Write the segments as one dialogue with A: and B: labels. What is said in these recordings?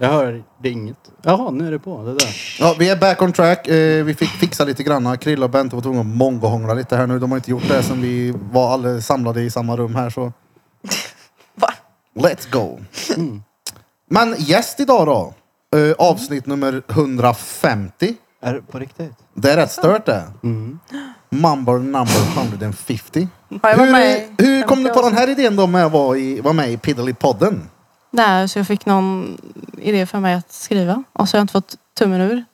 A: Jag hör det är inget. Jaha, nu är det på. Det där.
B: Ja, vi är back on track. Eh, vi fick fixa lite grann. Krilla och Bente var tvungna att mongohångla lite här nu. De har inte gjort det sen vi var alla samlade i samma rum här så
C: Va?
B: let's go. Mm. Men gäst idag då. Eh, avsnitt nummer 150.
A: Är det på riktigt?
B: Det är rätt stört det. Mumble number 150.
C: Har jag varit med i
B: hur, hur kom
C: 50
B: du på den
C: avsnitt?
B: här idén då med att vara, i, vara med i Piddly-podden?
C: Nej, så jag fick någon idé för mig att skriva. Och så har jag inte fått tummen ur.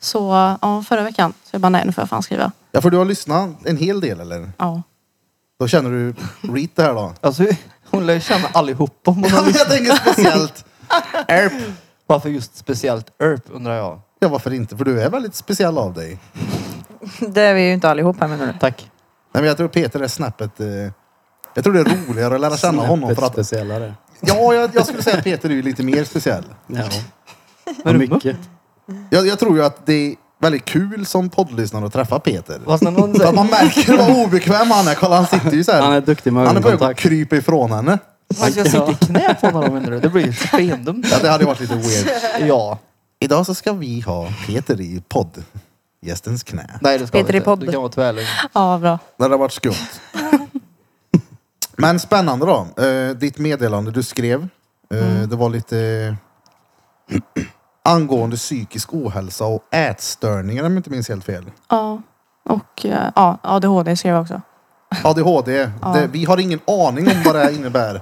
C: Så ja, förra veckan. Så jag bara, nej nu får jag fan skriva.
B: Ja, för du har lyssnat en hel del eller?
C: Ja.
B: Då känner du read det här då?
D: Alltså, hon lär ju känna allihopa om hon
B: Ja,
D: har
B: men jag
D: lyssnat.
B: tänker speciellt. Erp.
D: Varför just speciellt ERP undrar jag.
B: Ja, varför inte? För du är väldigt speciell av dig.
E: Det är vi ju inte allihop här menar du?
D: Tack.
B: Nej, men jag tror Peter är snäppet... Eh, jag tror det är roligare att lära känna honom för att...
A: speciellare.
B: Ja, jag, jag skulle säga att Peter är ju lite mer speciell.
A: Ja.
D: Men
A: Och
D: du-
A: mycket.
B: Jag, jag tror ju att det är väldigt kul som poddlyssnare att träffa Peter.
D: Fast när
B: För
D: någon
B: att
D: säger,
B: man märker vad obekväm han är. Kolla, han sitter ju så här.
A: Han är duktig med
B: Han är på väg att
A: ögonkontakt.
B: krypa ifrån henne.
D: varför jag sitter i knä på honom menar du? Det blir ju skendumt.
B: Ja, det hade ju varit lite weird.
D: Ja.
B: Idag så ska vi ha Peter i podd. Gästens knä.
D: Nej det ska
E: Peter
D: vi
E: i
D: inte.
E: podd.
D: Du kan vara tvärlugn.
C: Ja, bra.
B: Det hade varit skumt. Men spännande då. Eh, ditt meddelande du skrev. eh, Det var lite eh, angående psykisk ohälsa och ätstörningar om jag inte minns helt fel.
C: Ja. Och eh, ja, ADHD skrev jag också.
B: ADHD. Det, vi har ingen aning om vad det här innebär.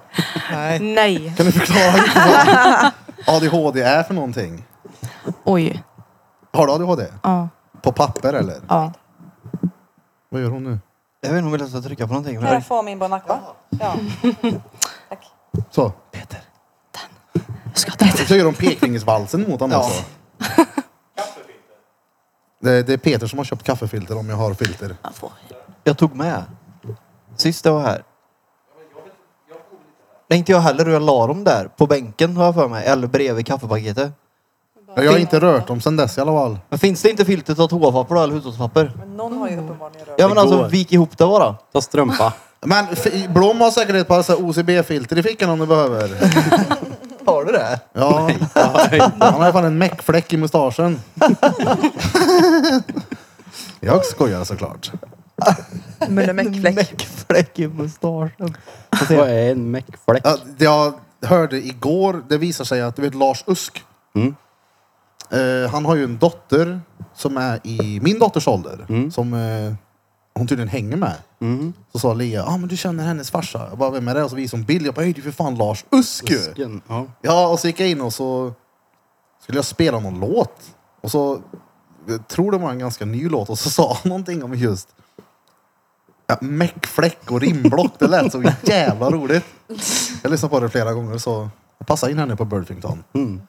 D: Nej.
C: Nej.
B: Kan du förklara lite vad ADHD är för någonting?
C: Oj.
B: Har du ADHD?
C: Ja.
B: På papper eller?
C: Ja.
B: Vad gör hon nu?
D: Jag vet inte om jag vill att jag ska trycka på någonting. Men
E: Jag får min bonac va? Ja.
B: Så.
C: Ska det.
B: Så gör de pekfingersvalsen mot honom alltså. Det, det är Peter som har köpt kaffefilter om jag har filter.
D: jag tog med. Sist jag var här. Nej inte jag heller. Jag la dem där. På bänken har jag för mig. Eller bredvid kaffepaketet.
B: Jag har inte rört dem sedan dess i alla fall.
D: Men finns det inte filter av toapapper då, eller hushållspapper?
E: Men någon har ju uppenbarligen rört.
D: Ja men
A: Det
D: alltså
A: går.
D: vik ihop det bara.
A: Ta strumpa.
B: Men f- Blom har säkert ett par så här OCB-filter i fickan om du behöver.
D: Har du det?
B: Ja, han har i alla fall en meckfläck i mustaschen. Jag skojar såklart.
E: Mullemäckfläck.
D: Meckfläck i mustaschen.
A: Vad är en meckfläck?
B: Ja, det Jag hörde igår, det visar sig att du vet Lars Usk.
A: Mm.
B: Eh, han har ju en dotter som är i min dotters ålder.
A: Mm.
B: Som eh, hon tydligen hänger med.
A: Mm.
B: Så sa Lea, ja ah, men du känner hennes farsa. Jag bara, vem är det? Och så visade hon bild. Jag bara, "Hej, det är ju för fan Lars Usk ju.
A: Busken. Ja.
B: Ja, och så gick jag in och så skulle jag spela någon låt. Och så, jag tror det var en ganska ny låt, och så sa han någonting om just ja, meckfläck och rimblock. Det lät så jävla roligt. Jag lyssnade på det flera gånger så jag passade in här nu på Birdfington.
A: Mm.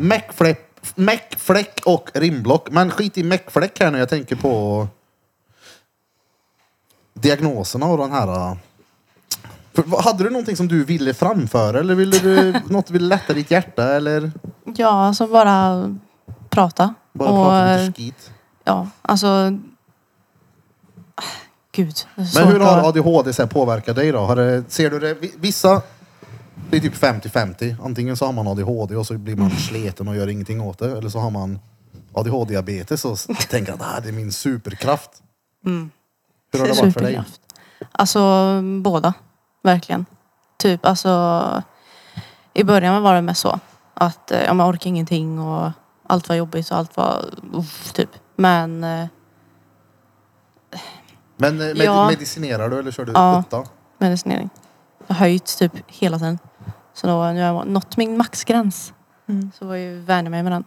B: Meckfläck, meckfläck och rimblock. Men skit i meckfläck här nu. Jag tänker på diagnoserna och den här... äh, För, vad- hade du någonting som du ville framföra eller ville du något du ville lätta ditt hjärta eller
C: Ja, alltså bara prata.
B: bara prata
C: eh,
B: lite skit?
C: ja, alltså... Gud. det är
B: Men
C: svårt
B: hur har
C: att-
B: ADHD så här påverkat dig då? Har det, ser du det? vi- Vissa, det är typ 50-50. Antingen så har man ADHD och så blir
C: Mm.
B: man sleten och gör ingenting åt det. Eller så har man ADHD-diabetes och s- tänker att ah, det är min superkraft. Hur har det varit för dig?
C: Mm. Superkraft. Alltså båda. Verkligen. Typ alltså. I början var det mest så. Att eh, ja, man orkar ingenting och allt var jobbigt och allt var uff, typ. Men eh,
B: Men eh, med,
C: Ja.
B: medicinerar du eller kör du
C: Ja.
B: utta?
C: medicinering. Jag har höjt typ hela tiden. Så då, nu har jag nått min maxgräns. Så var jag ju vänlig mig med den.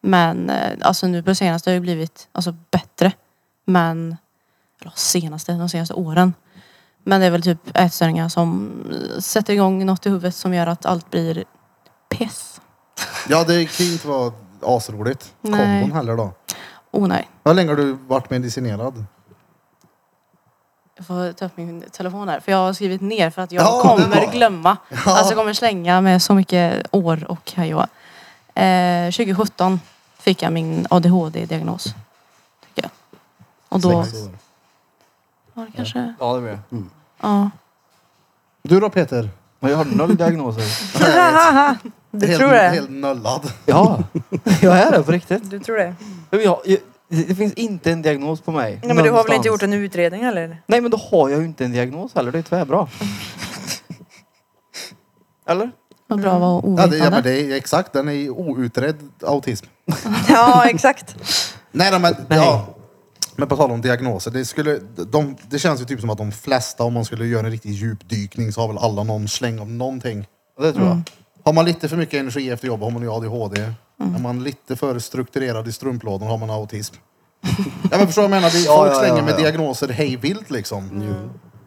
C: Men eh, alltså nu på det senaste har jag ju blivit alltså, bättre. Men, eller senaste, de senaste åren. Men det är väl typ ätstörningar som eh, sätter igång något i huvudet som gör att allt blir piss.
B: Ja, det kan ju inte vara asroligt.
C: Nej.
B: Kombon heller då.
C: Oh nej.
B: Hur länge har du varit medicinerad?
C: Jag får ta upp min telefon här. För jag har skrivit ner för att jag
B: Ja, det var-
C: kommer glömma.
B: Ja.
C: Alltså jag kommer slänga med så mycket år och hej och hå. eh, 2017 fick jag min ADHD-diagnos. Tycker jag. Och då
B: Sex år.
C: var det kanske...
D: Ja det blir det.
C: Ja.
B: Du då Peter?
D: Men jag har noll diagnoser.
E: Du
B: helt,
E: tror det?
B: Helt nöllad.
D: Ja, jag är det på riktigt.
E: Du tror det?
D: Men Jag, jag, det finns inte en diagnos på mig.
E: Nej, men du har väl
D: någonstans.
E: inte gjort en utredning eller?
D: Nej men då har jag ju inte en diagnos heller, det är tvärbra. Eller?
C: Vad bra att vara
B: Ja, det, ja, men
C: ovetande.
B: det är exakt. Den är ju outredd autism.
E: Ja, exakt.
B: Nej, nej, men,
D: Nej.
B: Ja, men på tal om diagnoser. Det, skulle, de, det känns ju typ som att de flesta, om man skulle göra en riktig djupdykning, så har väl alla någon släng av någonting.
D: Det tror jag.
B: Har man lite för mycket energi efter jobbet har man ju ADHD.
D: Mm.
B: Är man lite för strukturerad i strumplådan har man autism. ja, men förstår du vad jag menar? Det,
D: Ja,
B: folk
D: ja,
B: slänger
D: ja,
B: med
D: ja. Mm.
B: diagnoser hej vilt liksom.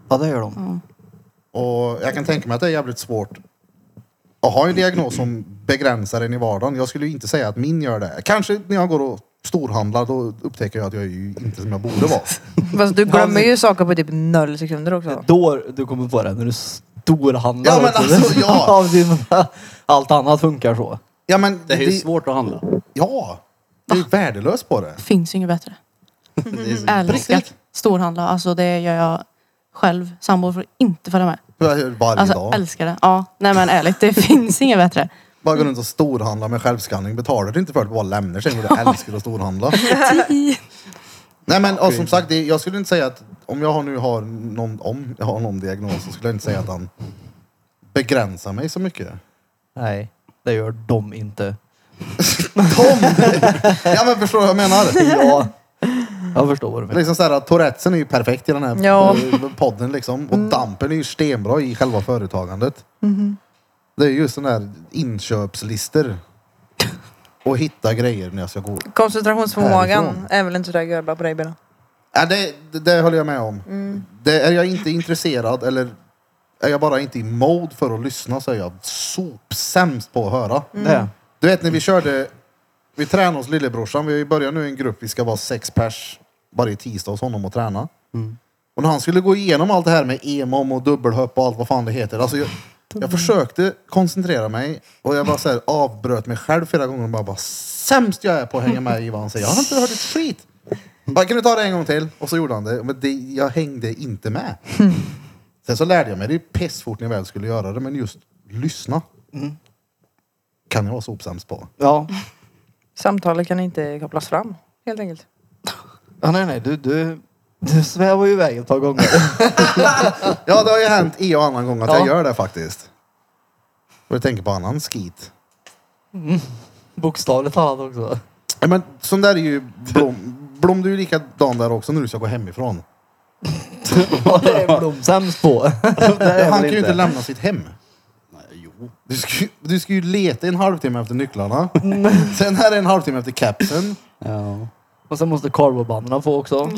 D: Ja det gör de.
B: Och jag kan tänka mig att det är jävligt svårt att ha en diagnos som begränsar en i vardagen. Jag skulle ju inte säga att min gör det. Kanske när jag går och storhandlar då upptäcker jag att jag är ju inte som jag borde vara.
E: Fast du glömmer ju saker på typ noll sekunder också.
D: Då du kommer på det, när du storhandlar.
B: Ja, men alltså, ja.
D: Av din- Allt annat funkar så.
B: Ja men
A: Det är ju
B: det-
A: svårt att handla.
B: Ja! Du är värdelös på det.
C: Finns ju inget bättre.
B: Mm.
C: Ärligt talat. Storhandla. Alltså det gör jag själv. Sambo får inte följa med.
B: Jag gör Varje
C: Alltså
B: dag.
C: älskar det. Ja, nej men ärligt. Det finns inget bättre.
B: Bara går runt och storhandlar med självskanning. Betalar du inte för det, bara lämnar sen. Du älskar att storhandla. Nej men och som sagt, det, jag skulle inte säga att om jag har- nu har någon, om jag har någon diagnos så skulle jag inte säga att han begränsar mig så mycket.
D: Nej, det gör de inte.
B: Ja men förstår du vad jag menar?
D: Ja. Jag förstår vad du menar.
B: Liksom såhär, tourettesen är ju perfekt i den här
E: Ja.
B: eh, podden liksom. Och dampen är ju stenbra i själva företagandet.
E: Mm-hmm.
B: Det är just sådana här inköpslistor. Och hitta grejer när jag ska gå.
E: Koncentrationsförmågan
B: Härifrån.
E: är väl inte sådär görbar på dig Bella?
B: Ja, det, det, det håller jag med om. Det, är jag inte intresserad eller är jag bara inte i mode för att lyssna så är jag sopsämst på att höra.
A: Mm.
D: Det.
B: Du vet när vi körde, vi tränade hos lillebrorsan. Vi har ju börjat nu i en grupp, vi ska vara sex pers varje tisdag hos honom och träna.
A: Mm.
B: Och när han skulle gå igenom allt det här med emom och dubbelhopp och allt vad fan det heter. Alltså jag, jag försökte koncentrera mig och jag bara så här, avbröt mig själv flera gånger och bara, bara sämst jag är på att hänga med i vad han säger. Jag har inte hört ett skit. Bara, kan du ta det en gång till? Och så gjorde han det. Men det, jag hängde inte med. Sen så lärde jag mig det ju pissfort när jag väl skulle göra det. Men just lyssna kan jag vara sopsämst på.
D: Ja.
E: Samtalet kan inte kopplas fram helt enkelt.
D: ja. Nej, nej, du, du, du svävar ju iväg ett par gånger.
B: Ja, det har ju hänt i och annan gång att
D: Ja.
B: jag gör det faktiskt. Och jag tänker på annan skit.
D: Bokstavligt talat också.
B: Ja, men sån där är ju Blom. Blom, du är ju likadan där också när du ska gå hemifrån.
D: Ja, det är blomsämst på. Det är väl
B: Han kan ju inte lämna sitt hem. Du ska, ju- du ska ju leta en halvtimme efter nycklarna.
D: Mm.
B: Sen här är en halvtimme efter capsen.
A: Ja.
D: Och sen måste karbobanden få också.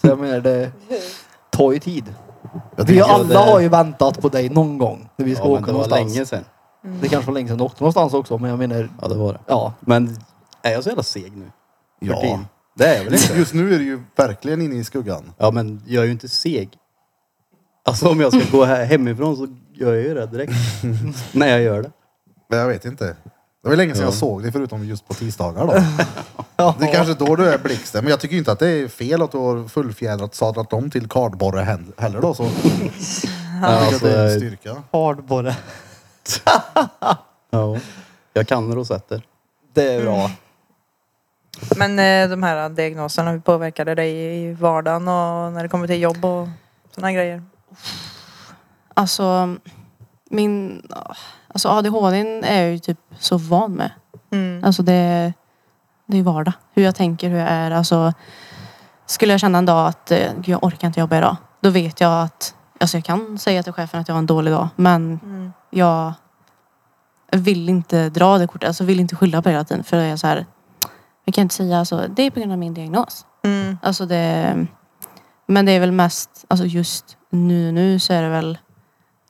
D: Så jag menar det tar ju tid.
B: Jag
D: Vi
B: tycker-
D: alla
A: det-
D: har ju väntat på dig någon gång när vi ska
A: ja, men
D: åka
A: det var
D: någonstans.
A: länge sedan.
D: Det kanske var länge sedan du åkte någonstans också men jag menar,
A: Ja, det var det.
D: ja.
A: Men är jag så jävla seg nu?
B: Ja.
A: För tiden? Det är jag väl inte?
B: Just nu är det ju verkligen inne i skuggan.
A: Ja, men jag är ju inte seg. Alltså om jag ska gå här hemifrån så gör jag ju det direkt. När jag gör det.
B: Men jag vet inte. Det var länge sedan jag såg det förutom just på tisdagar då. Det är kanske då du är blixten. Men jag tycker ju inte att det är fel att du har fullfjädrat sadlat om till kardborre hen- heller då. Så jag tycker
A: Ja,
B: att det är en
A: alltså,
B: styrka.
D: Hardborre.
A: ja. Jag kan rosetter.
D: Det är bra.
E: Men eh, de här diagnoserna, hur påverkade dig i vardagen och när det kommer till jobb och sådana grejer?
C: Alltså min... Alltså ADHD n är jag ju typ så van med.
E: Mm.
C: Alltså det, det är vardag. Hur jag tänker, hur jag är. Alltså, skulle jag känna en dag att eh, "Gud, jag orkar inte jobba idag. Då vet jag att, alltså jag kan säga till chefen att jag har en dålig dag. Men
E: Mm.
C: jag vill inte dra det kortet. Alltså vill inte skylla på det hela tiden. För jag är så här, jag kan inte säga alltså, det är på grund av min diagnos.
E: Mm.
C: Alltså det, men det är väl mest, alltså just nu nu så är det väl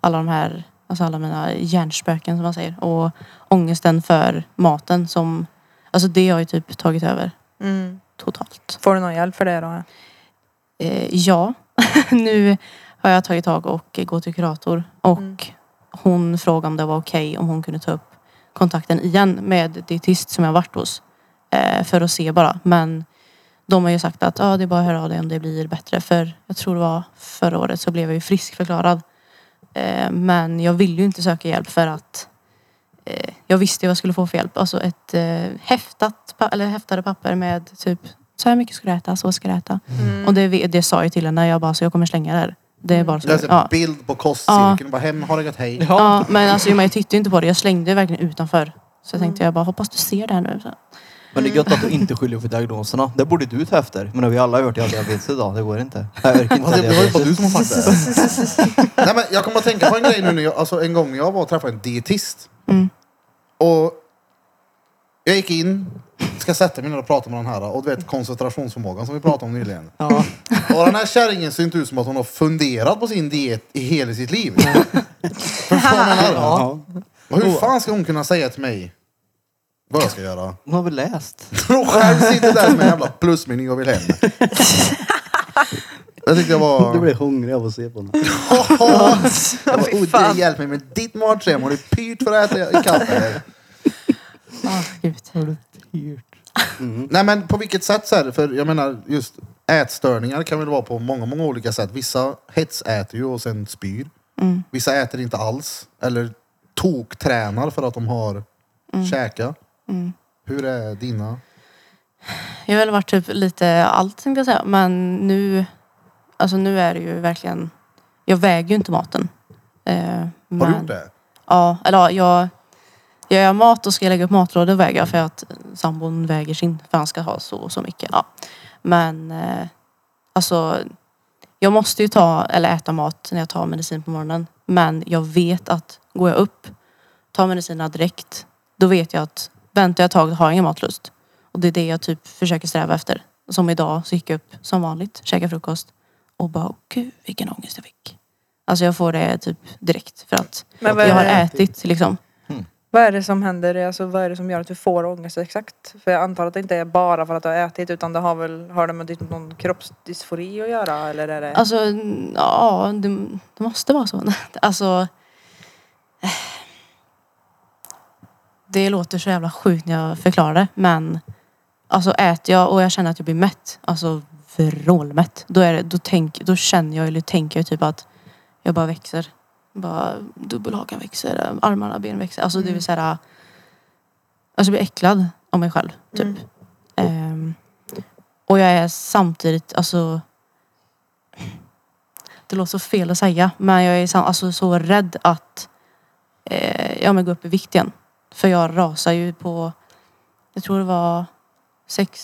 C: alla de här, alltså alla mina hjärnspöken som man säger och ångesten för maten som, alltså det har ju typ tagit över
E: Mm.
C: totalt.
E: Får du någon hjälp för det då?
C: Eh, ja, nu har jag tagit tag och gått till kurator och
E: Mm.
C: hon frågade om det var okej om hon kunde ta upp kontakten igen med dietist som jag varit hos. Eh, för att se bara. Men de har ju sagt att ah, det är bara att höra av dig om det blir bättre. För jag tror det var förra året så blev jag ju friskförklarad. Eh, men jag vill ju inte söka hjälp för att eh, jag visste vad jag skulle få för hjälp. Alltså ett eh, häftat, pa- eller häftade papper med typ så här mycket ska du äta, så ska du äta.
E: Mm.
C: Och det, vi- det sa jag till henne. Jag bara, så jag kommer slänga det här. Det är bara så.
B: Läs en
C: Ja.
B: bild på kostcirkeln och bara hem, har det gött, hej.
C: ja, men alltså man tittade ju inte på det. Jag slängde det verkligen utanför. Så jag
B: Mm.
C: tänkte jag bara, hoppas du ser det här nu. Så.
D: Men det är gött att du inte skyller för diagnoserna. Det borde du ta efter. Men vi har alla hört jag har diabetes idag. Det går inte. Jag orkar inte
B: Alltså,
D: ha
B: det var ju bara
D: diabetes.
B: du som har sagt det. Nej, men jag kommer att tänka på en grej nu. när jag- Alltså, en gång jag var och träffade en dietist.
C: Mm.
B: Och jag gick in, ska sätta mig ner och prata med den här. Och du vet koncentrationsförmågan som vi pratade om nyligen.
D: Ja.
B: Och den här kärringen ser inte ut som att hon har funderat på sin diet i hela sitt liv. Förstår du vad jag menar?
A: Ja.
B: Och Hur fan ska hon kunna säga till mig vad jag ska göra?
D: Hon har väl läst?
B: Hon själv sitter där som en jävla plusmeny och vill hem. Det tyckte jag var...
A: Du blir hungrig av att se på den.
B: Ja,
E: fy
B: oh,
E: fan.
B: du hjälp mig med ditt matschema. Har du pyrt för att äta i kaffe?
C: Ah, gud.
A: Mm.
B: Nej men på vilket sätt så här, För jag menar just ätstörningar kan väl vara på många, många olika sätt. Vissa hetsäter ju och sen spyr.
C: Mm.
B: Vissa äter inte alls. Eller toktränar för att de har käka.
C: Mm.
B: Hur är dina?
C: Jag har väl varit typ lite allt tänkte jag säga. Men nu, alltså nu är det ju verkligen, jag väger ju inte maten. Eh,
B: Har
C: men-
B: du gjort det?
C: Ja, eller ja, jag jag gör mat och ska jag lägga upp matlådor och väga för att sambon väger sin för han ska ha så och så mycket. Ja. Men eh, alltså jag måste ju ta eller äta mat när jag tar medicin på morgonen. Men jag vet att går jag upp, tar medicinerna direkt, då vet jag att väntar jag ett tag har jag ingen matlust. Och det är det jag typ försöker sträva efter. Som idag så gick jag upp som vanligt, käkade frukost och bara gud vilken ångest jag fick. Alltså jag får det typ direkt för att
E: Men vad
C: jag har
E: är, det,
C: ätit liksom.
E: vad är det som händer? Alltså, vad är det som gör att du får ångest exakt? För jag antar att det inte är bara för att du har ätit utan det har väl, har det med ditt- någon kroppsdysfori att göra eller är det?
C: Alltså, n- ja, det, det måste vara så. Alltså... eh, Det låter så jävla sjukt när jag förklarar det, men alltså äter jag och jag känner att jag blir mätt, alltså vrålmätt, då, är det, då, tänk, då känner jag eller tänker jag typ att jag bara växer. Bara dubbelhakan växer, armarna, benen växer. Alltså det
E: Mm.
C: vill säga, alltså jag blir äcklad av mig själv. Typ.
E: Mm.
C: Ehm, och jag är samtidigt, alltså... Det låter så fel att säga, men jag är sam- alltså, så rädd att eh, jag gå upp i vikt igen. För jag rasar ju på, jag tror det var sex,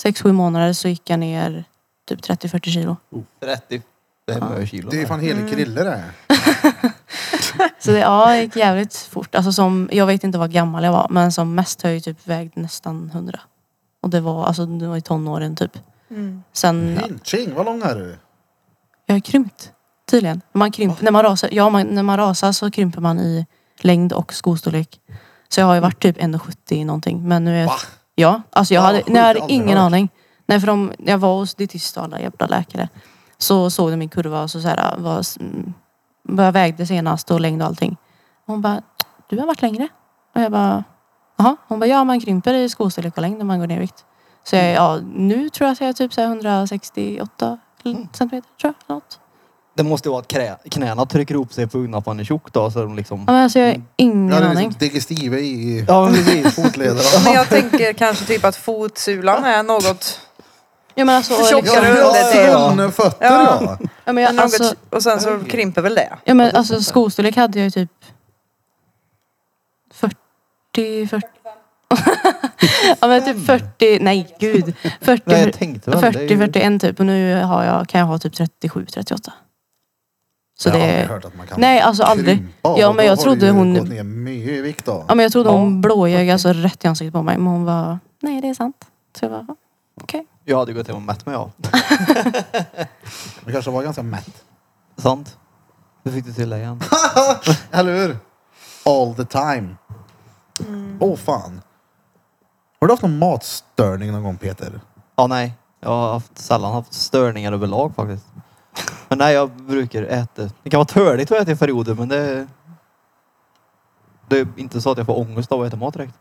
C: sex sju månader så gick jag ner typ 30-40 kilo.
D: 30. Det är
C: Ja.
D: över kilo.
B: Det är fan helig krille det.
C: Så det, ja, det gick jävligt fort. Alltså som, jag vet inte vad gammal jag var, men som mest har jag ju typ vägt nästan 100. Och det var, alltså det var i tonåren typ.
E: Mm.
C: Sen,
B: Pinching, vad lång är du?
C: jag har krympt tydligen. Man krymper, när, man rasar, ja, man, när man rasar så krymper man i längd och skostorlek. Så jag har ju varit typ 1,70 någonting. Men nu är jag,
B: Va?
C: Ja, alltså jag
B: Fan,
C: hade,
B: sjukt,
C: nej, jag hade
B: aldrig
C: ingen
B: hört.
C: aning. Nej, för de, jag var hos dietist och alla jävla läkare. Så såg de min kurva och så, så här, vad, mm, vad jag vägde senast och längd och allting. Hon bara, du har varit längre. Och jag bara, jaha. Hon bara, ja man krymper i skostorlek och längd när man går ner i vikt. Så
B: Mm.
C: jag, ja, nu tror jag att jag är typ så här 168
B: Mm.
C: centimeter tror jag. Något.
D: Det måste ju vara att krä, knäna trycker ihop sig på grund av att man är tjock då. Så de liksom...
C: Ja, men alltså jag har
B: Mm.
C: ingen
B: Ja, det är
C: aning.
B: liksom digestive i
D: Ja, men precis.
B: fotlederna.
E: Men jag tänker kanske typ att fotsulan är något.
C: Ja, men alltså, och
E: Tjockare
C: liksom,
E: under till.
B: Svullna fötter
E: Ja.
B: ja.
C: ja, men jag, alltså,
E: något och sen så krymper väl det.
C: Ja men alltså skostorlek hade jag ju typ 40, 40. ja men typ 40, nej gud. 40,
D: Nej, jag tänkte väl. det är
C: 40,
D: ju-
C: 41 typ och nu har jag, kan jag ha typ 37, 38. Så
B: Jag har aldrig
C: det,
B: hört att man kan
C: nej alltså aldrig.
B: krympa av.
C: Ja, men
B: Då
C: jag
B: har
C: trodde
B: du ju
C: hon-
B: gått ner mycket i vikt då.
C: Ja men jag trodde
D: Ja,
C: hon blåljög alltså rätt i ansiktet på mig men hon var, nej det är sant. Så jag bara, "Ja, okej.
D: Jag hade gått hem och mätt mig av.
B: Du kanske var ganska mätt.
D: Sant. Du fick det till dig igen.
B: Eller hur? All the time. Åh fan. Har du haft någon matstörning någon gång Peter?
D: Ja, nej. Jag har haft, sällan haft störningar överlag faktiskt. Men nej, jag brukar äta. Det kan vara törligt att äta i perioder, men det... Det är inte så att jag får ångest av att äta mat direkt.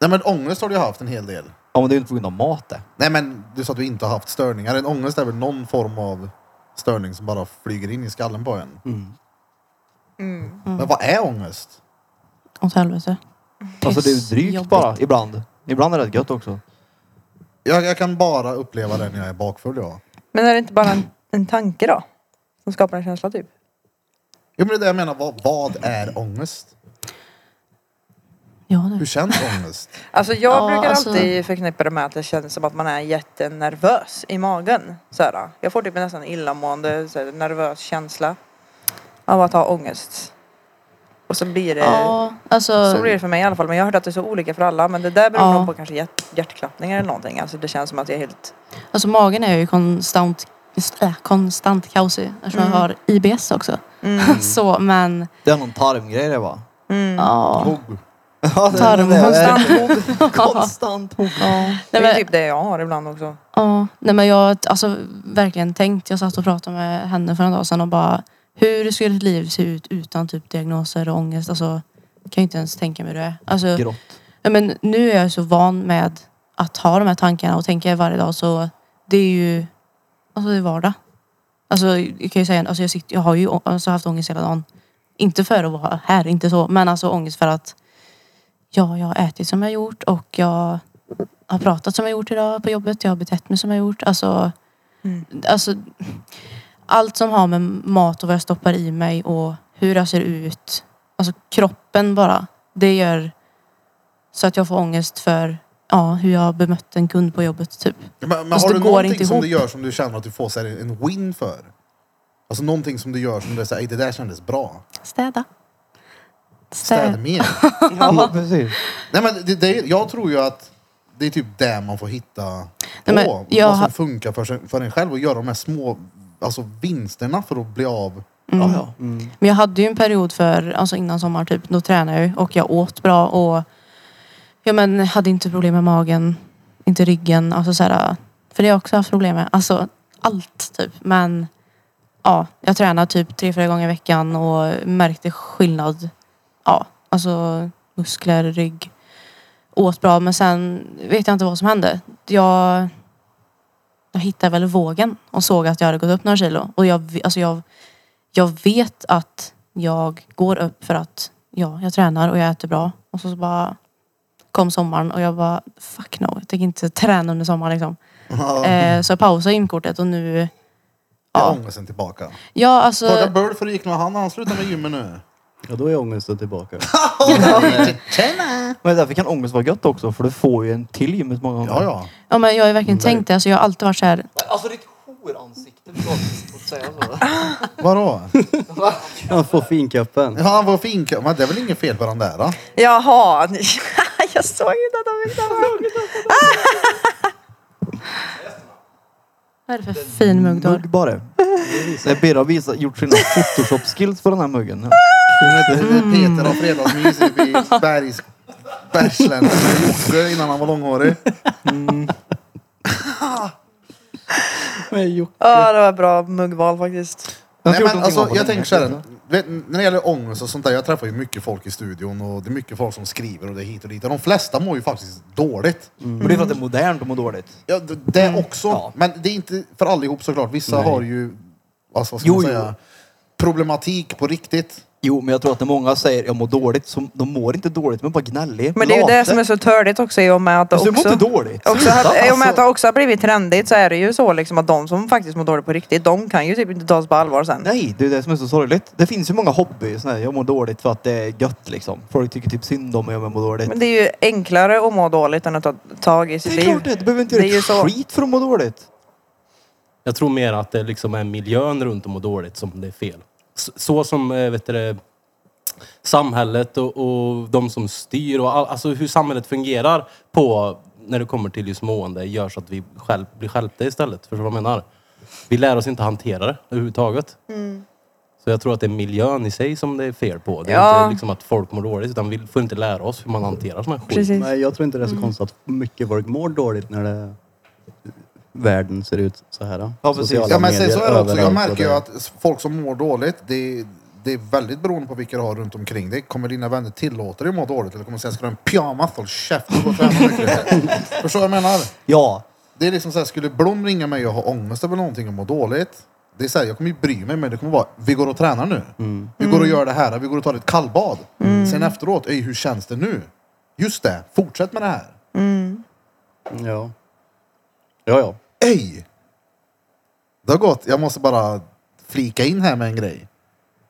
B: Nej men ångest har du ju haft en hel del.
D: Ja, men det är ju inte på grund av mat det.
B: Nej men du sa att du inte har haft störningar. En ångest är väl någon form av störning som bara flyger in i skallen på en.
A: Mm.
E: Mm.
B: Men vad är ångest?
C: Åt helvete.
D: Alltså det är ju drygt
C: Pissjobbigt.
D: bara ibland. Ibland är det rätt gött också.
B: Jag, jag kan bara uppleva det när jag är bakfull ja.
E: Men är det inte bara en, en tanke då? Som skapar en känsla typ?
B: Jo men det är det jag menar, vad, vad är ångest?
C: Ja,
B: Hur
C: det.
B: känns ångest?
E: Alltså jag
C: Ja,
E: brukar
C: alltså-
E: alltid förknippa det med att det känns som att man är jättenervös i magen. Så här, jag får typ en nästan illamående, så här, nervös känsla av att ha ångest. Och så blir det,
C: Ja, alltså.
E: så blir det för mig i alla fall. Men jag har hört att det är så olika för alla. Men det där beror
C: Ja.
E: nog på kanske hjärt, hjärtklappningar eller någonting. Alltså det känns som att jag är helt...
C: Alltså magen är ju konstant, äh, konstant kaosig eftersom
E: Mm.
C: jag har IBS också. så men,
D: Det är någon tarmgrej det va?
E: Mm. Oh.
C: ja.
B: Hugg.
D: Ja, det är det.
E: Konstant hugg.
D: Konstant hot.
C: Ja.
E: Det
C: Nej,
E: är
C: men,
E: typ det jag har ibland också.
C: ja. Nej men jag alltså verkligen tänkt, jag satt och pratade med henne för en dag sedan och bara hur skulle ett liv se ut utan typ diagnoser och ångest? Alltså, jag kan ju inte ens tänka mig hur det. är. Alltså,
D: Grått.
C: Ja, men nu är jag så van med att ha de här tankarna och tänka varje dag så det är ju alltså det är vardag. Alltså jag kan ju säga, alltså jag, sitter, jag har ju å- alltså, haft ångest hela dagen. Inte för att vara här, inte så, men alltså ångest för att ja, jag har ätit som jag gjort och jag har pratat som jag gjort idag på jobbet, jag har betett mig som jag gjort. Alltså,
E: Mm.
C: alltså allt som har med mat och vad jag stoppar i mig och hur jag ser ut, alltså kroppen bara, det gör så att jag får ångest för ja, hur jag bemött en kund på jobbet typ.
B: Men, men
C: Fast
B: har
C: det
B: du
C: går
B: någonting
C: inte
B: som
C: ihop.
B: du gör som du känner att du får så här, en win för? Alltså någonting som du gör som du säger, det där kändes bra.
C: Städa.
B: Städa
C: Städa.
B: mer.
D: Ja, precis.
B: Nej, men det, det, är- jag tror ju att det är typ där man får hitta på.
C: men jag
B: vad
C: har-
B: som funkar för, sig, för en själv och göra de här små alltså, vinsterna för att bli av.
E: Mm.
D: Ja, ja. Mm.
C: Men jag hade ju en period för, alltså innan sommar typ, då tränade jag ju och jag åt bra och ja men hade inte problem med magen, inte ryggen, alltså så här, för det har jag också haft problem med. Alltså allt typ. Men ja, jag tränade typ tre, fyra gånger i veckan och märkte skillnad. Ja, alltså muskler, rygg. Åt bra men sen vet jag inte vad som hände. Jag, jag hittade väl vågen och såg att jag hade gått upp några kilo. Och jag, vi- alltså jag jag vet att jag går upp för att ja, jag tränar och jag äter bra. Och så, så bara kom sommaren och jag bara fuck no, jag tänker inte träna under sommaren liksom. Eh, så jag pausade gymkortet och nu,
B: Det
C: Ja.
B: är ångesten tillbaka.
C: ja alltså.
B: Starta Bird för det gick nog han han slutade med gymmet nu.
A: Ja, då är ångesten tillbaka.
D: Men därför kan ångest vara gött också för du får ju en till gymmet många gånger.
B: Ja, ja.
C: Ja, men jag har ju verkligen tänkt det. Alltså, jag har alltid varit så här.
D: Alltså ditt horansikte, förlåt att säga så.
B: Vadå?
A: Han får finkappen.
B: Ja, han var fin. Men det är väl inget fel på den där? Då?
E: Jaha, ni- jag såg inte att de ville ha
C: Vad är det för fin mugg du har?
D: Mugg bara. Nej, Birra har visat- gjort sina photoshop-skills på den här muggen.
B: Jag vet inte,
D: Mm.
B: Peter har fredagsmys uppe i Bergs... Bergslän. Jocke innan han var långhårig.
A: Men Jocke.
E: Ja, det var bra muggval faktiskt.
D: Jag
B: Nej,
D: ska gjort
B: men
D: någonting åt
B: alltså,
D: den
B: jag
D: här
B: tänker så här,
D: skiten.
B: vet, när det gäller ångest och sånt där, jag träffar ju mycket folk i studion och det är mycket folk som skriver och det är hit och dit. Och de flesta mår ju faktiskt dåligt.
D: Och det är för att det är modernt att må dåligt.
B: Ja, det, det också,
D: Mm. Ja.
B: men det är inte för allihop såklart. Vissa
D: Nej.
B: har ju, alltså, vad ska
D: Jo,
B: man
D: jo.
B: säga, problematik på riktigt.
D: Jo, men jag tror att när många säger jag mår dåligt, så de mår inte dåligt, men bara gnällig.
E: Men det är ju det
D: Late.
E: som är så törligt också i och med att det
D: Fast
E: också...
D: Du mår inte dåligt.
E: Också att, I och med att
D: Alltså,
E: det också har blivit trendigt så är det ju så liksom att de som faktiskt mår dåligt på riktigt, de kan ju typ inte tas på allvar sen.
D: Nej, det är det som är så sorgligt. Det finns ju många hobby. Sån här, jag mår dåligt för att det är gött liksom. Folk tycker typ synd om mig om jag mår dåligt.
E: Men det är ju enklare att må dåligt än att ta tag i
D: Det
E: sitt
D: är klart det.
E: liv.
D: Du behöver inte
E: Det är
D: göra
E: ju
D: ett
E: så.
D: skit för att må dåligt.
F: Jag tror mer att det liksom är miljön runt om och dåligt som det är fel. S- Så som eh, vet du, det, samhället och, och de som styr och all, alltså hur samhället fungerar på när det kommer till just mående gör så att vi själv, blir skälpta istället. Förstår du vad jag menar? Vi lär oss inte hantera det överhuvudtaget.
C: Mm.
F: Så jag tror att det är miljön i sig som det är fel på. Det är
E: Ja.
F: inte liksom att folk mår dåligt utan vi får inte lära oss hur man hanterar sån här skit.
E: Precis.
A: Nej, jag tror inte det är så konstigt att mycket folk mår dåligt när det... världen ser ut så här.
D: Ja, precis.
A: Sociala
B: Ja, men sen
A: medier
B: så är det också, jag
A: överallt och
B: märker ju
A: det-
B: att folk som mår dåligt, det, det är väldigt beroende på vilka du har runt omkring dig. Kommer dina vänner tillåta dig att må dåligt eller kommer de säga ska du ha en pyjamas, håll käften och gå och träna mycket. Förstår vad jag menar?
D: Ja.
B: Det är liksom såhär, skulle Blom ringa mig och ha ångest över någonting och må dåligt. Det är såhär, jag kommer ju bry mig men det kommer vara, vi går och
A: Mm.
B: tränar nu. Vi går och gör det här, vi går och tar ett kallbad. Sen efteråt, "Ey, hur känns det nu? Just det, fortsätt med det här.
A: Ja. Ja, ja.
B: Ej! Det har gått, jag måste bara flika in här med en grej.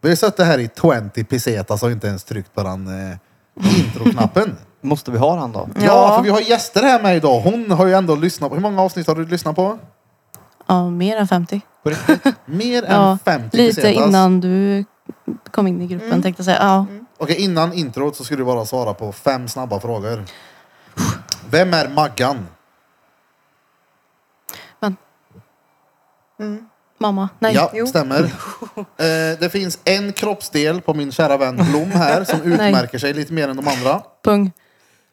B: Vi har ju sett det här i 20 pesetas och inte ens tryckt på den eh, introknappen.
D: Måste vi ha han då?
B: ja. för vi har gäster här med idag. Hon har ju ändå lyssnat på, hur många avsnitt har du lyssnat på?
C: Ja, mer än 50.
D: På riktigt?
B: Mer
C: Ja,
B: än 50
C: Lite
B: pesetas.
C: innan du kom in i gruppen tänkte jag säga. Ja.
B: Okej, innan introt så skulle du bara svara på fem snabba frågor. Vem är Maggan?
C: Mamma. Nej.
B: ja,
E: Jo.
B: stämmer. Eh, det finns en kroppsdel på min kära vän Blom här som utmärker sig lite mer än de andra.
C: Pung.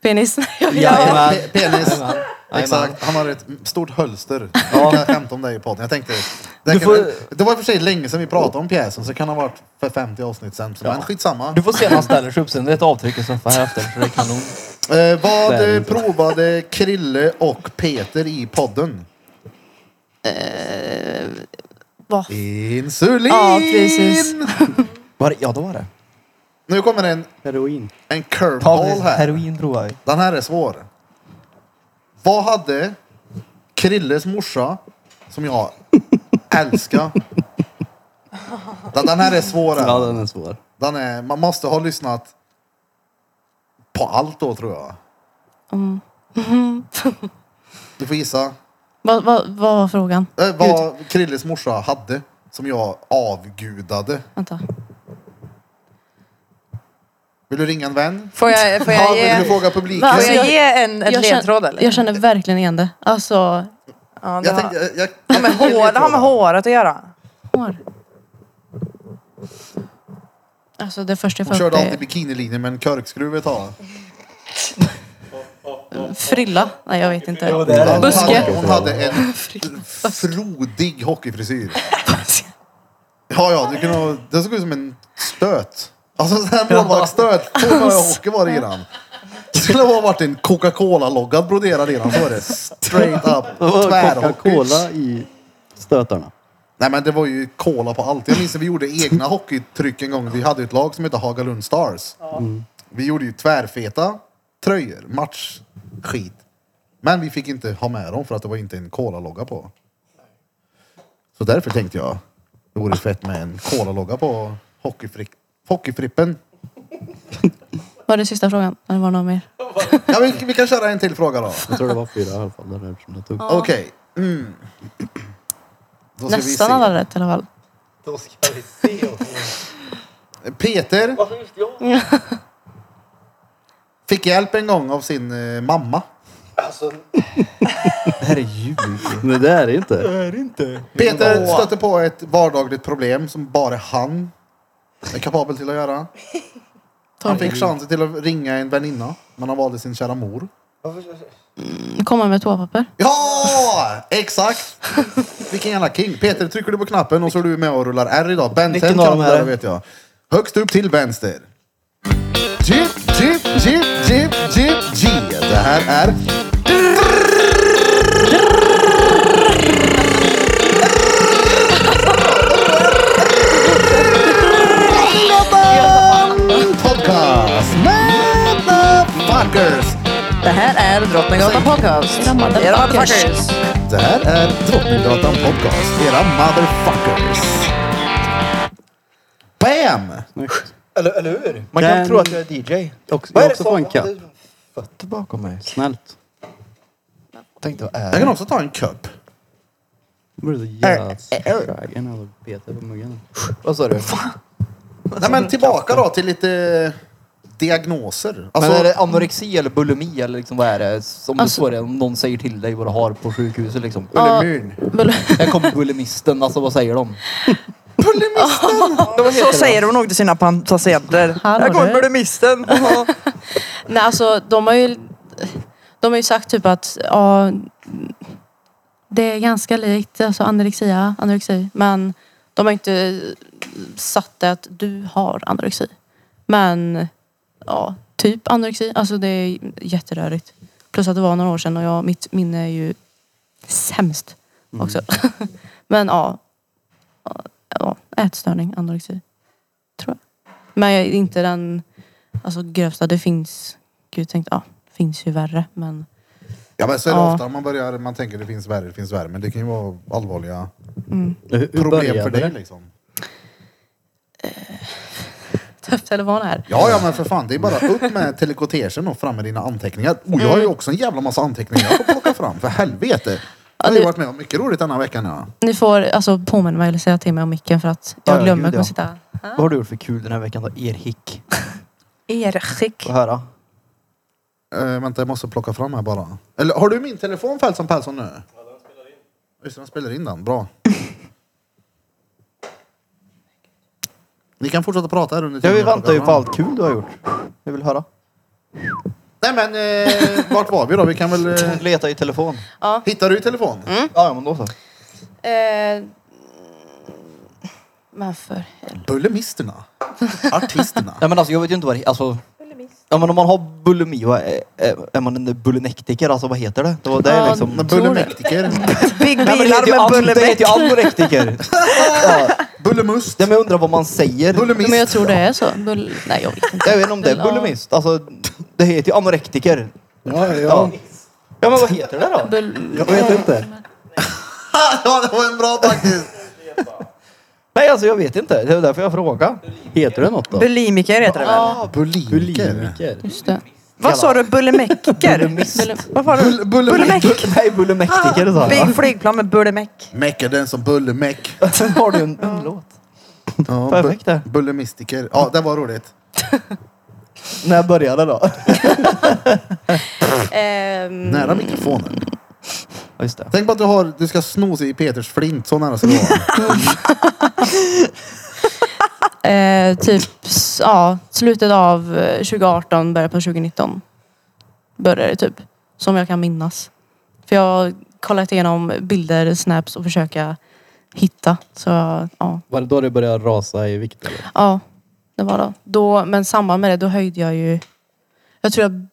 C: Penis. ja.
D: Jajamän.
B: Pe- penis.
D: Jajamän.
B: Exakt. Han har ett stort hölster.
D: Ja.
B: Jag kan skämta om dig i podden. Jag tänkte, det,
D: Du
B: kan
D: får-
B: väl, det var i och för sig länge sedan vi pratade om pjäsen så det kan ha varit för 50 avsnitt sen. Så Men skitsamma.
D: Du får se när han ställer sig upp sen. Det är ett avtryck i soffan här efter. För det är kanon.
B: Eh, vad
D: Det är det
B: eh,
D: inte.
B: provade Krille och Peter i podden?
C: Vad
B: Insulin!
C: Ja, precis.
D: Var det? Ja, då var det.
B: Nu kommer en,
A: Heroin.
B: en
D: Ta
B: curveball
D: precis.
B: här.
D: Heroin provar vi.
B: Den här är svår. Vad hade Krilles morsa, som jag älskar. Den, den här är svår.
A: Ja,
B: här.
A: den är svår.
B: Den är, man måste ha lyssnat på allt då tror jag. Du får gissa.
C: vad vad- vad var frågan?
B: Eh, vad Krilles morsa hade som jag avgudade.
C: Vänta.
B: Vill du ringa en vän?
E: Får jag, får
B: Ja,
E: jag
B: vill du
E: ge,
B: fråga publiken?
C: Va?
E: får
C: Alltså,
E: jag
C: jag-
E: ge en, en
C: jag,
E: ledtråd
C: känner,
E: eller?
C: jag känner verkligen igen det. Alltså,
E: ja, det
B: Jag
E: har,
B: tänkte, jag, jag,
E: har med hår, det har med håret att göra.
C: hår. Alltså det första jag
B: Hon
C: får upp
B: körde alltid
C: är
B: bikinilinjen med en korkskruv ett tag.
C: frilla. Nej jag vet inte.
D: det är det.
B: Hon hade,
C: Buske.
B: hon hade en frodig hockeyfrisyr. Ja, ja, det, kunde, det såg ut som en stöt. Alltså en sån här målvaktsstöt. Tror jag hockey var det i den. Det skulle ha varit en Coca-Cola-loggad broderad i den. Så var det. Straight up. Tvärhockey.
A: Coca-Cola i stötarna.
B: Nej men det var ju cola på allt. Jag minns när vi gjorde egna hockeytryck en gång. Vi hade ju ett lag som hette Hagalund Stars. Vi gjorde ju tvärfeta tröjor, matchskit. Men vi fick inte ha med dem för att det var inte en cola-logga på. Så därför tänkte jag, det vore fett med en cola-logga på hockeyfri- hockeyfrippen.
C: Var det sista frågan? Eller var det någon mer?
B: Ja, vi, vi kan köra en till fråga då.
A: Jag tror det var fyra i alla fall. Där eftersom jag tog.
B: Okej. Mm. Då ska Alltså, vi
C: Nästan
B: se.
C: alla rätt i alla fall.
D: Då ska vi se.
B: Peter fick hjälp en gång av sin eh, mamma.
D: Det här är ljug.
A: Men det är det inte.
D: är inte.
B: Peter stötte på ett vardagligt problem som bara han är kapabel till att göra. Han fick chansen till att ringa en väninna, men han valde sin kära mor.
C: Komma med toapapper.
B: Ja, exakt! Vilken jävla king. Peter, trycker du på knappen och så är du med och rullar R idag. Benten
D: Vilken
B: kan
D: av dem
B: det
D: är
B: där
D: det?
B: vet jag. Högst upp till vänster. Jip, jip, jip, jip, jip, jip. Det här är... Drottninggatan Podcast Motherfuckers!
E: Det här är Drottninggatan Podcast. Era motherfuckers.
B: Det här är Drottninggatan Podcast, era motherfuckers. Bam!
A: Snyggt.
D: Eller, eller hur? Man
A: Den-
D: kan tro att jag är DJ.
A: Och, jag
D: Vad
A: har
D: är det
A: också på en
D: som...
A: katt.
D: Fötter bakom mig.
A: Snällt.
D: Jag tänkte, vad är
B: Jag kan
D: det?
B: också ta en cup.
A: Nu blir det så jävla skägen av Peter på muggen.
D: Vad sa du?
B: Nej men tillbaka då till lite diagnoser. Alltså,
D: men är det anorexi eller bulimi eller liksom vad är det? Om
C: Alltså-
D: det står det, om någon säger till dig vad du har på sjukhuset liksom.
C: Ja.
B: Bulimyn.
C: Bul-
D: Här kommer bulimisten, alltså vad säger de?
E: Så säger hon nog till sina pan- patienter.
C: Hallå,
E: Här kommer
C: du.
E: bulimisten.
C: Nej alltså de har ju De har ju sagt typ att ja, Det är ganska likt alltså anorexia, anorexi men De har inte satt det att du har anorexi Men ja, typ anorexi, alltså det är jätterörigt Plus att det var några år sedan och jag, mitt minne är ju sämst också Men ja, ja, ätstörning, anorexi tror jag Men jag är inte den Alltså grövsta, det finns gud tänkte, ja, finns ju värre. Men
B: Ja men så är det
C: Ja.
B: ofta man börjar, man tänker det finns värre, det finns värre. Men det kan ju vara allvarliga
A: Hur, hur
B: problem för
A: började
B: dig
A: det?
B: liksom.
C: töffelvana här.
B: Ja ja men för fan, det är bara upp med telekottegen och fram med dina anteckningar. Och jag har ju också en jävla massa anteckningar att plocka fram, för helvete. Jag har ju
C: du-
B: varit med om mycket roligt den här veckan ja.
C: Ni får alltså påminna mig eller säga till mig om micken för att
D: Ja,
C: jag
D: ja,
C: glömmer
D: gud,
C: kommer
D: ja.
C: sitta.
D: Vad har du gjort för kul den här veckan då? Er hick.
E: Erskick.
D: Få höra.
B: Eh, vänta, jag måste plocka fram här bara. Eller har du min telefon Pälsson Pälsson nu? Ja, den spelar in. Just det, den spelar in den. Bra. Ni kan fortsätta prata här under
D: Ja, vi
B: tiden jag
D: väntar ju
B: plockar
D: på
B: fram.
D: allt kul du har gjort. Jag vill höra.
B: Nej men, eh, vart var vi då? Vi kan väl... Eh,
D: Leta i telefon.
B: hittar du i telefon?
D: Ja, men då så.
C: Eh, men för
B: Bullemisterna. Artisterna.
D: Nej men alltså jag vet ju inte vad det alltså, Ja men om man har bulimi, vad är, är- är man en bulinektiker? Alltså vad heter det? Det var det
C: Ja,
D: liksom.
B: Men Bullemektiker.
E: Big
D: Nej, men det heter ju
E: bilar
D: an-
E: med
D: det heter ju
E: bullermäck.
D: anorektiker. ja.
B: Bullemust.
D: Nej, men jag undrar vad man säger.
B: Bullemist.
C: Men jag tror det är så. Bull... Nej, jag vet inte.
D: Jag vet inte om det är
C: Eller, ja,
D: bulimist. Alltså det heter ju anorektiker.
B: Ja,
D: Ja.
B: ja.
D: ja men vad heter det då?
C: Bull...
A: Jag vet inte.
B: ja, det var en bra faktiskt.
D: Nej alltså jag vet inte. Det är därför jag frågar.
A: Heter det något då?
E: Bulimiker heter det väl?
D: Ja,
B: Bulimiker.
A: Bulimiker.
C: Just det.
E: Vad sa du? Bullemäcker?
D: bulimist.
E: Vad var det?
B: Bullemäck.
E: Bullemäck.
D: Nej bulimektiker sa jag.
E: Big flygplan med bullemäck.
B: Mäck är den som bullemäck.
D: Har du en, en låt?
B: Ja,
D: Perfekt där.
B: bu- Bullemistiker. Ja, det var roligt.
D: När började då? Mm.
C: Ehm,
B: Nära mikrofonen.
D: Ja, just det.
B: Tänk på att du, har, du ska sno sig i Peters flint. Så nära ska du vara.
C: eh, typ s- ja, slutet av eh, 2018, början på 2019. Började det typ. Som jag kan minnas. För jag har kollat igenom bilder, snaps och försöka hitta. Så ja.
A: Var det då det började rasa i vikt eller?
C: Ja, det var det. Då, men samband med det, då höjde jag ju... Jag tror jag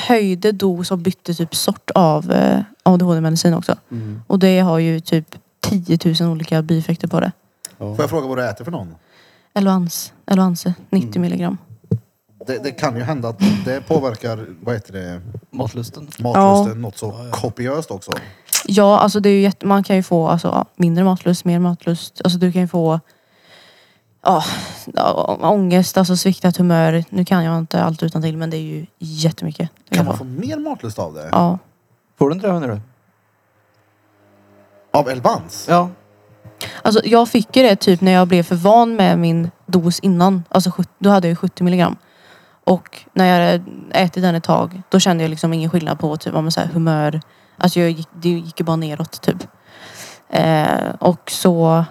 C: höjde dos och bytte typ sort av eh, ADHD-medicin också.
B: Mm.
C: Och det har ju typ 10 000 olika bieffekter på det.
B: Får jag fråga vad du äter för någon?
C: Eloans, Eloanse, 90 milligram.
B: Det, det kan ju hända att det påverkar vad heter det,
D: Matlusten.
B: matlusten något så kopiöst också.
C: Ja, alltså det är ju jätte, man kan ju få alltså, ja, mindre matlust, mer matlust. Alltså du kan ju få ja, ja, ångest, alltså sviktat humör. Nu kan jag inte allt utan till men det är ju jättemycket. du
B: Kan man få
C: få.
B: mer matlust av det?
C: Ja.
D: Får du inte det menar du?
B: Av Elvans?
D: Ja.
C: Alltså jag fick ju det typ när jag blev för van med min dos innan. Alltså sjut- då hade jag ju 70 milligram. Och när jag hade ätit den ett tag, då kände jag liksom ingen skillnad på typ, om man säger humör. Alltså jag gick, det gick ju bara neråt typ. Eh, och så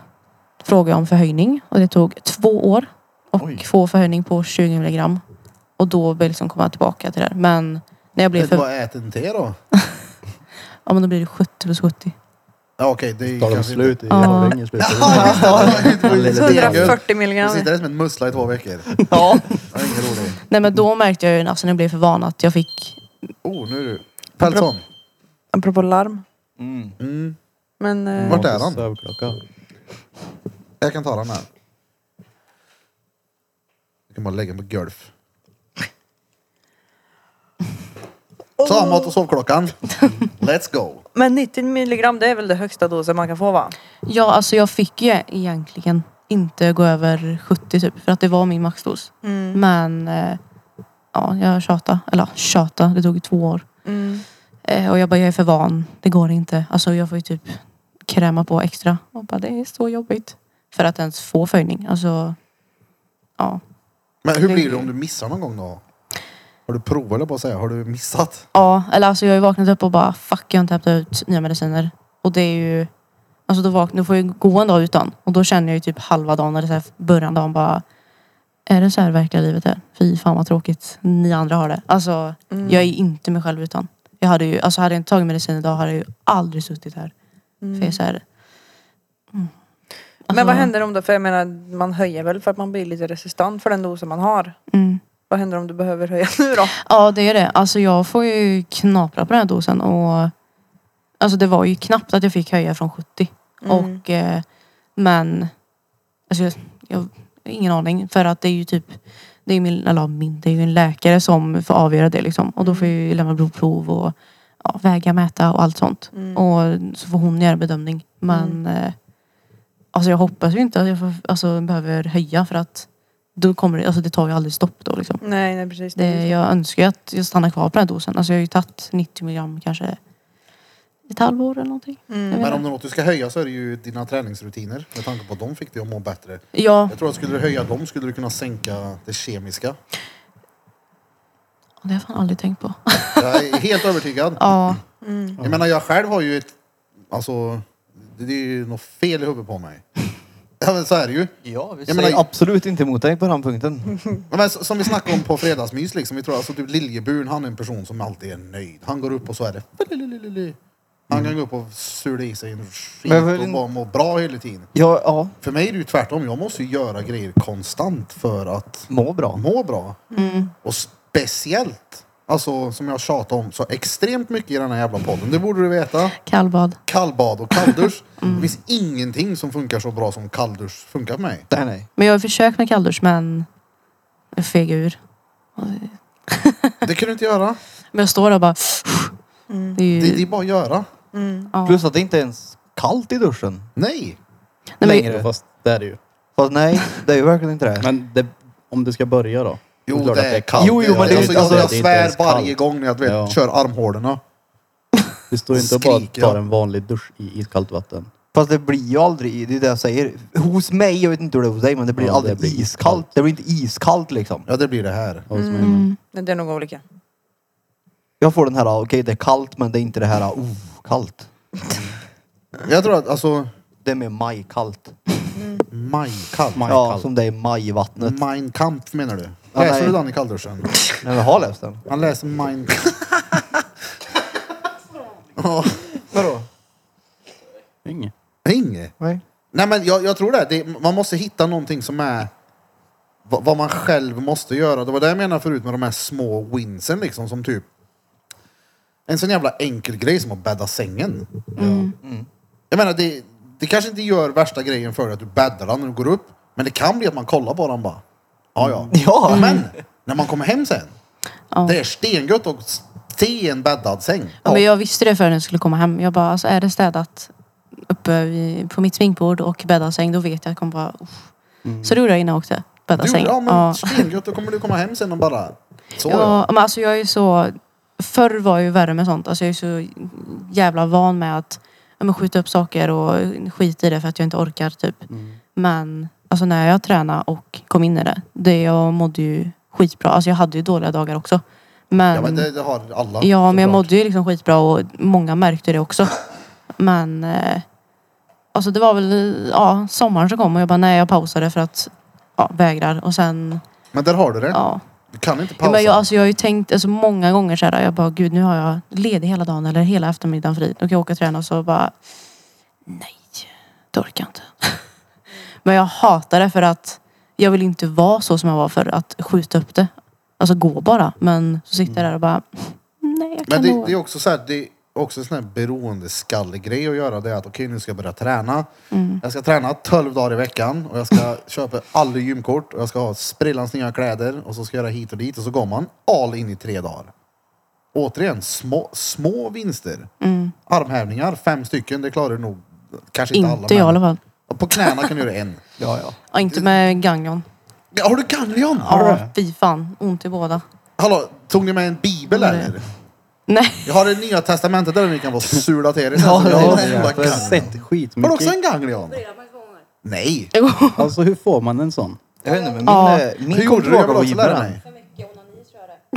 C: frågade jag om förhöjning och det tog två år och
D: Oj.
C: få förhöjning på 20 milligram. Och då började jag liksom komma tillbaka till det här. Men när
B: Det
C: jag blev
B: är
C: för...
B: bara äter en te då?
C: Ja men då blir det 70 plus 70.
B: Ja okej, det är ju
A: Tar de
B: kanske inte...
A: slut i
C: Ja.
A: Borlänge slut?
B: Lille Degen.
E: 140
B: Du
E: milligram.
B: sitter där som en mussla i två veckor.
D: Ja.
B: Det är ingen rolig.
C: Nej men då märkte jag ju alltså, när jag blev för van att jag fick
B: Oh, nu är du... Pälsson.
E: Apropå larm.
D: Mm.
B: Mm.
E: Men eh,
B: Vart är han?
A: Sövklocka.
B: Jag kan ta den här. Jag kan bara lägga den på golf. Så, mat och sovklockan. Let's go.
E: men 90 milligram det är väl det högsta dosen man kan få va?
C: Ja, alltså jag fick ju egentligen inte gå över 70 typ. För att det var min maxdos. Men eh, ja, jag tjatade. Eller ja, tjatade, det tog ju två år.
E: Mm.
C: Eh, och jag bara, jag är för van. Det går inte. Alltså jag får ju typ kräma på extra. Och bara, det är så jobbigt. För att ens få följning. Alltså, ja.
B: Men hur blir det om du missar någon gång då? Har du provat eller på att säga? Har du missat?
C: Ja, eller alltså jag har ju vaknat upp och bara fuck jag har inte hämtat ut nya mediciner. Och det är ju, alltså då, vaknar, då får jag ju gå en dag utan. Och då känner jag ju typ halva dagen eller så här början av dagen bara, är det så här verkliga livet är? Fy fan vad tråkigt, ni andra har det. Alltså
E: Mm.
C: jag är ju inte mig själv utan. Jag hade ju, alltså hade jag inte tagit medicin idag hade jag ju aldrig suttit här. För jag är så här, mm.
E: Men vad
C: Alltså,
E: händer om det, för jag menar man höjer väl för att man blir lite resistent för den dosen man har.
C: Mm.
E: Vad händer om du behöver höja nu då?
C: Ja det är det. Alltså jag får ju knapra på den här dosen och alltså det var ju knappt att jag fick höja från 70.
E: Mm.
C: Och eh, men alltså jag, jag har ingen aning för att det är ju typ Det är ju min, eller ja, min, det är ju en läkare som får avgöra det liksom. Och då får jag ju lämna blodprov och ja, väga, mäta och allt sånt.
E: Mm.
C: Och så får hon göra en bedömning. Men eh, alltså jag hoppas ju inte att jag får, alltså, behöver höja för att då kommer det, alltså det tar ju aldrig stopp då liksom.
E: Nej, nej precis.
C: Det, jag önskar ju att jag stannar kvar på den här dosen. Alltså jag har ju tagit 90 milligram kanske ett halvår eller någonting.
E: Mm.
B: Men om det är något du ska höja så är det ju dina träningsrutiner. Med tanke på att de fick dig att må bättre.
C: Ja,
B: Jag tror att skulle du höja dem skulle du kunna sänka det kemiska.
C: det har jag fan aldrig tänkt på.
B: Jag är helt övertygad.
C: Ja,
E: Mm.
B: Jag menar jag själv har ju ett... Alltså, det är ju något fel i huvudet på mig. Ja men så är det ju.
D: Ja, vi
B: Jag
D: säger
B: menar-
D: absolut inte emot dig på den punkten.
B: Ja, Men s- som vi snackade om på fredagsmys liksom. Vi tror alltså typ Liljeburen, han är en person som alltid är nöjd. Han går upp och så är det... Han kan gå upp och sula i sig en skit
D: Men väl-
B: och bara må bra hela tiden.
D: Ja, ja.
B: För mig är det ju tvärtom. Jag måste ju göra grejer konstant för att
D: Må bra.
B: må bra. Och speciellt, alltså som jag tjatar om så extremt mycket i den här jävla podden. Det borde du veta.
C: kallbad.
B: Kallbad och kalldusch. Det finns ingenting som funkar så bra som kalldusch funkar för mig.
D: Nej, nej.
C: Men jag har försökt med kalldusch men jag feg ur. Och det-
B: Det kan du inte göra.
C: Men jag står där och bara...
E: Mm.
C: Det är ju,
B: Det, det är bara att göra.
E: Mm.
C: ja.
D: Plus att det inte är ens kallt i duschen.
B: Nej.
C: Nej, men,
D: längre.
A: Fast det är det ju.
D: Fast nej, det är ju verkligen inte det.
A: Men det, om du ska börja då?
B: Jo,
A: är
B: det
A: klart
B: är,
A: att
B: kallt.
D: Jo, jo, men det är-
B: alltså, jag,
D: alltså,
A: det är inte
B: svär
A: ens kallt.
B: varje gång när jag du vet,
A: Ja.
B: kör armhålorna.
A: Du står ju inte och bara
B: Skriker jag.
A: tar en vanlig dusch i iskallt vatten.
D: Fast det blir ju aldrig, det är det jag säger. Hos mig, jag vet inte hur det är hos dig, men det blir
A: Ja,
D: aldrig
A: det blir
D: iskallt. Det blir inte iskallt liksom.
B: Ja, det blir det här.
A: Vad som händer.
C: mm,
E: Men Det är nog olika.
D: Jag får den här, ah, okej det är kallt men det är inte det här, oh, kallt.
B: Jag tror att alltså,
D: Det är mer majkallt.
B: majkallt.
D: Ja,
A: Majkallt.
D: som det är majvattnet.
B: Mein Kampf menar du?
D: Ja,
B: läser
D: nej.
B: du den i kallduschen?
D: Nej, men har läst den.
B: Han läser Mein
D: Vadå?
A: Inget.
B: Inget.
D: Nej.
B: Nej men jag, jag tror det. det. Man måste hitta någonting som är vad, vad man själv måste göra. Det var det jag menade förut med de här små winsen liksom som typ en sån jävla enkel grej som att bädda sängen.
C: Mm.
B: Jag menar det, det kanske inte gör värsta grejen för dig att du bäddar den när du går upp. Men det kan bli att man kollar på den bara. Ja ja.
D: Ja.
B: Men när man kommer hem sen.
C: Ja.
B: Det är stengött att se en bäddad säng.
C: ja, men jag visste det förrän jag skulle komma hem. Jag bara, alltså är det städat uppe vid, på mitt sminkbord och bäddassäng då vet jag att jag kommer bara... uff. Så det gjorde jag innan jag åkte.
B: Du,
C: Bäddassäng.
B: ja men
C: Ja.
B: stengött, då kommer du komma hem sen och bara... Så ja.
C: Ja, men alltså jag är ju så... Förr var jag ju värre med sånt. Alltså jag är så jävla van med att ja, men skjuta upp saker och skita i det för att jag inte orkar typ.
B: Mm.
C: Men alltså när jag tränade och kom in i det, det jag mådde ju skitbra. Alltså jag hade ju dåliga dagar också. Men,
B: Ja men det, det har alla.
C: ja, men jag
B: såklart.
C: mådde ju liksom skitbra och många märkte det också. Men eh, alltså det var väl ja, sommaren som kom och jag bara nej jag pausade för att ja, vägrar och sen
B: Men där har du det.
C: ja.
B: Du kan inte
C: Ja,
B: pausa.
C: men jag, alltså, jag har ju tänkt alltså, många gånger så här, jag bara gud nu har jag ledig hela dagen eller hela eftermiddagen fri. Då kan jag åka och träna och så bara nej, det orkar jag inte. men jag hatar det för att jag vill inte vara så som jag var för att skjuta upp det. Alltså gå bara. Men så sitter jag där och bara nej jag
B: Mm. Men
C: kan
B: det, det är
C: nog.
B: också så här, det är också en sån här beroendeskallig grej att göra. Det är att okej nu ska jag börja träna.
C: Mm.
B: Jag ska träna 12 dagar i veckan och jag ska köpa alla gymkort och jag ska ha sprillans nya kläder och så ska jag göra hit och dit och så går man all in i tre dagar. Återigen, små, små vinster. Armhävningar, fem stycken, det klarar du nog. Kanske inte, alla.
C: Mm. Inte jag i alla
B: men-
C: fall.
B: På knäna kan du göra en.
D: Ja, ja.
C: Ja, inte med ganglion.
B: Ja, Har du ganglion?
C: Ja, fy fan. Ont i båda.
B: Hallå, tog ni med en bibel
C: Nej.
B: eller?
C: Nej.
B: Jag har det nya testamentet där ni kan vara sula till er sen.
D: Ja,
B: så jag
D: ja,
B: har
D: det
B: en
D: är
B: jävla
A: Jag har
B: ganglion.
A: sett
B: Har du också
A: skitmycket.
B: en ganglion? Nej.
A: Alltså hur får man en sån?
D: Jag vet inte, men min,
C: Ja.
D: eh, min
B: Hur gjorde du? Jag
D: kontroll
B: vill
D: var
B: också lära
D: vibrant.
B: mig.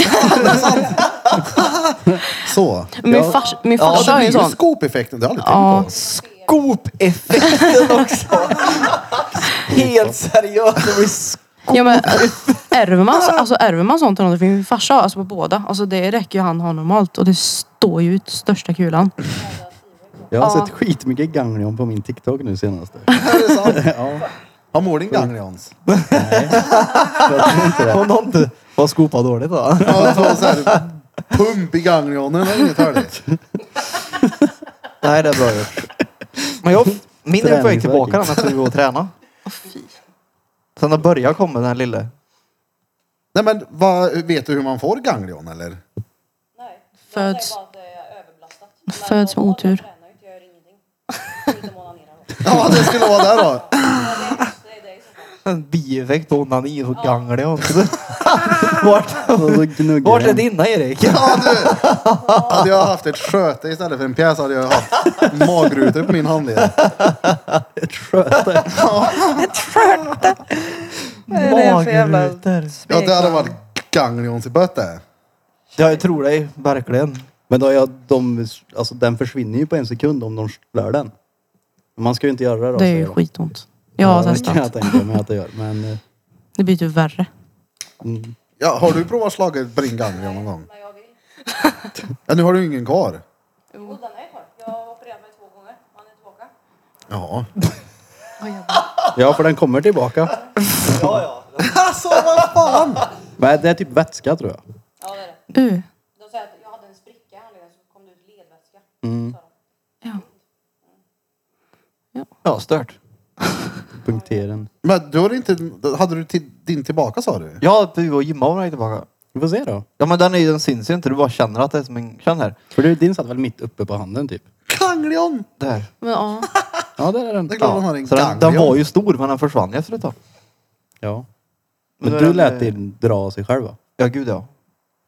B: Så.
C: Min, fars, min
B: Ja,
C: farsa
B: det
C: har ju
B: blir
C: en
B: ju
C: sån.
B: scoop-effekten. Det har jag
C: Ja.
B: aldrig tänkt
D: Scoop-effekten också! Helt seriöst. det blir sk-
C: Ja, men, ärver, man, alltså, ärver man sånt eller något, för min farsa har alltså på båda. Alltså, det räcker ju han har normalt och det står ju ut största kulan.
A: Jag har
C: Ja.
A: sett skitmycket ganglion på min TikTok nu senaste.
B: på. Är det sant?
A: Ja.
B: Har mor din ganglions?
A: Jag tror inte det.
D: Hon har inte... Vad skopa dåligt då?
B: Ja, så så här, Pump i ganglionen. Det är inget hörligt.
D: Nej, det är bra gjort. Men jag, min är på väg
A: Träningsvärk.
D: tillbaka den att vi går och träna. Sen har börjat komma den här lille.
B: Nej men vad, vet du hur man får ganglion eller?
C: Föds.
G: eh,
C: Föds med otur.
B: Ja det skulle vara där då.
D: En bieffekt på onani och ganglion. Vart,
A: Och så gnuggar
D: vart är
A: den.
D: dina Erik?
B: Hade jag haft ett sköte istället för en pjäs hade jag haft magrutor på min handled.
A: Ett sköte.
E: Vad är det för jävla
D: Magrutor.
B: Ja det hade
E: smeknamn?
B: varit ganglions i bötte.
D: Ja, jag tror dig. Verkligen.
A: Men då, ja, de, alltså, den försvinner ju på en sekund om de slår den. Man ska ju inte göra det. då,
C: Det är
A: säger
C: ju
A: de.
C: skitont. Jag har
A: det kan jag
C: testat.
A: tänka mig att det gör. Men, eh,
C: Det blir ju värre.
A: mm.
B: Ja, har du provat slaget på din ganglion någon gång? Ja, nu har du ingen kvar. Ja.
A: Ja, för den kommer tillbaka.
B: Alltså vad fan!
A: Men det är typ vätska tror jag.
C: Uh.
G: De säger att jag hade en spricka i handleden så kom det ut ledvätska.
C: Ja.
D: Ja, stört.
A: Punkteren.
B: Men du har inte, hade du till, din tillbaka sa du?
D: Ja, du och Jimma var tillbaka.
A: Vi får se då.
D: Ja, men den, är, ju- den syns ju inte. Du bara känner att det är som en... Känn här.
A: För du, din satt väl mitt uppe på handen typ?
B: Ganglion!
D: Där.
C: Men ja.
A: Ja, där är den.
B: Det är klart
A: Ja.
B: den har en
D: Så den,
B: ganglion.
D: den var ju stor, men den försvann ju efter ett tag.
A: ja.
D: Men
A: Men
D: då är
A: du lät
D: den, eh,
A: din dra sig själv va?
D: Ja, gud ja.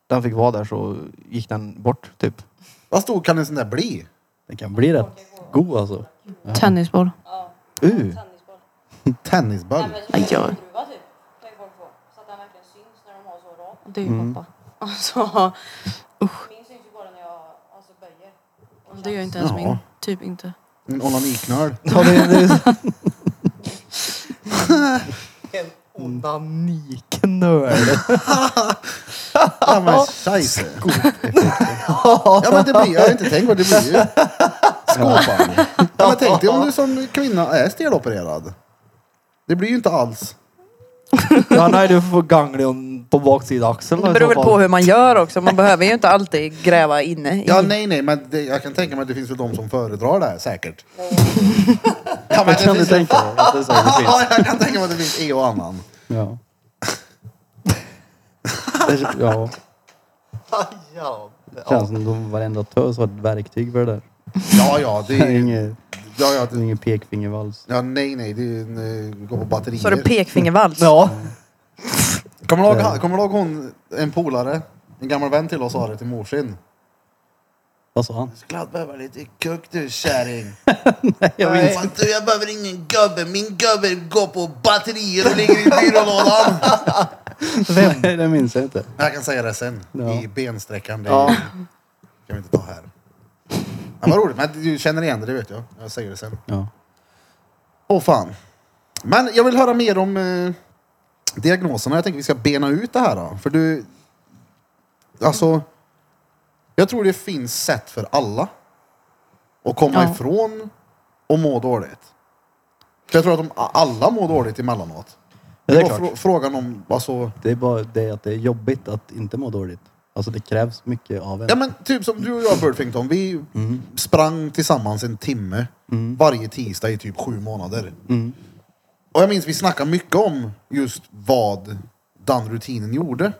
D: Den fick vara där så gick den bort, typ.
B: Vad stor kan en sån där bli?
A: Den kan bli rätt god alltså.
C: Tennisboll.
D: Uh.
G: Tennisboll.
B: Tennisboll?
G: Nej men som
C: Aj, ja.
G: en skruva typ. Tänk folk på. Så att den verkligen syns när de har så rakt.
C: Det är ju pappa. Alltså.
G: Min syns ju bara när jag alltså, böjer.
C: Det gör inte ens
B: Ja.
C: min. Typ inte.
B: En onaniknöl?
D: Ja, det, det är... en onaniknöl.
B: Ja men scheisse. Ja men det blir, jag har inte tänkt på det, det blir ju skåpan. Ja, men tänk dig om du som kvinna är stelopererad. Det blir ju inte alls.
D: Ja, nej, du får ganglion på baksida axeln. då,
E: Det
D: i
E: beror
D: så
E: väl
D: fall.
E: på hur man gör också. Man behöver ju inte alltid gräva inne. i-
B: Ja nej nej men det, jag kan tänka mig att det finns väl de som föredrar det här säkert. Ja, men
A: Jag kan du
B: finns-
A: tänka dig att det är så det finns?
B: Ja, jag kan tänka mig att det finns en och annan.
A: Ja. Det- Ja,
D: Ja,
A: det känns som att varenda tös har ett verktyg för det där.
B: Ja, ja, det
A: Det är
B: är...
A: inget,
B: Ja, ja,
A: det är
B: det,
A: ingen pekfingervals.
B: ja nej, nej, det är en, eh, går på batterier.
E: Så du pekfingervals?
D: ja.
B: Kommer du ihåg, kommer du ihåg hon, en polare, en gammal vän till oss sa det till morsin?
A: Vad sa han?
B: Du skulle behöva lite kuck du kärring.
A: Jag minns
B: Fan, du, jag behöver ingen gubbe, min gubbe går på batterier och ligger i byrålådan.
A: Vem? Nej, det minns jag inte.
B: jag kan säga det sen,
A: Ja.
B: i bensträckan. Det
D: Ja.
B: kan vi inte ta här. Ja, vad roligt, men du känner igen det, det vet jag. Jag säger det sen.
A: Ja.
B: Åh fan. Men jag vill höra mer om eh, diagnoserna. Jag tänker vi ska bena ut det här då. För du... Alltså... Jag tror det finns sätt för alla att komma
C: Ja.
B: ifrån och må dåligt. För jag tror att de alla mår dåligt emellanåt.
A: det är
B: bara
A: klart.
B: frå- frågan om... Alltså,
A: Det är bara det att det är jobbigt att inte må dåligt. Alltså det krävs mycket av en.
B: ja, men typ som du och jag, Birdfington. Vi sprang tillsammans en timme varje tisdag i typ sju månader. Och jag minns vi snackade mycket om just vad den rutinen gjorde.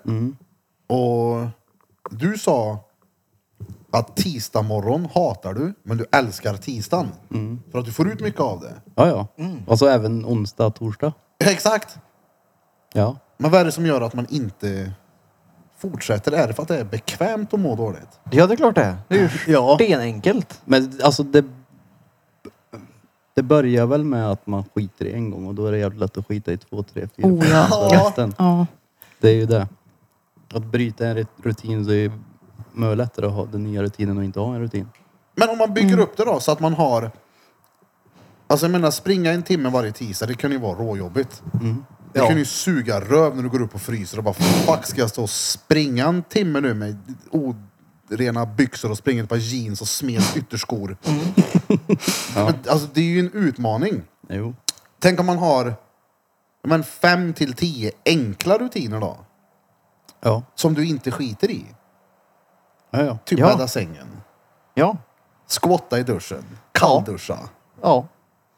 B: Och du sa att tisdag morgon hatar du, men du älskar tisdagen. För att du får ut mycket av det.
A: Ja, ja. Alltså även onsdag, torsdag.
B: Exakt.
A: Ja.
B: Men vad är det som gör att man inte fortsätter? Är det för att det är bekvämt att må dåligt?
D: ja, det är klart det är. Det är ju
A: Ja.
D: stenenkelt.
A: Men alltså det... Det börjar väl med att man skiter i en gång och då är det jävligt lätt att skita i två, tre, fyra,
C: Oh, ja.
A: fem, resten.
C: Ja. Det
A: Det är ju det. Att bryta en rut- rutin så är det mycket lättare att ha den nya rutinen och inte ha en rutin.
B: Men om man bygger
D: Mm.
B: upp det då så att man har... Alltså jag menar springa en timme varje tisdag, det kan ju vara råjobbigt. Det
D: Mm. Ja.
B: kan ju suga röv när du går upp och fryser och bara fuck ska jag stå och springa en timme nu med orena byxor och springa i ett par jeans och smet ytterskor.
D: Mm.
B: Men, alltså det är ju en utmaning.
A: Jo.
B: Tänk om man har men, fem till tio enkla rutiner då.
A: Ja.
B: Som du inte skiter i.
A: Ja, ja.
B: Typ
D: Ja.
B: bädda sängen.
D: Ja.
B: Skvotta i duschen. Kallduscha.
D: Ja.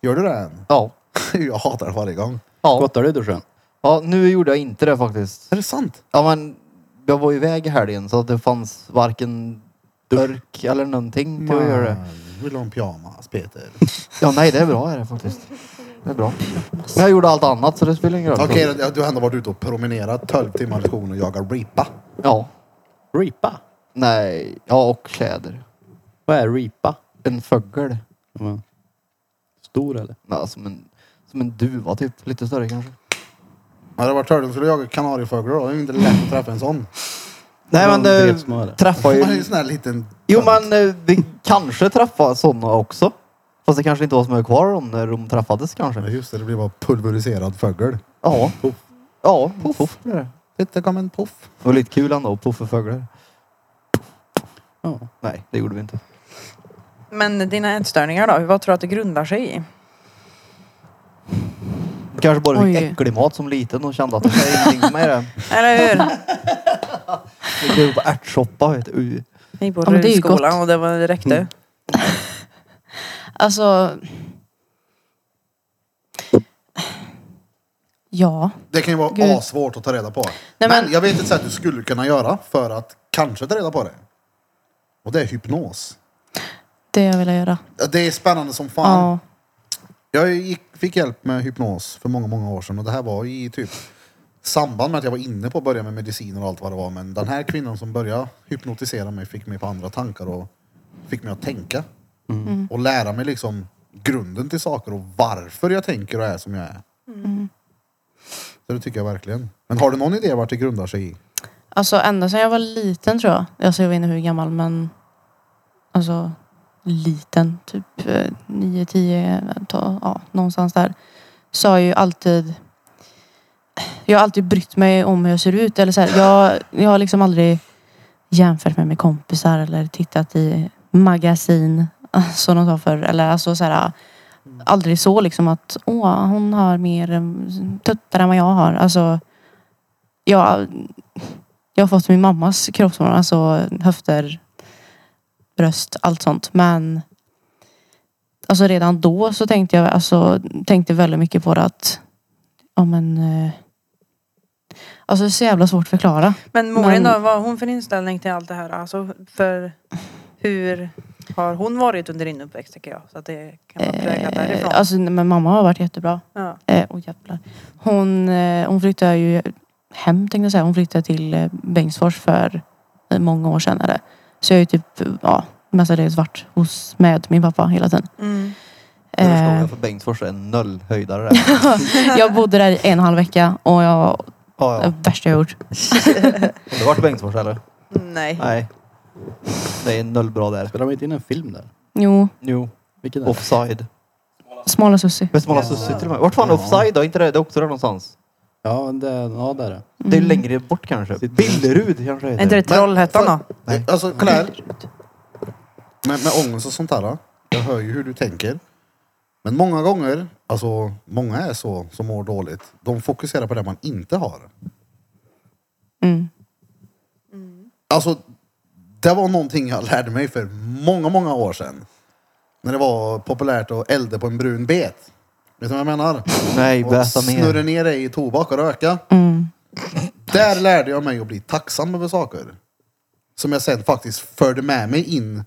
B: Gör du det än?
D: Ja.
B: Jag hatar det varje gång.
D: Ja.
A: Skottar du i duschen?
D: Ja, nu gjorde jag inte det faktiskt.
B: Är det sant?
D: Ja, men jag var iväg i helgen så att det fanns varken dörk eller någonting till att göra det.
B: Man Vill ha en pyjamas Peter?
D: Ja, nej, det är bra är det faktiskt. Det är bra. Men jag gjorde allt annat så det spelar ingen roll.
B: Okej, du- du har ändå varit ute och promenerat 12 timmar lektion och jagat ripa.
D: Ja.
A: Reapa?
D: Nej. Ja, och tjäder.
A: Vad är reapa?
D: En fågel.
A: Ja. Stor eller?
D: Ja, som, en, som en duva typ. Lite större kanske.
B: Hade det varit 12 skulle jag jaga kanariefåglar då. Det är ju inte lätt att träffa en sån.
D: Nej, men eh,
A: Någon
D: det
A: drevsmör, eller?
D: träffar
B: Man är ju
D: ju...
B: en sån här liten...
D: Jo, men eh, vi kanske träffar sådana också. Fast det kanske inte var så mycket kvar av dem när de träffades
B: Ja,
D: kanske.
B: Just det, det blir bara pulveriserad fågel.
D: Ja. Ja, puff. puff. blir det.
B: Lite kom en puff.
D: Det var lite kul ändå att puffa fåglar.
A: Ja.
D: Nej, det gjorde vi inte.
E: Men dina ätstörningar då? Vad tror du att det grundar sig i?
D: Kanske bara
C: Oj.
D: fick äcklig mat som liten och kände att det här är ingenting för mig det.
E: Eller hur?
D: Gick över på ärtsoppa vet du. Uj.
E: Ni på
C: Ja, men det är ju
E: skolan
C: gott. Mm.
E: och det var det räckte.
C: Alltså... Ja.
B: Det kan ju vara
C: Gud.
B: asvårt att ta reda på.
C: Nej,
B: men...
C: men-
B: jag vet ett sätt du skulle kunna göra för att kanske ta reda på det. Och det är hypnos.
C: Det jag ville göra.
B: Ja, Det är spännande som fan.
C: Ja.
B: Jag gick, fick hjälp med hypnos för många, många år sedan och det här var i typ samband med att jag var inne på att börja med mediciner och allt vad det var. Men den här kvinnan som började hypnotisera mig fick mig på andra tankar och fick mig att tänka. Och lära mig liksom grunden till saker och varför jag tänker och är som jag är. Så det tycker jag verkligen. Men har du någon idé vart det grundar sig i?
C: Alltså ända sedan jag var liten tror jag. Alltså jag vet inte hur gammal men alltså liten, typ eh, 9, 10, ta- ja någonstans där. Så har jag ju alltid jag har alltid brytt mig om hur jag ser ut. Eller så här, jag, jag har liksom aldrig jämfört mig med kompisar eller tittat i magasin som de sa förr. Eller alltså så här, aldrig så liksom att åh hon har mer eh, tuttar än vad jag har. Alltså jag jag har fått min mammas kroppsmål, alltså höfter, bröst, allt sånt. Men alltså redan då så tänkte jag alltså, tänkte väldigt mycket på det att, ja men, eh, alltså det är så jävla svårt att förklara.
E: Men Morin
C: Men-
E: då, vad har hon för inställning till allt det här? Alltså för hur har hon varit under din uppväxt tycker jag? Så att det kan vara präglat därifrån.
C: Eh, alltså nej, men mamma har varit jättebra.
E: ja.
C: Eh, oh, jävlar. Hon, eh, hon flyttade ju hem tänkte jag säga. Hon flyttade till eh, Bengtsfors för eh, många år sedan. Eller. Så jag har ju typ ja, mestadels varit hos, med min pappa hela tiden.
E: mm.
D: Det förstår
C: Eh,
D: jag för Bengtsfors är en nollhöjdare där.
C: Jag bodde där i en och en halv vecka och jag,
D: Ja,
C: det
D: ja.
C: värsta jag gjort.
D: Har du varit i Bengtsfors eller?
E: Nej.
D: Nej. Det är noll bra där.
A: Spelar man inte in en film där?
C: Jo,
D: Jo.
A: Vilken är det?
D: Offside.
C: smala sussi.
D: Västmanland Sussie till och med. Vart fan är offside då? Inte det? Det är också där någonstans.
A: Ja, det, ja, där är det.
D: Det är
C: Mm.
D: längre bort kanske.
A: Sitter-
D: Billerud kanske
E: Är inte det
D: heter.
E: Trollhättan då?
B: Nej. Alltså kolla här. Med, med ångest och sånt där. Jag hör ju hur du tänker. Men många gånger, alltså många är så som mår dåligt. De fokuserar på det man inte har.
C: Mm.
B: Alltså, det var någonting jag lärde mig för många, många år sedan. När det var populärt att elda på en brun bet. Vet du vad jag menar?
D: Nej,
B: Och
D: berätta
B: snurra
D: mer.
B: ner dig i tobak och röka.
C: Mm.
B: Där lärde jag mig att bli tacksam över saker. Som jag sen faktiskt förde med mig in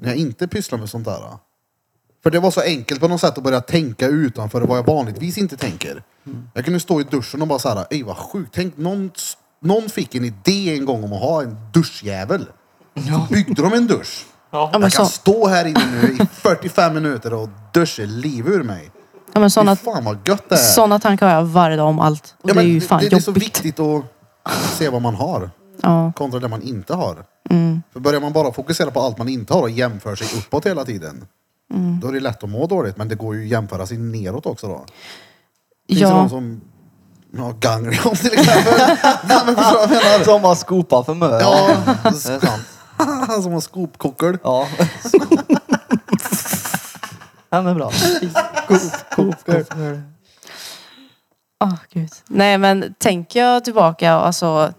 B: när jag inte pysslar med sånt där. För det var så enkelt på något sätt att börja tänka utanför vad jag vanligtvis inte tänker. Jag kunde stå i duschen och bara så här, ej vad sjukt, tänk någon, s- någon fick en idé en gång om att ha en duschjävel. Så byggde de en dusch.
C: Ja, men,
B: Jag kan
C: så,
B: stå här inne nu i 45 minuter och duscha liv ur mig.
C: ja, men
B: Fy
C: såna,
B: fan vad gött det är.
C: såna tankar har jag varje dag om allt. Och
B: Ja,
C: det är
B: men
C: ju fan
B: det, det är
C: jobbigt.
B: så viktigt att se vad man har
C: Ja.
B: kontra det man inte har.
C: Mm.
B: För börjar man bara fokusera på allt man inte har och jämför sig uppåt hela tiden,
C: Mm.
B: då är det lätt att må dåligt. Men det går ju att jämföra sig neråt också då. Finns det någon
C: Ja.
B: som har ganglion till exempel? Nej, men förstår du vad jag menar?
D: Som har skopat för möra.
B: Ja,
D: Det är sant.
B: som har skopkockel.
D: Ja. Den är bra. Kokar.
C: Åh, Gud. Nej men tänker jag tillbaka och alltså,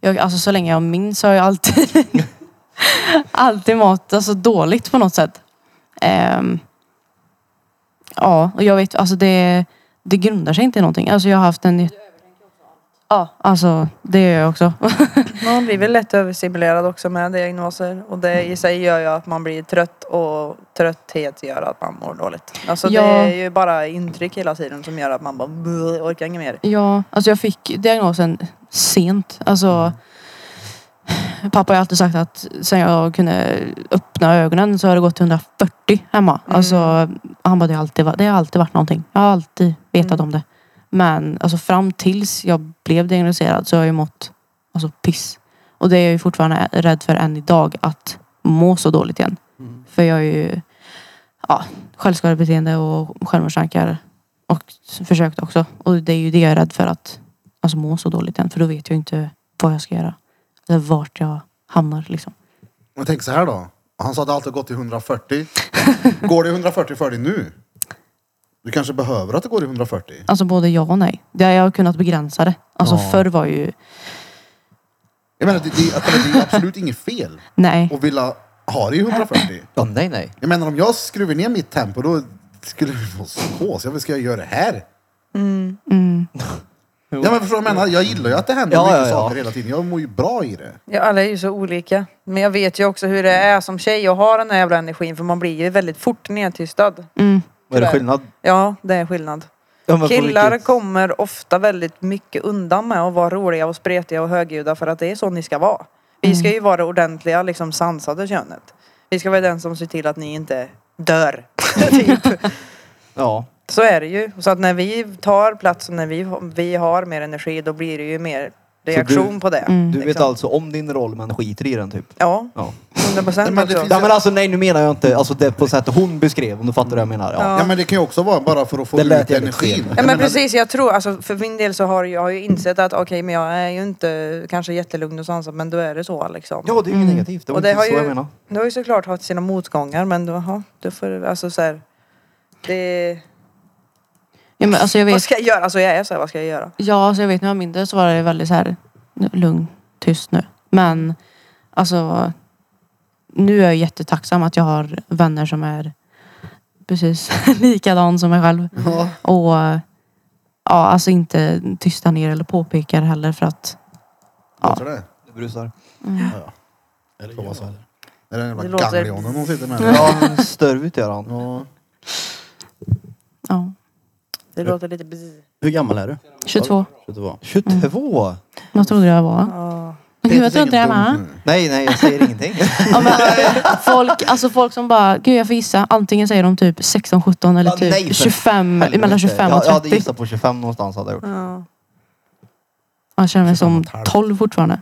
C: jag, alltså så länge jag minns har jag alltid, alltid mått alltså, dåligt på något sätt. Ehm, ja, och jag vet, alltså det, det grundar sig inte i någonting. Alltså jag har haft en... Ja, alltså det gör jag också.
E: Man blir väl lätt överstimulerad också med diagnoser och det i sig gör ju att man blir trött och trötthet gör att man mår dåligt. Alltså
C: Ja.
E: det är ju bara intryck hela tiden som gör att man bara "Bleh, orkar inget mer.
C: Ja, alltså jag fick diagnosen sent. Alltså, pappa har alltid sagt att sen jag kunde öppna ögonen så har det gått 140 hemma.
E: Mm.
C: Alltså, han bara, det har, alltid, va- det har alltid varit någonting. Jag har alltid vetat
E: Mm.
C: om det. Men alltså, fram tills jag blev diagnostiserad så har jag ju mått alltså, piss. Och det är jag ju fortfarande rädd för än idag, att må så dåligt igen.
E: Mm.
C: För jag är ju ja, självskadebeteende och självmordstankar. Och s- försökt också. Och det är ju det jag är rädd för att alltså, må så dåligt än. För då vet jag inte vad jag ska göra. Eller vart jag hamnar liksom.
B: Men tänk så här då. Han sa att allt har gått till 140. Går det 140 för dig nu? Du kanske behöver att det går i 140?
C: Alltså både ja och nej. Det har jag kunnat begränsa det. Alltså
B: Ja.
C: förr var ju
B: Jag menar, det, det, att det är absolut inget fel
C: nej.
B: att vilja ha det i 140.
D: Ja, nej, nej.
B: Jag menar om jag skruvar ner mitt tempo då skulle vi få psykos. Jag vill, ska jag göra det här?
C: Mm.
B: Ja men förstår du vad jag menar? Jag gillar ju att det händer
D: Ja,
B: mycket
D: ja, ja.
B: saker hela tiden. Jag mår ju bra i det.
E: Ja, alla är ju så olika. Men jag vet ju också hur det är som tjej att ha den här jävla energin för man blir ju väldigt fort nedtystad.
C: Mm.
D: Vad är det
E: Tyvärr.
D: skillnad?
E: Ja, det är skillnad.
D: Ja, men på
E: Killar
D: vilket-
E: kommer ofta väldigt mycket undan med att vara roliga och spretiga och högljudda för att det är så ni ska vara. Vi
D: Mm.
E: ska ju vara det ordentliga, liksom sansade könet. Vi ska vara den som ser till att ni inte dör. typ.
D: Ja.
E: Så är det ju. Så att när vi tar plats och när vi, vi har mer energi då blir det ju mer reaktion på det.
B: Mm.
D: Du
E: liksom.
D: vet alltså om din roll men skiter i den typ?
E: Ja,
D: Ja.
E: 100 procent
B: Men det
E: också.
B: finns-
D: Nej men alltså nej nu menar jag inte alltså det på sättet hon beskrev om du fattar vad jag menar. Ja.
B: Ja. men det kan ju också vara bara för att få
D: Det lät
B: ut
D: jävligt
B: energin.
D: fel.
B: Jag
E: Ja, men
B: menar,
E: precis, jag tror, alltså, för min del så har jag, jag har ju insett att okej, men jag är ju inte kanske jättelugn och sansad, men då är det så liksom.
D: Ja det är ju negativt. Det var
E: Och det
D: inte
E: har
D: så jag
E: ju-
D: menar.
E: Du har ju såklart haft sina motgångar men då, aha, då får du, alltså så här, det,
C: Ja, men, alltså, jag
E: vad
C: vet,
E: ska jag göra? Alltså jag är så här, vad ska jag göra?
C: ja, alltså, jag vet när jag var mindre så var det väldigt så här nu- lugn, tyst nu. Men alltså nu är jag jättetacksam att jag har vänner som är precis likadan som mig själv.
B: Ja.
C: Och ja, alltså inte tysta ner eller påpekar heller för att
B: Låter det?
D: Det brusar.
B: Ja,
F: Är det
B: Får vara så.
F: jag?
B: ja. Är det den
E: Det
B: jävla
E: låter-
B: ganglionen hon sitter med?
D: Ja störvigt gör han.
B: Ja.
C: ja,
E: Det låter lite bzz.
A: Hur gammal är du?
C: 22.
A: 22.
D: 22?
C: Vad trodde jag var?
E: Ja.
C: Gud vad trodde jag var.
D: Nej nej jag säger ingenting.
C: Ja, men, folk, alltså folk som bara, gud jag får gissa. Antingen säger de typ 16, 17 eller
D: Ja,
C: typ
D: nej, för
C: 25,
D: Helvete.
C: mellan 25 och
D: Jag, jag hade
C: 30.
D: gissat på 25 någonstans hade jag gjort.
E: Ja.
C: Jag känner
B: 25
C: mig som
B: och ett halvt.
C: 12 fortfarande.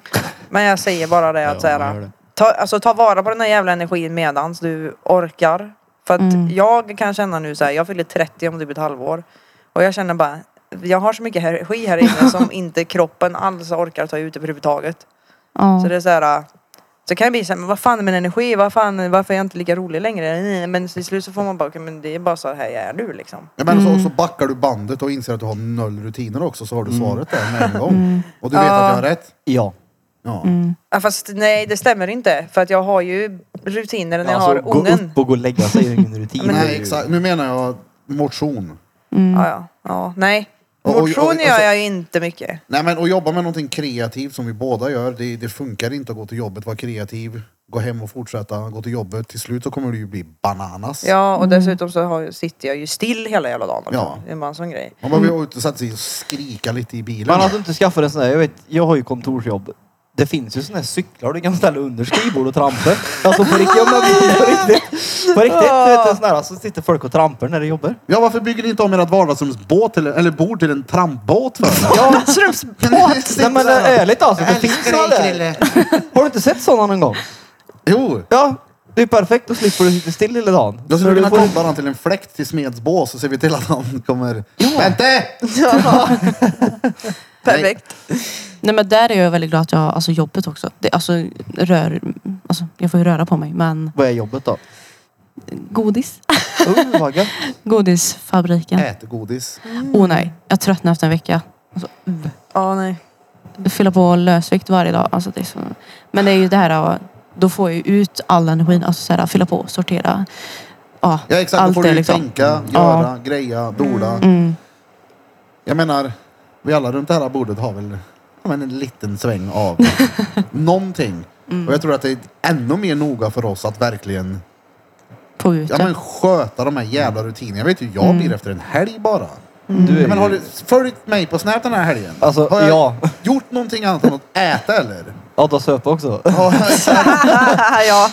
E: Men jag säger bara det att så
A: Ja, man gör
E: här,
A: det.
E: ta, alltså, ta vara på den här jävla energin medans du orkar. För att
C: Mm.
E: jag kan känna nu så här, jag fyller 30 om typ ett halvår. Och jag känner bara, jag har så mycket energi här inne som inte kroppen alls orkar ta ut överhuvudtaget. Så
C: Ja.
E: det är så här. äh, Så kan det bli så här, men vad fan är min energi? Vad fan, varför är jag inte lika rolig längre? Nej, Men till slut så får man bara, okej, men det är bara så här jag är nu liksom.
B: Jag menar, så, så backar du bandet och inser att du har noll rutiner också så har du svaret där med en gång. Och du vet att jag har rätt.
D: Mm. Ja. Mm.
B: Ja.
E: Ja, fast nej, det stämmer inte. För att jag har ju rutiner när jag
D: Alltså,
E: har
D: gå
E: ungen.
D: upp och gå och lägga sig är ju ingen rutin. Det är
B: Nej,
D: ju-
B: exakt. Nu menar jag motion.
E: Ja, ja, ja, nej.
B: Och- och-
E: Motion
B: och-
E: gör
B: alltså-
E: jag ju inte mycket.
B: Nej, men att jobba med någonting kreativt som vi båda gör, det, det funkar inte att gå till jobbet, vara kreativ, gå hem och fortsätta, gå till jobbet. Till slut så kommer du ju bli bananas.
E: Ja, och dessutom så har, sitter jag ju still hela jävla dagen också.
B: Mm. Ja.
E: Det är bara en sån grej.
B: Man behöver ju ut och sätta sig och skrika lite i bilen.
D: Man hade inte skaffat en sån där, jag vet, jag har ju kontorsjobb. Det finns ju såna här cyklar du kan ställa under skrivbord och trampa. Alltså på riktigt, jag menar, på riktigt. På riktigt, du vet en sån här, alltså sitter folk och trampar när de jobbar.
B: Ja, varför bygger ni inte om ert vardagsrumsbåt till, eller bord till en trampbåt för? Alltså,
E: Vardagsrumsbåt!
D: Nej men ärligt alltså, det finns såna där.
B: Krille.
D: Har du inte sett såna någon gång?
B: Jo!
D: Ja, det är perfekt, då slipper du sitta still hela dagen.
B: Då skulle
D: När
B: du
D: du
B: kunna
D: får-
B: koppla den till en fläkt till smedsbås så ser vi till att han kommer... Vänta!
E: Perfekt.
C: Nej men där är jag väldigt glad att jag har alltså, jobbet också. Det, alltså, rör, alltså, jag får ju röra på mig men
D: Vad är jobbet då?
C: godis.
D: Oh, vad gött.
C: Godisfabriken. Åh
B: Ät godis.
C: oh, nej, jag tröttnar efter en vecka.
E: Ja, nej.
C: fylla på lösvikt varje dag. Alltså det är så... Men det är ju det här, ja, då får jag ju ut all energin. Alltså så här, fylla på, sortera. Ja,
B: Ja exakt, då
C: allt
B: får du
C: det
B: ju
C: liksom.
B: tänka, göra, greja, dola.
C: Mm.
B: Jag menar, vi alla runt det här bordet har väl ja, men en liten sväng av någonting. Och jag tror att det är ännu mer noga för oss att verkligen
C: Få ut
B: ja,
C: det.
B: men, sköta de här jävla rutinerna. Jag vet ju hur jag blir efter en helg bara.
D: Du
B: Ja,
D: är
B: men har
D: ju...
B: du följt mig på Snap den här helgen?
D: Alltså,
B: har jag
D: ja.
B: gjort någonting annat än att äta eller?
D: Adda söp också.
B: Ja,
E: ja.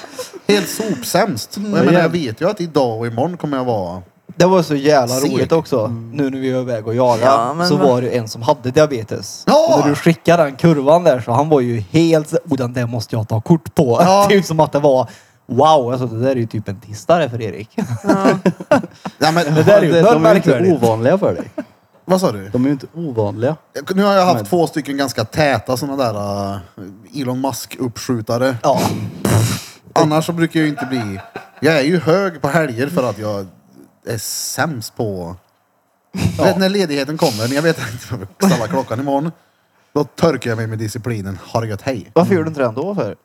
B: Helt sopsämst. Och jag, menar, jag vet ju att idag och imorgon kommer jag vara...
D: Det var så jävla
B: Seg.
D: roligt också.
B: Mm.
D: Nu när vi är iväg och jagar
E: Ja, men
D: så
E: va-
D: var det en som hade diabetes.
B: Ja!
D: Och när du skickade den kurvan där så han var ju helt så- oh, den där måste jag ta kort på.
B: Ja.
D: typ som att det var wow, alltså det där är ju typ en tistare för Erik.
B: Mm. Nej, men,
D: Det där är ju
A: de, de är ju inte
D: märkvärdigt.
A: ovanliga för dig.
B: vad sa du?
A: De är ju inte ovanliga.
B: Nu har jag haft
A: Men-
B: två stycken ganska täta sådana där eh, Elon Musk-uppskjutare.
D: Ja.
B: Annars så brukar jag ju inte bli... Jag är ju hög på helger för att jag är sämst på... Du Vet, när ledigheten kommer, när jag vet att jag behöver ställa klockan imorgon, då törkar jag mig med disciplinen. Har det gött, hej.
D: Varför gör du inte det ändå för?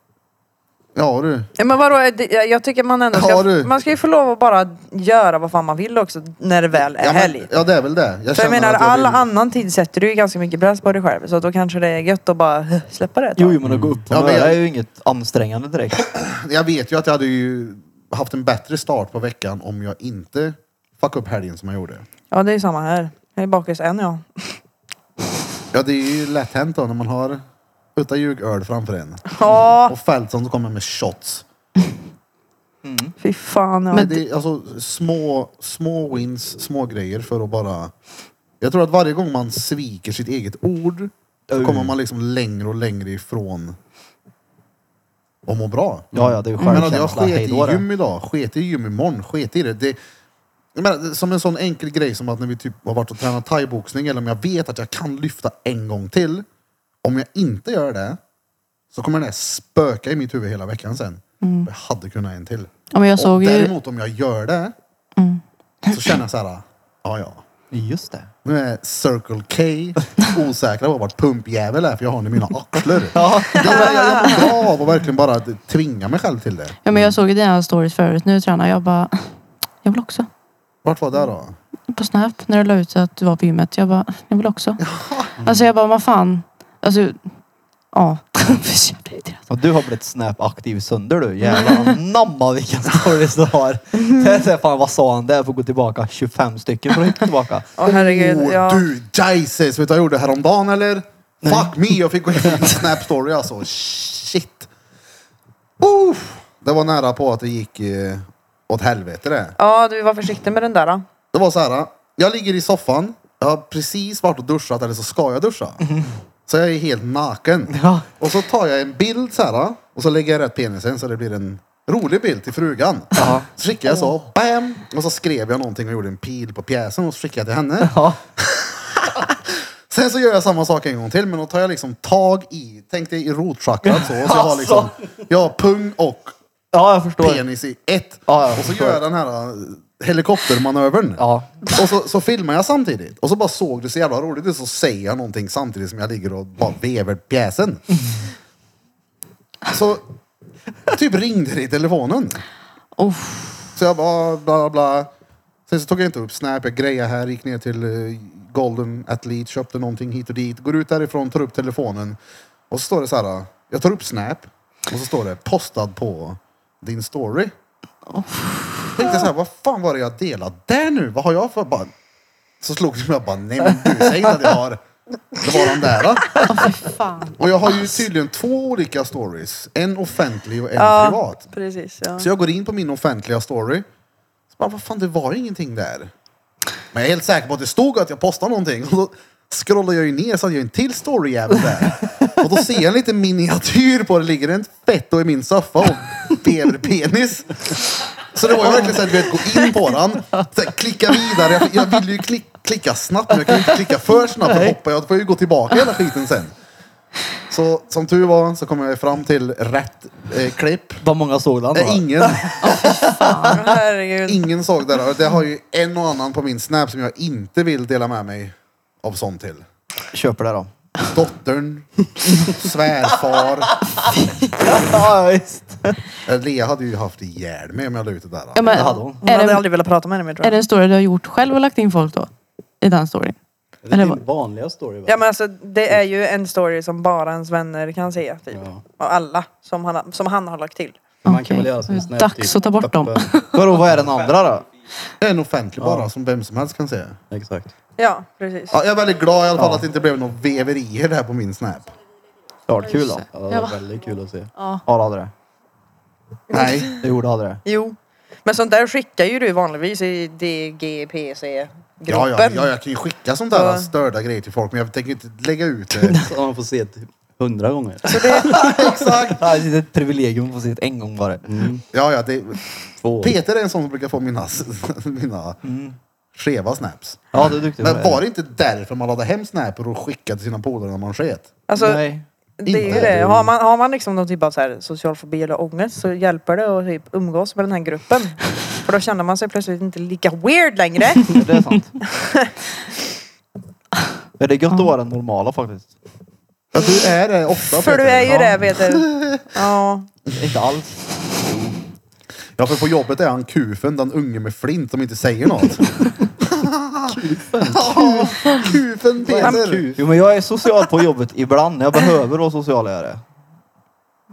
B: Ja du.
E: Ja, Men vadå, är det- jag tycker man ändå
B: Ja,
E: ska,
B: du.
E: man ska ju få lov att bara göra vad fan man vill också när det väl är
B: Ja,
E: helg.
B: men, ja det är väl det.
E: För jag
B: känner
E: menar,
B: att jag
E: all
B: vill-
E: annan tid sätter du ju ganska mycket press på dig själv. Så då kanske det är gött att bara eh, släppa det ett
D: Jo,
E: tag.
D: jo men att gå upp
B: Ja,
D: på
B: men
D: morgonen
B: jag-
D: är ju inget ansträngande direkt.
B: Jag vet ju att jag hade ju haft en bättre start på veckan om jag inte fuckade upp helgen som jag gjorde.
E: Ja, det är ju samma här. Jag är bakis än jag.
B: Ja, det är ju lätt hänt då när man har Utta Ljugöl framför en
E: Ja,
B: och Fältson som kommer med shots.
E: fy fan. Ja.
B: Men det är alltså små, små wins, små grejer för att bara... Jag tror att varje gång man sviker sitt eget ord så kommer man liksom längre och längre ifrån att må bra.
D: Ja, ja, det är ju
B: Men att jag
D: självkänsla.
B: sket
D: Hej då.
B: i
D: det.
B: gym idag, sket i gym imorgon, sket i det. det jag menar, det- som en sån enkel grej som att när vi typ har varit och tränat thaiboxning eller om jag vet att jag kan lyfta en gång till. Om jag inte gör det så kommer det här spöka i mitt huvud hela veckan sen. Jag hade kunnat en till.
C: Ja, men jag såg
B: och
C: ju...
B: däremot om jag gör det så känner jag så här, ja ja.
D: Just det.
B: Nu är Circle K osäkra på vart pumpjävel är för jag har den i mina axlar. Ja. Jag, jag, jag mår bra av att verkligen bara tvinga mig själv till det.
C: Ja, men jag såg ju dina stories förut. Nu tränar jag bara... Jag vill också.
B: Vart var det då?
C: På Snap när du la ut att du var på gymmet. Jag bara, jag vill också. Alltså jag bara, vad fan. Alltså, ja. Kör dig till det.
D: Och du har blivit snap-aktiv sönder du. Jävlar namma vilka stories du har. Det är så här, fan vad sa han där? Får gå tillbaka 25 stycken för att hitta tillbaka.
E: Åh herregud.
B: Åh,
E: Ja.
B: Oh, Du Jesus, vet du vad jag gjorde häromdagen eller? Fuck me, jag fick gå in i en Snap story alltså. Shit. Uff. Det var nära på att det gick eh, åt helvete det.
E: ja, du var försiktig med den där. då.
B: Det var så här. Jag ligger i soffan. Jag har precis varit och duschat eller så ska jag duscha. Så jag är helt naken.
D: Ja.
B: Och så tar jag en bild så här och så lägger jag rätt penisen så det blir en rolig bild till frugan. Så skickade jag så, bam! Och så skrev jag någonting och gjorde en pil på pjäsen och så skickade jag till henne.
D: Ja.
B: Sen så gör jag samma sak en gång till men då tar jag liksom tag i, tänk dig i rotchakrat så. Och så jag
D: Alltså.
B: har liksom, jag har pung och
D: Ja, jag förstår.
B: penis i ett.
D: Ja, jag
B: och så
D: förstår.
B: gör jag den här eh, helikoptermanövern.
D: Ja.
B: Och så, så filmar jag samtidigt. Och så bara såg det så jävla roligt ut så säger jag någonting samtidigt som jag ligger och bara vever pjäsen.
D: Mm.
B: Så typ ringde det i telefonen.
C: Uff.
B: Så jag bara bla bla bla. Sen så tog jag inte upp Snap, jag grejade här, gick ner till eh, Golden Athlete, köpte någonting hit och dit. Går ut därifrån, tar upp telefonen. Och så står det så här, jag tar upp Snap och så står det postad på din story. Tänkte så här, vad fan var det jag delade där nu? Vad har jag för... Bara, så slog det mig, jag bara, nej men du säger inte att jag har... Det var den där. Då.
C: Fan.
B: Och jag har ju tydligen två olika stories. En offentlig och en
E: Ja.
B: privat.
E: Precis, ja.
B: Så jag går in på min offentliga story. Så bara, vad fan, det var ju ingenting där. Men jag är helt säker på att det stod att jag postade någonting. Och då scrollar jag ju ner så hade jag en till story jävel där. Och då ser jag en liten miniatyr på det. ligger en fetto i min soffa och bever penis. Så det var ju verkligen så att jag gå in på den, så här, klicka vidare. Jag, jag vill ju klick, klicka snabbt men jag kan ju inte klicka för snabbt. Då hoppar jag, då får jag ju gå tillbaka hela skiten sen. Så som tur var så kom jag fram till rätt eh, klipp.
D: Vad många såg den då?
B: Eh, ingen.
E: Åh, herregud.
B: Ingen såg det där. Det har ju en och annan på min Snap som jag inte vill dela med mig av sånt till.
D: Köper det då.
B: Dottern, svärfar.
D: Ja, visst.
B: Eh, Lea hade ju haft ihjäl mig om jag la ut det där.
C: Ja, men,
D: Det hade hon.
E: Hon
C: är,
E: hade
C: det,
E: aldrig velat prata med henne mer tror
C: är det
E: jag.
C: en story du har gjort själv och lagt in folk då? I den storyn?
A: Det är
C: Eller
A: din
C: vad?
A: vanliga story va?
E: Ja men alltså det
B: Mm.
E: är ju en story som bara ens vänner kan se typ.
A: Ja.
E: Och alla som han, som han har lagt till.
A: För Man
C: Okej.
A: kan väl göra typ som
C: Mm.
A: Snap,
C: Dags att ta bort dem.
A: öppen.
D: Vadå, vad är den andra då?
B: Det är en offentlig bara som vem som helst kan se.
A: Exakt.
E: Ja precis.
B: Ja, jag är väldigt glad i alla fall att det inte blev några veverier där på min Snap.
D: Klart kul då.
A: Ja, det var
C: Ja.
A: väldigt kul att se.
C: Ja.
D: Ja, det hade det.
B: Nej.
D: Det gjorde hade det.
E: Jo. Men sånt där skickar ju du vanligtvis i
B: Ja,
E: DGPC-gruppen.
B: ja, ja, jag kan ju skicka sånt där
E: Ja.
B: störda grejer till folk men jag tänker inte lägga ut det.
A: Så man får se
C: Mm.
A: typ hundra gånger.
B: Exakt!
D: Ja, Det är ett privilegium att få se det en gång bara. Mm.
B: Ja, ja, det,
A: Två.
B: Peter är en sån som brukar få mina, mina skeva snaps.
D: Ja, du är duktig på
B: Men
D: det.
B: var det inte därför man laddade hem snapper och skickade till sina polare när man sket?
E: Alltså,
D: Nej.
E: Det är ju
B: Inte.
E: det. Har man, har man liksom någon typ av så här social fobi eller ångest så hjälper det att typ umgås med den här gruppen. För då känner man sig plötsligt inte lika weird längre.
D: Det är sant. Men det är gött att vara den normala faktiskt.
B: Ja, du är det ofta
E: För du
B: Peter.
E: är ju
D: Ja.
E: det vet du. Ja.
D: Inte alls.
B: Ja, för på jobbet är han kufen, den unge med flint som inte säger något. kufen? kufen Peter!
D: Jo, men jag är social på jobbet ibland. Jag behöver vara social. Är det.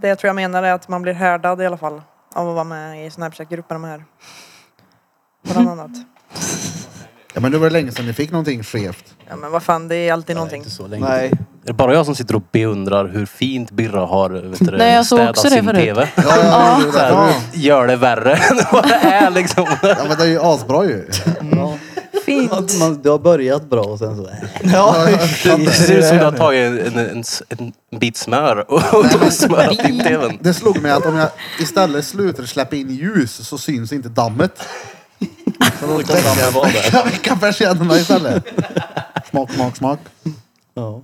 E: Det jag tror jag menar är att man blir härdad i alla fall. Av att vara med i Snapchat-gruppen med här. Bland annat.
B: Ja, men det var länge sedan ni fick någonting skevt.
E: Ja men vad fan det är alltid
A: Nej,
E: någonting.
A: inte så länge.
D: Nej.
F: Är det bara jag som sitter och beundrar hur fint Birra har vet du,
C: Nej, jag såg
F: städat
C: också det
F: sin
C: förut.
F: TV?
B: Ja, ja, ja.
F: Så här,
B: ja.
F: Gör det värre än vad det är liksom.
B: ja men det är ju asbra ju.
A: Ja. Man, man, du har börjat bra och sen så... Äh.
D: Ja,
F: Det ser ut som du har tagit en, en, en, en bit smör och, och smörat in TVn.
B: Det slog mig att om jag istället slutar släppa in ljus så syns inte dammet. Så då väcker jag- jag väcker persiennerna istället. Smak, smak, smak.
A: Ja.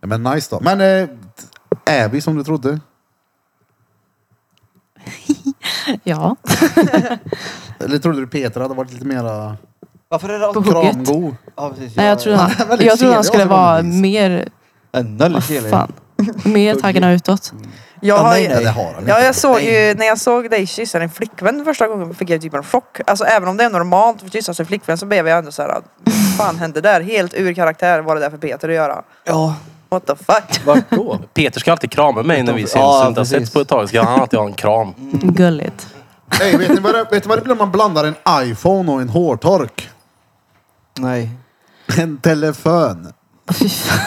B: Ja, men nice då. Men eh, är vi som du trodde?
C: ja.
B: Eller trodde du Peter hade varit lite mera
D: Varför är det
C: På
D: alltid...
C: hugget.
B: kramgo?
D: Ja, precis.
C: Nej, jag trodde
B: Han är
C: han,
B: väldigt
C: jag trodde han
B: selig
C: skulle
B: av sig
C: vara
B: vanligtvis.
C: mer...
D: En noll
C: Vad
D: kille.
C: fan. Mer taggarna utåt.
E: Jag
B: Ja,
E: har
B: nej,
E: ju,
B: nej, det har han inte.
E: Ja, jag såg ju, när jag såg dig kyssa din flickvän första gången fick jag typ en chock. Alltså även om det är normalt att kyssa sin flickvän så blev jag ändå såhär, "Ah, vad fan hände där? Helt ur karaktär var det där för Peter att göra.
D: Ja.
E: What the fuck?
A: Vart då?
F: Peter ska alltid krama mig när vi ses.
D: Ja,
F: så vi inte har
D: precis.
F: setts på ett tag ska han alltid ha en kram.
C: Gulligt.
B: Hey, vet, ni vad det, vet ni vad det blir om man blandar en iPhone och en hårtork?
D: Nej.
B: En telefon.
C: Fy fan.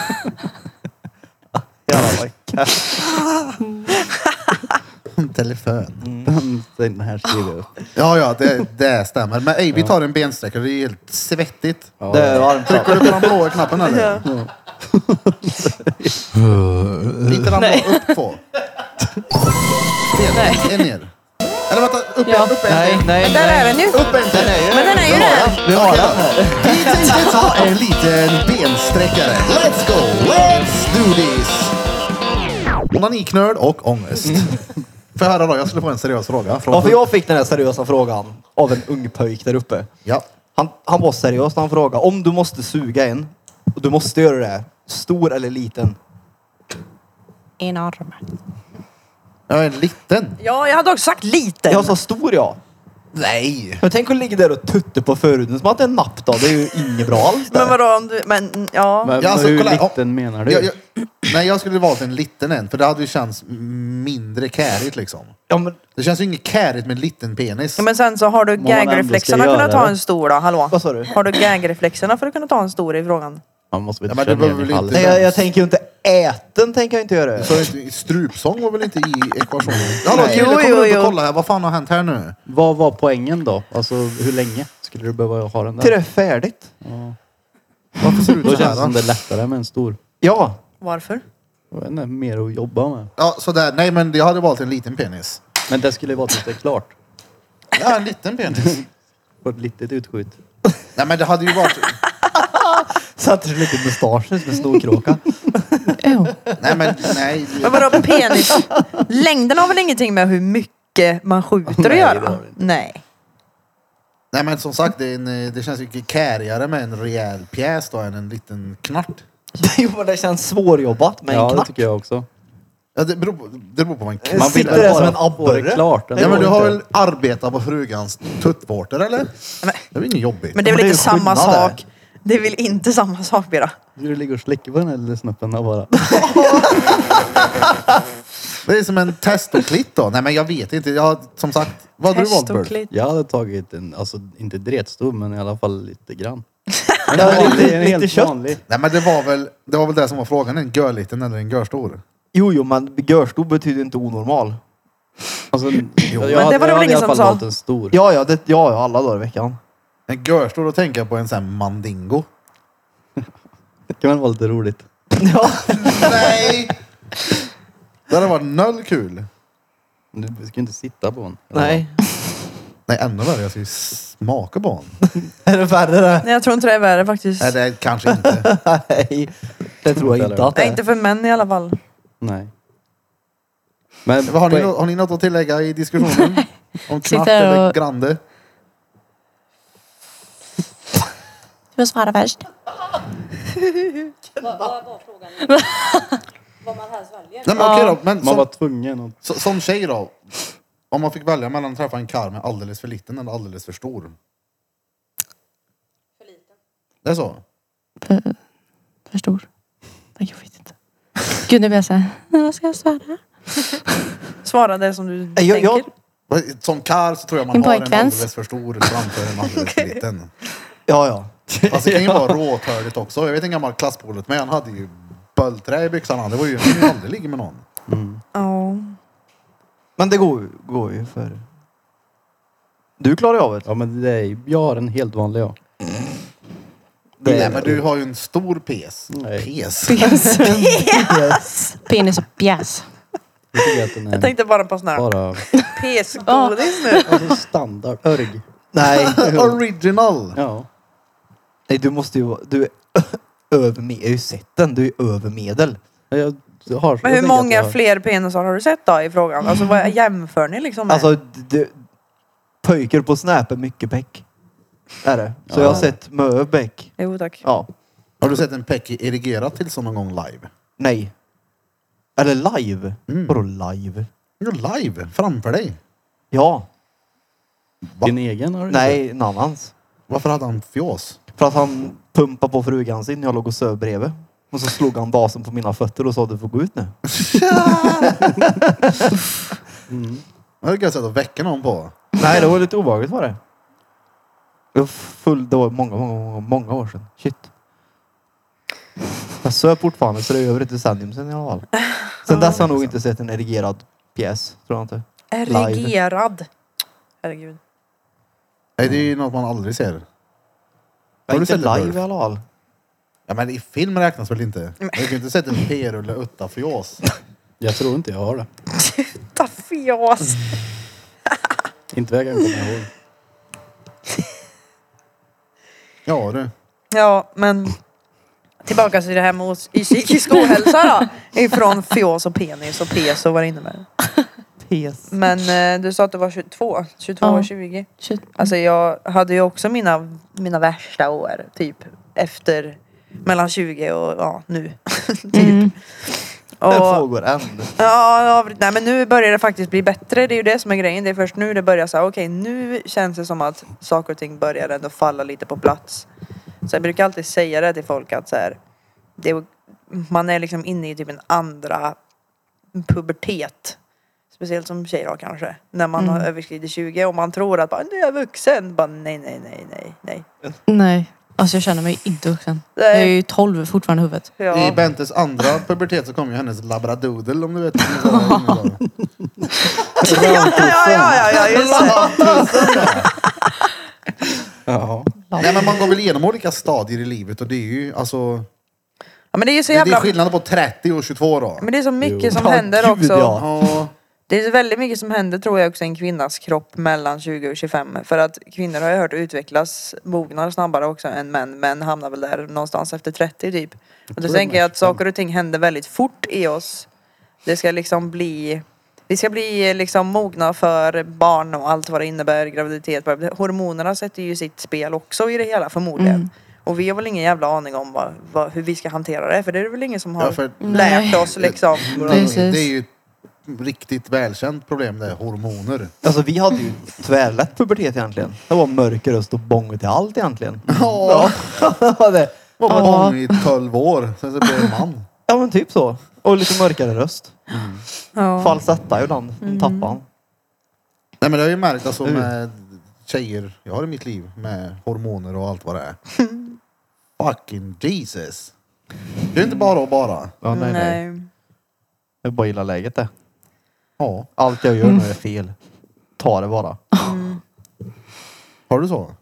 D: Jävlar vad kass.
B: En telefon.
A: Den, den här skriver jag upp.
B: Ja, ja, det, det stämmer. Men ey, vi tar en bensträckare. Det är helt svettigt.
A: Ja,
D: Det är varmt.
B: Trycker du på den blåa knappen eller? Lite den blå, upp två. Ner, en ner. Eller vänta, upp en,
C: Ja.
B: upp en.
D: Nej, nej,
E: Där
D: nej.
E: är den ju!
B: Upp en till.
E: Men den är ju det!
D: Vi har den här.
B: Vi tänkte ta en liten bensträckare. Let's go! Let's do this! Onaniknörd och ångest. Får jag höra då? Jag skulle få en seriös fråga. Från
D: Varför jag fick den här seriösa frågan av en ung pöjk där uppe.
B: Ja.
D: Han, han var seriös när han frågade om du måste suga en och du måste göra det här, stor eller liten.
C: Enorm.
B: Jag är liten.
E: Ja, jag hade också sagt liten.
D: Jag sa stor ja.
B: Nej.
D: Men tänk att ligga där och tutta på förhuden som att det är en napp då. Det är ju inget bra alls.
E: men
D: det.
E: vadå om du, men ja.
A: Men,
B: Ja, alltså,
A: hur
B: kolla, ja.
A: liten menar du?
B: Jag, jag, nej, jag skulle valt en liten en. För det hade ju känts mindre kärigt liksom.
D: Ja, men,
B: Det känns ju inget kärigt med en liten penis.
E: Ja, men sen så har du
A: Vad man ändå ska
E: gagreflexerna
A: göra,
E: kunnat ta
A: eller?
E: en stor då, hallå?
D: vad sa du?
E: Har du gagreflexerna för att kunna ta en stor i frågan?
A: Man måste väl
B: Ja,
A: inte
B: men
A: köra
B: det
A: ner
B: behöver
A: den i halsen?
B: väl
D: Nej, jag, jag tänker ju inte äten tänker jag inte göra.
B: Så är det inte- Alltså, strupsång var väl inte i ekvationen? Hallå,
E: Nej.
B: Krille,
E: Jo,
B: kommer
E: jo,
B: du upp
E: jo.
B: och kolla här? Vad fan har hänt här nu?
A: Vad var poängen då? Alltså hur länge skulle du behöva ha den
D: Till det
A: där?
D: är färdigt.
B: Varför ser du
A: Då
B: ut så
A: känns det som
B: här?
A: det
B: då?
A: är lättare med en stor.
D: Ja.
E: Varför?
A: Jag vet inte, mer att jobba med.
B: Ja, sådär. Nej, men jag hade valt en liten penis.
A: Men det skulle ju vara tills det är klart.
B: Ja, en liten penis.
A: På ett litet utskjut.
B: Nej, men det hade ju varit...
D: Satte sig lite i mustaschen som en snorkråka.
C: Jo.
B: Nej, men nej.
E: Men vadå penis? Längden har väl ingenting med hur mycket man skjuter att
A: Nej,
E: göra?
A: det har det inte.
E: Nej.
B: Nej, men som sagt, det, är en, eh, det känns ju kärigare med en rejäl pjäs då än en liten knart.
D: jo, men det känns svårjobbat med en
A: Ja, det
D: knack.
A: tycker jag också.
B: Ja, det beror på, det beror på vad en knart...
D: Man
A: vill
D: sitter
A: väl
D: där
A: bara
D: som en
A: få det
D: abborre.
A: klart.
B: Ja, men
A: går
B: du har
A: inte.
B: väl arbetat på frugans tuttvårtor, eller? Det är väl inget jobbigt?
E: Men det är
D: Men
E: väl
D: det är
E: inte
D: ju
E: samma
D: skillnad där.
E: sak Det är väl inte samma sak Bira?
A: Du ligger och slickar på den här lilla snoppen och bara.
B: Det är som en testoklitt då. Nej men jag vet inte. Jag, har- som sagt, vad hade du valt Bert?
E: Testoklitt.
A: Jag hade tagit en, alltså inte dretstor men i alla fall lite grann.
B: Men det var-
A: Det är en
D: lite
A: helt
D: kött.
A: vanlig.
B: Nej men det var väl det, var väl det som var frågan. En görliten eller en görstor?
D: Jo, jo, men görstor betyder inte onormal.
A: Alltså, jo,
E: det var det väl ingen som sa?
A: valt en stor.
D: Ja, ja, det, ja, ja, alla dagar i veckan.
B: En görstor, då tänker jag på en sån här mandingo.
A: Det kan väl vara lite roligt.
D: Ja.
B: Nej! Det hade varit noll kul.
A: Du ska ju inte sitta på en.
D: Nej.
B: Nej ännu värre, jag ska ju smaka på honom.
D: Är det värre det?
E: Nej jag tror inte det är värre faktiskt.
B: Nej det är kanske inte.
D: Nej, det tror jag inte att det
E: Nej,
D: är.
E: inte för män i alla fall.
A: Nej. Men
B: Vad Har ni,
A: poäng-
B: nå- har ni något att tillägga i diskussionen? Om knatt
C: Sitter
B: eller
C: och-
B: grande?
C: Du får svara först.
G: Vad vad var frågan? Vad man helst väljer?
B: Nej men okej då. Men
A: Man
B: som,
A: var tvungen att...
B: så, som tjej då. Om man fick välja mellan att träffa en karl med alldeles för liten eller alldeles för stor.
G: För liten.
B: Det är så?
C: För, för stor. Nej, jag vet inte. Gud, nu blir jag så här. "Nej, Vad ska jag svara?
E: Svara det som du
D: Nej, jag,
E: tänker.
D: jag,
B: Som karl så tror jag man
C: En
B: har en
C: pojkväns.
B: alldeles för stor framför en alldeles för liten.
D: ja, ja.
B: Fast det kan ju vara råtörligt också. Jag vet en gammal klasspolet men han hade ju bölträ i byxan. han. Det var ju han kunde ju aldrig ligga med någon.
E: Ja.
D: Men det går, ju- går ju för... Du klarar ju av det.
A: Ja men det är ju- Jag har en helt vanlig jag.
D: Det-
B: Nej men du har ju en stor pes.
A: Nej.
B: Pes?
C: Penis. Penis och pjäs.
A: Jag tycker att den är
E: Jag tänkte bara på sån här
A: Mm. bara...
E: pesgodis nu.
A: Alltså standard. Örg.
D: Nej.
B: Original!
A: Ja.
D: Nej, du måste ju vara... Du är över... med- Jag har ju sett den. Du är över medel.
A: Jag har,
E: Men
A: jag
E: hur
A: tänker att
E: många
A: jag har-
E: fler penisar har du sett då i frågan? Alltså vad jämför ni liksom med?
D: Alltså, du, pojkar på snäp är mycket bäck. Är det. Så jag har sett mö bäck.
E: Jo tack.
D: Ja.
B: Har du sett en peck i erigerat till sån någon gång live?
D: Nej. Eller live. Vadå live?
B: Jo, live! Framför dig.
D: Ja.
A: Din egen har du inte.
D: Nej, en annans.
B: Varför hade han fjås?
D: För att han pumpade på frugan sin när jag låg och söv bredvid. Och så slog han basen på mina fötter och sa du får gå ut nu.
B: Mm. Det är gött sätt att väcka någon på.
D: Nej, det var lite obehagligt var det. Jag var full, det var många, många, många, många år sedan. Shit. Jag söp fortfarande så det är över ett decennium sedan i alla fall. Sen dess har jag nog inte sett en erigerad pjäs, tror jag inte.
E: Erigerad. Herregud.
B: Nej, det är ju något man aldrig ser. Har du
D: inte
B: sett det
D: live
B: förr?
D: i alla fall.
B: Ja, men i film räknas väl inte? Du kan ju inte sett en p-rulle utta fjås.
A: Jag tror inte jag har det.
E: Ta fjås.
A: Inte vad jag kan komma ihåg.
B: Ja du.
E: Ja men. Tillbaka till det här med os- i psykisk ohälsa då. Ifrån fjås och penis och pes och vad det innebär.
D: Pes.
E: Men eh, du sa att du var 22, 22
C: Ja.
E: och 20.
C: Shit.
E: Alltså jag hade ju också mina, mina värsta år typ efter mellan 20 och ja, nu. typ.
C: Mm.
D: Det
E: Och,
D: pågår än.
E: ja, ja, nej men nu börjar det faktiskt bli bättre. Det är ju det som är grejen. Det är först nu det börjar så här, okej nu känns det som att saker och ting börjar ändå falla lite på plats. Så jag brukar alltid säga det till folk att så här, det, är- man är liksom inne i typ en andra pubertet. Speciellt som tjej då kanske. När man har överskridit 20 och man tror att bara, nu är jag vuxen. Bara, nej, nej, nej, nej, nej.
C: Nej. Alltså jag känner mig inte vuxen. Jag är ju 12 fortfarande i huvudet.
B: I
E: Ja.
B: Bentes andra pubertet så kom ju hennes labradoodle om du vet. vad det var inne då.
E: Ja, ja, ja, ja, just det.
A: Ja.
B: Nej men man går väl igenom olika stadier i livet och det är ju alltså.
E: Ja, men det är ju så
B: Det är
E: jävla...
B: skillnad på 30 och 22 då.
E: Men det är så mycket som
D: Ja,
E: händer
D: gud,
E: också.
D: ja.
B: Ja.
E: Det är så väldigt mycket som händer tror jag också i en kvinnas kropp mellan 20 och 25. För att kvinnor har jag hört utvecklas, mognar snabbare också än män. Män hamnar väl där någonstans efter 30 typ. Och då tänker jag att saker och ting händer väldigt fort i oss. Det ska liksom bli... Vi ska bli liksom mogna för barn och allt vad det innebär, graviditet. Hormonerna sätter ju sitt spel också i det hela förmodligen. Och vi har väl ingen jävla aning om vad, vad, hur vi ska hantera det. För det är det väl ingen som har
B: Ja, för-
E: lärt oss liksom.
B: Det är ju riktigt välkänt problem det är hormoner.
D: Alltså vi hade ju tvärlätt pubertet egentgen. Det var mörker röst och bång till allt egentligen.
B: Ja,
D: Det var det.
B: var
C: Ja.
B: barn i 12 år. Sen så blev jag man.
D: Ja men typ så. Och lite mörkare röst.
E: Ja. Mm.
D: Falsetta ibland. Den tappade han.
B: Nej men det har jag ju märkt alltså
D: Mm.
B: med tjejer jag har i mitt liv med hormoner och allt vad det är. Fucking Jesus. Det är inte bara och bara.
D: Ja, nej, nej.
E: Nej.
D: Jag bara gillar läget det.
B: Ja,
D: Allt jag gör nu är fel. Ta det bara.
E: Mm.
B: har du så?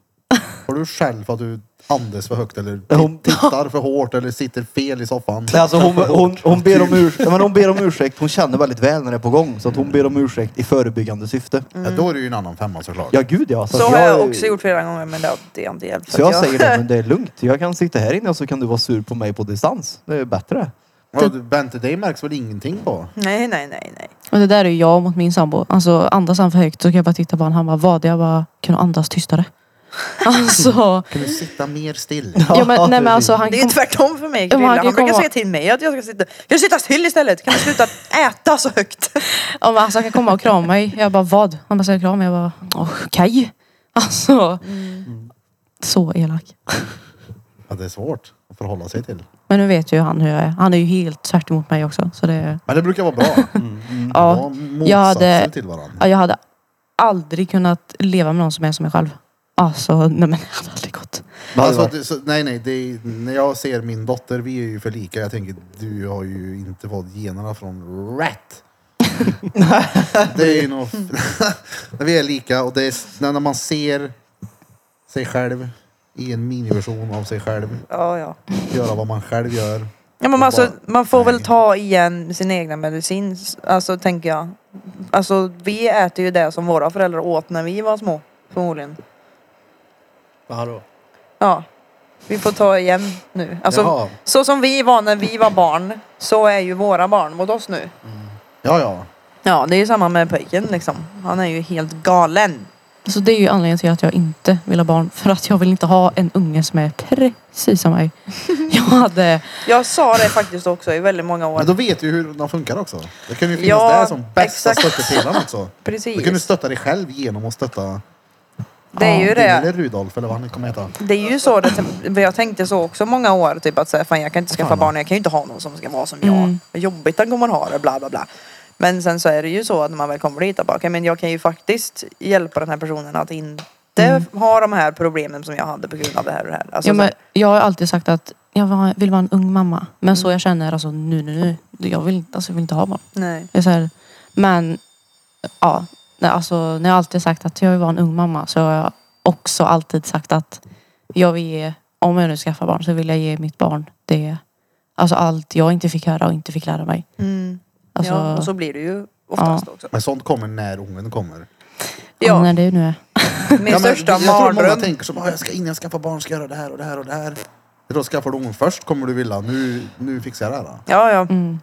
B: Har du själv för att du andas för högt eller
D: Hon-
B: tittar för hårt eller sitter fel i soffan?
D: Nej, alltså hon, hon, hon, ber om urs- Nej, men hon ber om ursäkt. Hon känner väldigt väl när det är på gång. Så att hon ber om ursäkt i förebyggande syfte.
B: Ja, då är det ju en annan femma såklart.
D: Ja gud ja.
E: Så
D: att
E: har jag också gjort flera gånger men det har- det har inte hjälpt.
D: Så jag
E: Att
D: säger det, men det är lugnt. Jag kan sitta här inne och så kan du vara sur på mig på distans. Det är bättre.
B: Ja, du- Bente, dig märks väl ingenting på?
E: Nej, nej, nej, nej.
C: Och det där är ju jag mot min sambo. Alltså andas han för högt så kan jag bara titta på honom. Han bara vad? Jag bara kan du andas tystare? Alltså.
B: Kan du sitta mer still?
C: ja, men, nej, men alltså han
E: Det är ju
C: kom,
E: tvärtom för mig
C: Ja, men
E: Grilla.
C: han kan
E: Han brukar
C: komma-
E: säga till mig att jag ska sitta... Kan du sitta still istället? Kan du sluta äta så högt?
C: ja, men alltså, han kan komma och krama mig. Jag bara vad? Han bara ska jag krama? Jag bara "Åh, okej. Alltså. Så elak.
B: Ja, det är svårt att förhålla sig till.
C: Men nu vet ju han hur jag är. Han är ju helt tvärt emot mig också. Så det,
B: Men det brukar vara bra.
A: Mm.
D: Mm.
C: ja,
B: jag
C: jag hade-
B: till varandra.
C: ja, jag hade aldrig kunnat leva med någon som är som mig själv. Alltså nej men det hade aldrig gått.
B: Alltså, det, så, nej, nej. Det, är- när jag ser min dotter, vi är ju för lika. Jag tänker, du har ju inte fått generna från rätt. det är ju nog... när vi är lika och det är, s- när när man ser sig själv i en miniversion av sig själv,
E: Ja, ja.
B: göra vad man själv gör.
E: Ja, men alltså, man får väl
B: Nej.
E: ta igen sin egna medicin, alltså tänker jag. Alltså vi äter ju det som våra föräldrar åt när vi var små, förmodligen.
F: Vadå?
E: Ja. Vi får ta igen nu. Alltså,
B: Jaha.
E: så som vi var när vi var barn, så är ju våra barn mot oss nu.
B: Ja, ja.
E: Ja, det är ju samma med pöjken liksom. Han är ju helt galen.
C: Så det är ju anledningen till att jag inte vill ha barn. För att jag vill inte ha en unge som är precis som mig. Jag hade...
E: Jag sa det faktiskt också i väldigt många år.
B: Men då vet du hur de funkar också. Det kan ju finnas
E: Ja,
B: där som bästa
E: exakt.
B: stöttepelaren också. Då
E: Precis.
B: kan du stötta dig själv genom att stötta
E: Det är ju
B: Din eller
E: det.
B: Rudolf eller vad han kommer heta.
E: Det är ju så, det, jag tänkte så också många år, typ att så här, fan, jag kan inte skaffa
B: Fan.
E: barn, jag kan ju inte ha någon som ska vara som jag.
C: Mm.
E: Vad jobbigt han kommer ha det, bla bla bla. Men sen så är det ju så att när man väl kommer dit, att bara, okej, men jag kan ju faktiskt hjälpa den här personen att inte ha de här problemen som jag hade på grund av det här och det här. Alltså,
C: Mm. Ja, men jag har alltid sagt att jag var- vill vara en ung mamma. Men så jag känner alltså nu, nu, nu. Jag vill, inte- alltså, jag vill inte ha barn.
E: så, nej.
C: Jag är så här, men ja, nej, alltså, när jag alltid sagt att jag vill vara en ung mamma så har jag också alltid sagt att jag vill ge, om jag nu skaffar barn så vill jag ge mitt barn det, alltså allt jag inte fick höra och inte fick lära mig.
E: Mm.
C: Alltså,
E: ja, och så blir det ju oftast också.
B: Men sånt kommer när ungen kommer.
E: Ja,
C: när det nu är.
E: min
B: Ja, men
E: största
B: jag tror många
E: mardröm.
B: tänker som "Ah, jag ska innan jag skaffar barn ska jag göra det här och det här och det här. Då skaffar du ungen först kommer du vilja nu, nu fixar jag det här. Då.
E: Ja, ja.
C: Mm.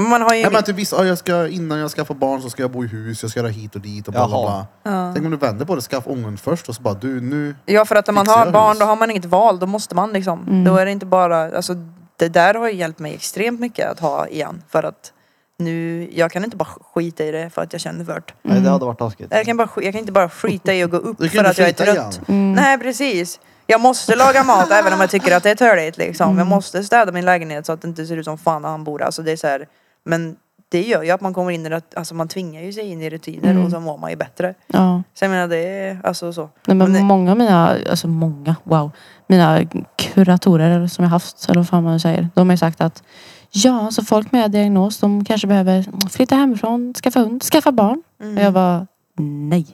E: Men Man har ju...
B: Ja, men typ vissa, "Ah, jag ska, innan jag skaffar barn så ska jag bo i hus, jag ska göra hit och dit och bla bla
D: Jaha.
B: bla. Tänk om du vänder på det, skaffa ungen först och så bara du nu.
E: Ja för att när man
B: Fixar
E: har
B: hus.
E: barn då har man inget val, då måste man liksom. Då är det inte bara, alltså det där har ju hjälpt mig extremt mycket att ha igen. För att nu, jag kan inte bara skita i det för att jag känner för det.
D: Nej, det hade varit taskigt.
E: Jag kan, bara, sk- jag kan inte bara skita i att gå upp
B: Du kan inte
E: för att jag är
B: skita i
E: trött. Nej precis. Jag måste laga mat även om jag tycker att det är törligt liksom. Jag måste städa min lägenhet så att det inte ser ut som fan när han bor där. Alltså det är så här, men det gör ju att man kommer in i det, alltså man tvingar ju sig in i rutiner och så mår man ju bättre.
C: Ja.
E: Så jag menar det är alltså så.
C: Nej, men
E: Men det-
C: många av mina, alltså många, wow, mina kuratorer som jag haft, eller vad fan man nu säger, de har ju sagt att ja, så folk med diagnos, de kanske behöver flytta hemifrån, skaffa hund, skaffa barn.
E: Mm.
C: Och jag bara, nej.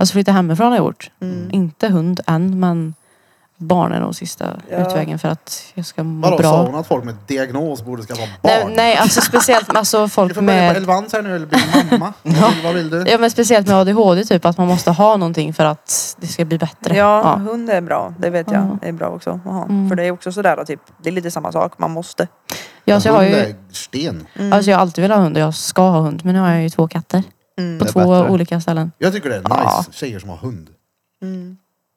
C: Alltså flytta hemifrån har jag gjort.
E: Mm.
C: Inte hund än, men barn är nog sista
E: Ja.
C: utvägen för att jag ska må
B: Vadå, sa
C: bra.
B: hon att folk med diagnos borde skaffa barn?
C: Nej, nej, alltså speciellt med alltså
B: Du
C: folk
B: får börja på
C: med,
B: Elvans här nu eller bli mamma. vad, vill, vad vill du?
C: ja, men speciellt med ADHD typ, att man måste ha någonting för att det ska bli bättre.
E: Ja, hund är bra. Det vet jag.
C: Ja. Mm.
E: Det är bra också att ha. För det är också sådär typ, det är lite samma sak. Man måste.
C: Ja, så jag har
B: Hund
C: ju,
B: är sten.
C: Alltså jag har alltid velat ha hund och jag ska ha hund. Men nu har jag ju två katter.
E: Mm.
C: På
B: Det är
C: två
B: bättre.
C: olika ställen.
B: Jag tycker det är nice,
C: Ja.
B: tjejer som har hund.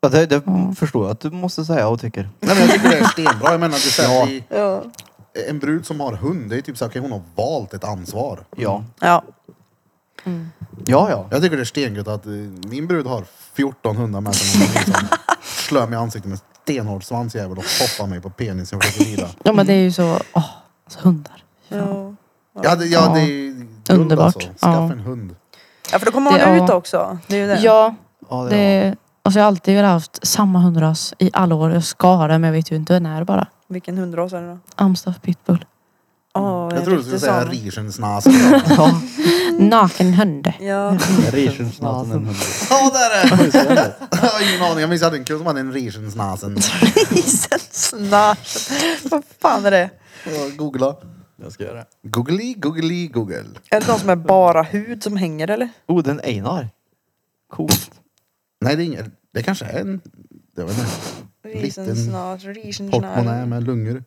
D: Ja, Det, det
A: Mm.
D: förstår jag att du måste säga och tycker.
B: Nej, men jag tycker det är stenbra. Jag menar, det är så här, vi- En brud som har hund, det är typ så här, okej, hon har valt ett ansvar.
D: Ja.
E: Ja.
D: Ja, ja.
B: Jag tycker det är stengött att eh, min brud har 1400 meter som hon liksom slår mig i ansiktet med en stenhård svansjävel och poppar mig på penisen och försöker vrida.
C: Ja
E: Mm.
C: men det är ju så, åh, alltså hundar.
E: Ja.
B: Ja, det, ja, det är guld
C: Underbart.
B: Alltså. Skaffa
C: Ja.
B: en hund.
E: Ja för då kommer man
C: Det- ja.
E: ut också. Det är ju det.
C: Ja,
D: ja det är-
C: det, alltså jag har alltid velat haft samma hundras i alla år. Jag ska ha det men jag vet ju inte när bara.
E: Vilken hundras är det
C: Mm.
E: då?
C: Amstaff pitbull.
E: Oh,
B: Jag tror du skulle säga Rieschensnas.
D: Ja,
C: Naken hund.
E: Ja.
A: Rieschensnasen. en hund.
B: Ja, där är det! Jag har ingen aning. Jag minns jag hade en kille som hade en Rieschensnasen.
E: Snart. Vad fan är det?
B: Jag Googla.
A: Jag ska göra det.
B: Googly, googly, google.
E: Är det någon som är bara hud som hänger eller?
D: oh, den Einar. Coolt.
B: Nej, det är ingen. Det kanske är en... Jag vet inte. Liten
E: snart, risen
B: Portmonnä med lungor.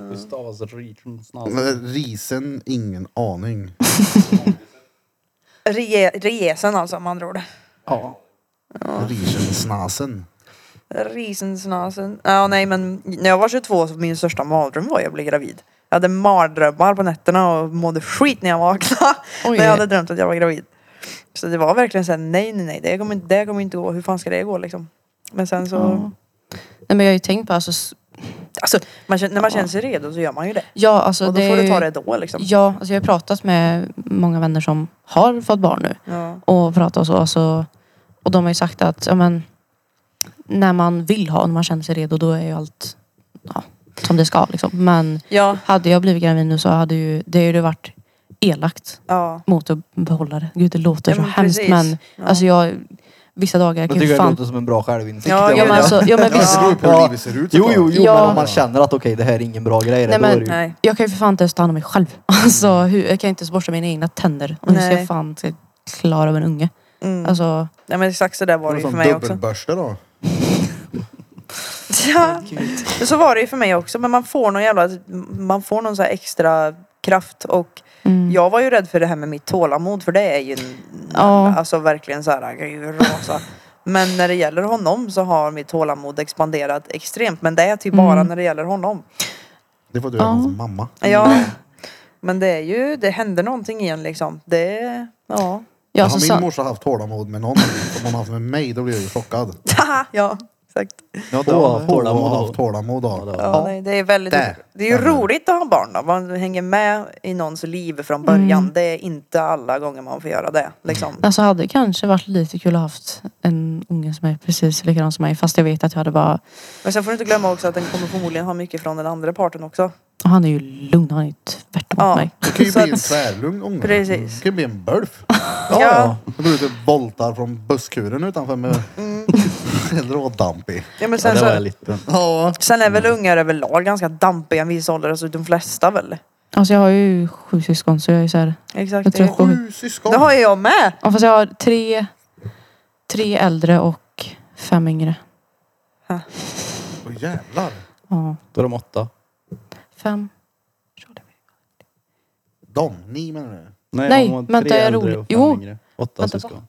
A: Hur stavas Rieschensnasen?
B: Men Risen, ingen aning.
E: Re, resen alltså om andra ord.
A: Ja.
B: Rieschensnasen.
E: Risensnasen. Ja, nej men när jag var 22 så min största mardröm var jag blev gravid. Jag hade mardrömmar på nätterna och mådde skit när jag vaknade.
C: Oj.
E: När jag hade drömt att jag var gravid. Så det var verkligen såhär, nej nej nej, det kommer, inte- det kommer inte gå. Hur fan ska det gå liksom? Men sen så,
C: Ja. Nej men jag har ju tänkt på alltså, s-
E: alltså man, känner- när man känner sig redo så gör man ju det.
C: ja alltså
E: och då
C: det
E: får
C: är
E: du ta
C: ju-
E: det då liksom.
C: Ja, alltså jag har pratat med många vänner som har fått barn nu
E: Ja.
C: och pratat och så. Alltså, och de har ju sagt att ja, men, när man vill ha, när man känner sig redo, då är ju allt ja, som det ska. Liksom. Men
E: Ja.
C: hade jag blivit gravid nu så hade ju det hade ju varit elakt
E: ja.
C: mot att behålla det. Gud, det låter
E: Ja,
C: så
E: men
C: hemskt
E: precis.
C: men
E: Ja.
C: alltså jag, vissa dagar
D: Jag
C: kan
D: tycker
C: ju
D: det
C: fan...
D: låter som en bra självinsikt.
E: Ja,
D: Jag
C: Ja, men
D: menar-
C: alltså, ja, men
B: Ja,
C: visst,
B: det beror på hur
D: Ja.
B: livet ser ut
D: Jo,
B: såklart.
D: jo, jo,
C: Ja.
D: men om man känner att okej, det här är ingen bra grej.
C: Nej,
D: då är
C: men-
D: det ju...
E: Nej.
C: jag kan ju för fan inte ens ta hand om mig själv. Alltså, hur, jag kan inte ens borsta mina egna tänder. Och hur ska
E: Nej.
C: jag fan ska jag klara av en unge?
E: Mm.
C: Alltså,
E: nej men exakt så där var det ju
B: Någon
E: för
B: sån
E: mig också.
B: dubbelbörste då.
E: Ja. Så var det ju för mig också. Men man får någon jävla, man får någon så här extra kraft och
C: mm.
E: Jag var ju rädd för det här med mitt tålamod för det är ju en-
C: Ja.
E: alltså verkligen så här, jag kan ju rasa. Men när det gäller honom så har mitt tålamod expanderat extremt. Men det är typ bara
C: Mm.
E: när det gäller honom.
B: Det får du
C: Ja.
B: göra som mamma.
E: Ja. Men det är ju, det händer någonting igen liksom. Det, ja.
B: har
C: Ja, alltså,
B: min
C: sa-
B: morsa haft tålamod med någon som hon har haft med mig, då blir jag ju chockad.
E: Haha, ja, exakt.
D: Ja,
A: Få
D: då,
A: av
B: Hon har
A: tålamod.
B: haft tålamod
A: Ja, det
B: av.
A: har
E: Ja,
A: jag.
E: Nej, det är väldigt,
B: Där.
E: det är ju
B: Där har du.
E: roligt att ha barn då. Man hänger med i någons liv från början. Det är inte alla gånger man får göra det liksom.
C: Alltså hade det kanske varit lite kul att haft en unge som är precis likadan som mig. Fast jag vet att jag hade bara...
E: Men sen får du inte glömma också att den kommer förmodligen ha mycket från den andra parten också.
C: Och han är ju lugn, han är ju tvärt mot
E: Ja.
C: mig.
B: Det kan ju
E: Så
B: bli en
E: att-
B: tvärlugn ångare.
E: Precis.
B: Det kan ju bli en bölf.
D: ja, ja.
B: Då går du ut och voltar från busskuren utanför med en rådampig.
E: Ja, men
A: Ja,
E: sen
A: det
E: så,
A: var jag lite.
B: Ja.
E: Sen är väl ungar överlag ganska dampiga en viss ålder, alltså de flesta väl?
C: Alltså jag har ju sju syskon så jag är såhär...
E: Exakt.
C: Jag
E: Det,
C: tror
E: är-
C: sju.
B: Sju syskon.
E: det har ju jag med!
C: Ja, fast jag har tre, tre äldre och fem yngre.
B: Åh, jävlar.
C: Ja.
A: Då är de åtta.
C: Fem.
B: De, ni menar du?
C: Nej,
A: de var tre
C: vänta, jag är
A: äldre
C: rolig.
A: och fem
C: Jo.
A: yngre. Åtta
C: Vänta,
A: syskon.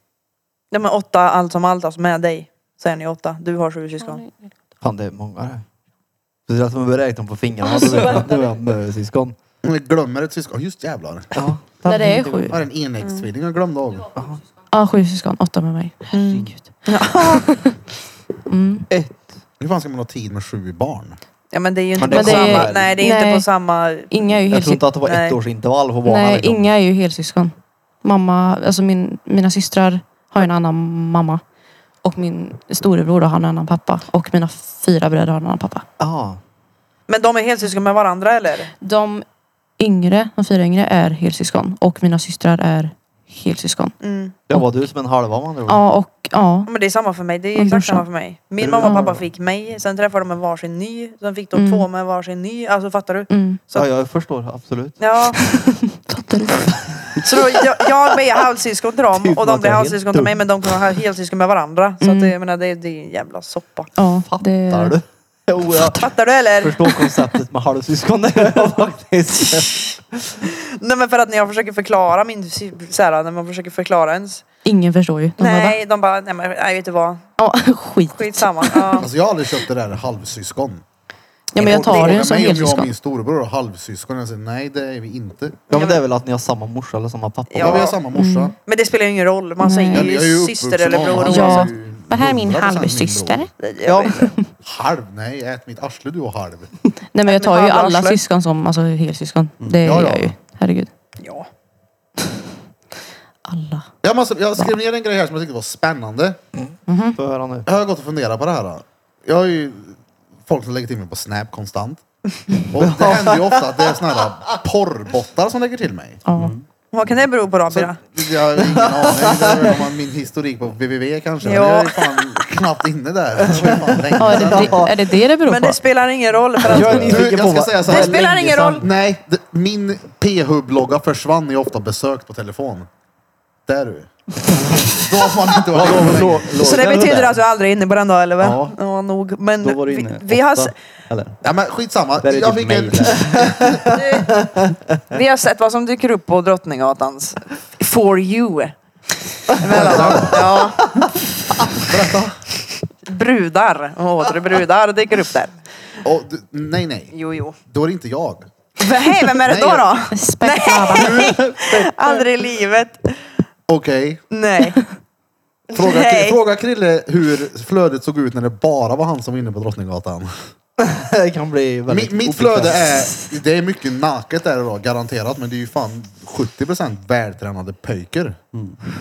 E: Ja men åtta allt som allt, alltså med dig. Så är ni åtta. Du har sju syskon.
D: Fan, det är många det här. Speciellt om man börjar räkna på fingrarna.
C: Alltså,
D: då vet man att
C: vänta.
D: det var mösyskon.
B: Om jag glömmer ett syskon. Just jävlar.
D: Ja.
C: Nej det är sju.
B: Jag har en enäggstvilling jag glömde av.
C: Ja sju syskon, åtta med mig. Herregud. Mm.
B: Hur fan ska man ha tid med sju barn?
E: Ja men det är ju inte
D: Men
E: på
D: det är-
E: samma... Nej det är inte
C: nej.
E: på samma...
C: Inga är ju
D: Jag tror
C: helsy-
D: inte att det var
E: Nej.
D: ett års intervall på barnen.
C: Nej,
D: liksom.
C: inga är ju helsyskon. Mamma, alltså min, mina systrar har ju en annan mamma. Och min storebror då har en annan pappa. Och mina fyra bröder har en annan pappa.
D: Ja.
E: Men de är helsyskon med varandra eller?
C: De yngre, de fyra yngre är helsyskon. Och mina systrar är helsyskon.
E: Mm.
D: Det var du som en halva man tror.
C: Ja, och ja.
E: Ja, Men det är samma för mig. Det är
C: Och
E: exakt
C: brorsan.
E: samma för mig. Min
D: Är
E: mamma och
D: det-
E: pappa fick mig, sen träffade de en varsin ny, sen fick de
C: Mm.
E: två med varsin ny. Alltså fattar du?
C: Mm.
E: Så
D: Ja,
E: att-
D: jag förstår absolut.
E: Ja,
C: Fattar du?
E: så då, jag, jag blir halvsyskon till dem
D: Gud,
E: och
D: vad jag
E: de blir
D: är helt
E: halvsyskon till
D: dum.
E: mig men de kan vara helsyskon med varandra. Så att,
C: Mm.
E: det- jag menar det, det är en jävla soppa.
C: Ja, det...
D: Fattar du? Jo, jag
E: Fattar du eller?
D: förstår konceptet med halvsyskon. Det gör jag faktiskt.
E: Nej men för att när jag försöker förklara min, sy- så här, när man försöker förklara ens.
C: Ingen förstår ju. De
E: nej, de bara, nej men nej, vet du vad,
C: Bara, va? ja, skit.
E: skitsamma. Ja.
B: Alltså jag har aldrig köpt det där halvsyskon.
C: Ja, men jag tar
B: Fråga
C: det ju som
B: mig om jag och
C: helsyskon.
B: min storebror har halvsyskon. Jag säger nej, det är vi inte.
D: Ja men det är väl att ni har samma morsa eller samma pappa?
B: Ja, vi har samma morsa.
C: Mm.
E: Men det spelar ju ingen roll. Man
C: Nej.
E: säger
B: Jag- jag är
E: ju
B: ju
E: syster
B: uppvuxen
E: eller
B: med
E: bror
B: honom.
C: Ja.
B: Han är
E: oavsett.
B: ju
C: Det här är min
B: 100%
C: halvsyster.
B: bror.
E: Jag
D: Ja.
E: vet inte.
B: Halv? Nej, ät mitt arsle du och halv.
C: Nej men jag tar ju
E: Alla
C: alla
E: arsle.
C: syskon som alltså helsyskon. Det
B: Mm. Ja,
C: gör
B: ja.
C: jag ju. Herregud.
E: Ja.
C: Alla.
B: Jag, måste, jag skrev ner en grej här som jag tyckte var spännande.
D: Får jag höra nu.
B: Jag har gått och funderat på det här. då. Jag har ju folk som lägger till mig på Snap konstant. Och det händer ju ofta att det är såna här porrbottar som lägger till mig.
C: Ja.
E: Vad kan det bero på då,
B: Så,
E: Bira?
B: jag har ingen aning. Det är väl om man- min historik på www kanske. Men
E: Ja.
B: Jag är fan knappt inne där. Det var fan länge
C: Ja, är, det,
B: sedan.
C: det, är det det det beror
E: Men
C: på?
E: det spelar ingen roll för att...
D: Jag är
B: Du, jag
D: nyfiken på
B: ska
D: vad...
B: säga så
E: Det
B: här.
E: spelar ingen roll.
B: Nej, det, min PH-blogga försvann när jag ofta besökt på telefon. Där du. Då har man inte varit inne på länge.
E: Så det betyder att du aldrig är inne på den då, eller? vad?
A: Ja.
E: ja nog. Men
A: Då var du
E: vi,
A: inne
E: vi, har,
A: åtta,
E: s-
A: Eller?
B: Ja, men skitsamma.
A: Där är
B: Jag
A: typ
B: fick
A: mig
B: en,
A: där.
E: vi har sett vad som dyker upp på Drottninggatans For you. Emellanåt. Ja.
B: berätta.
E: Brudar och åter brudar dyker upp där.
B: Och, du, nej, nej.
E: Jo, jo.
B: Då är det inte jag.
E: Men Hej, vem är det då då? Aldrig i livet.
B: Okej.
E: Nej.
B: Fråga,
E: Nej.
B: fråga Krille hur flödet såg ut när det bara var han som var inne på Drottninggatan.
D: det kan bli väldigt
B: Mitt, mitt
D: obekvämt.
B: flöde är, det är mycket naket där idag, garanterat. Men det är ju fan 70% vältränade pöjker.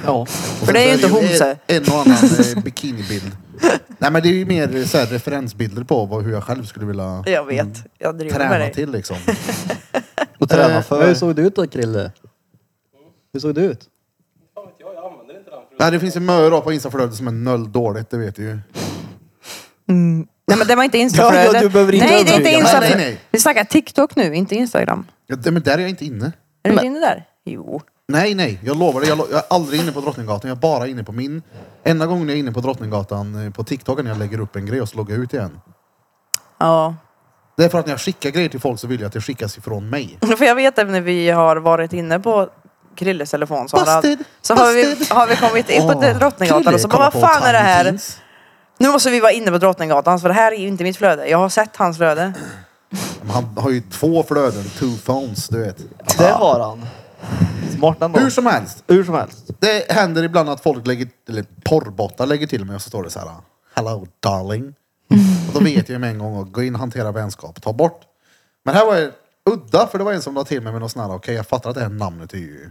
D: Ja.
B: Och
E: För
B: sen
E: det är ju
B: så
E: inte
B: ju
E: homse.
B: En en och annan eh, bikinibild. Nej men det är ju mer eh, så här, referensbilder på vad, hur jag själv skulle vilja
E: Jag vet. Jag driver med
B: träna
E: dig.
B: till liksom.
D: Och träna
A: Eh,
D: för.
A: Hur såg du ut då Krille? Hur såg du ut?
B: Nej det finns ju möra på instaflödet som är noll dåligt, det vet du ju.
E: Nej men det var inte Instaflödet.
D: Ja, ja, du behöver inte
E: nej, det är inte
D: övertyga mig.
E: Instaflödet.
B: Nej, nej, nej.
E: Vi snackar TikTok nu, inte Instagram.
B: Ja, det- men där är jag inte inne.
E: Är du inte inne där? Jo.
B: Nej, nej, jag lovar det. Jag, lo- jag är aldrig inne på Drottninggatan. Jag är bara inne på min. Enda gången jag är inne på Drottninggatan eh, på TikTok är när jag lägger upp en grej och så loggar jag ut igen.
E: Ja.
B: Det är för att när jag skickar grejer till folk så vill jag att det skickas ifrån mig.
E: För jag vet att när vi har varit inne på Krilles telefon så, har,
B: Busted!
E: det- så har, vi,
B: Busted!
E: har vi kommit in på
B: Åh,
E: Drottninggatan
B: Krille
E: och så bara
B: kollar
E: vad
B: på
E: fan är det
B: Tiny
E: här?
B: Teens.
E: Nu måste vi vara inne på Drottninggatan för det här är ju inte mitt flöde. Jag har sett hans flöde.
B: Men Han har ju två flöden, two phones, du vet.
D: Det har han. Smart ändå.
B: Hur som helst.
D: Hur som helst.
B: Det händer ibland att folk lägger, eller porrbottar lägger till mig och så står det så här Hello darling. Och då vet jag med en gång att gå in, hantera vänskap, ta bort. Men här var det udda för det var en som la till mig med något sånt här, okej jag fattar att det här namnet är ju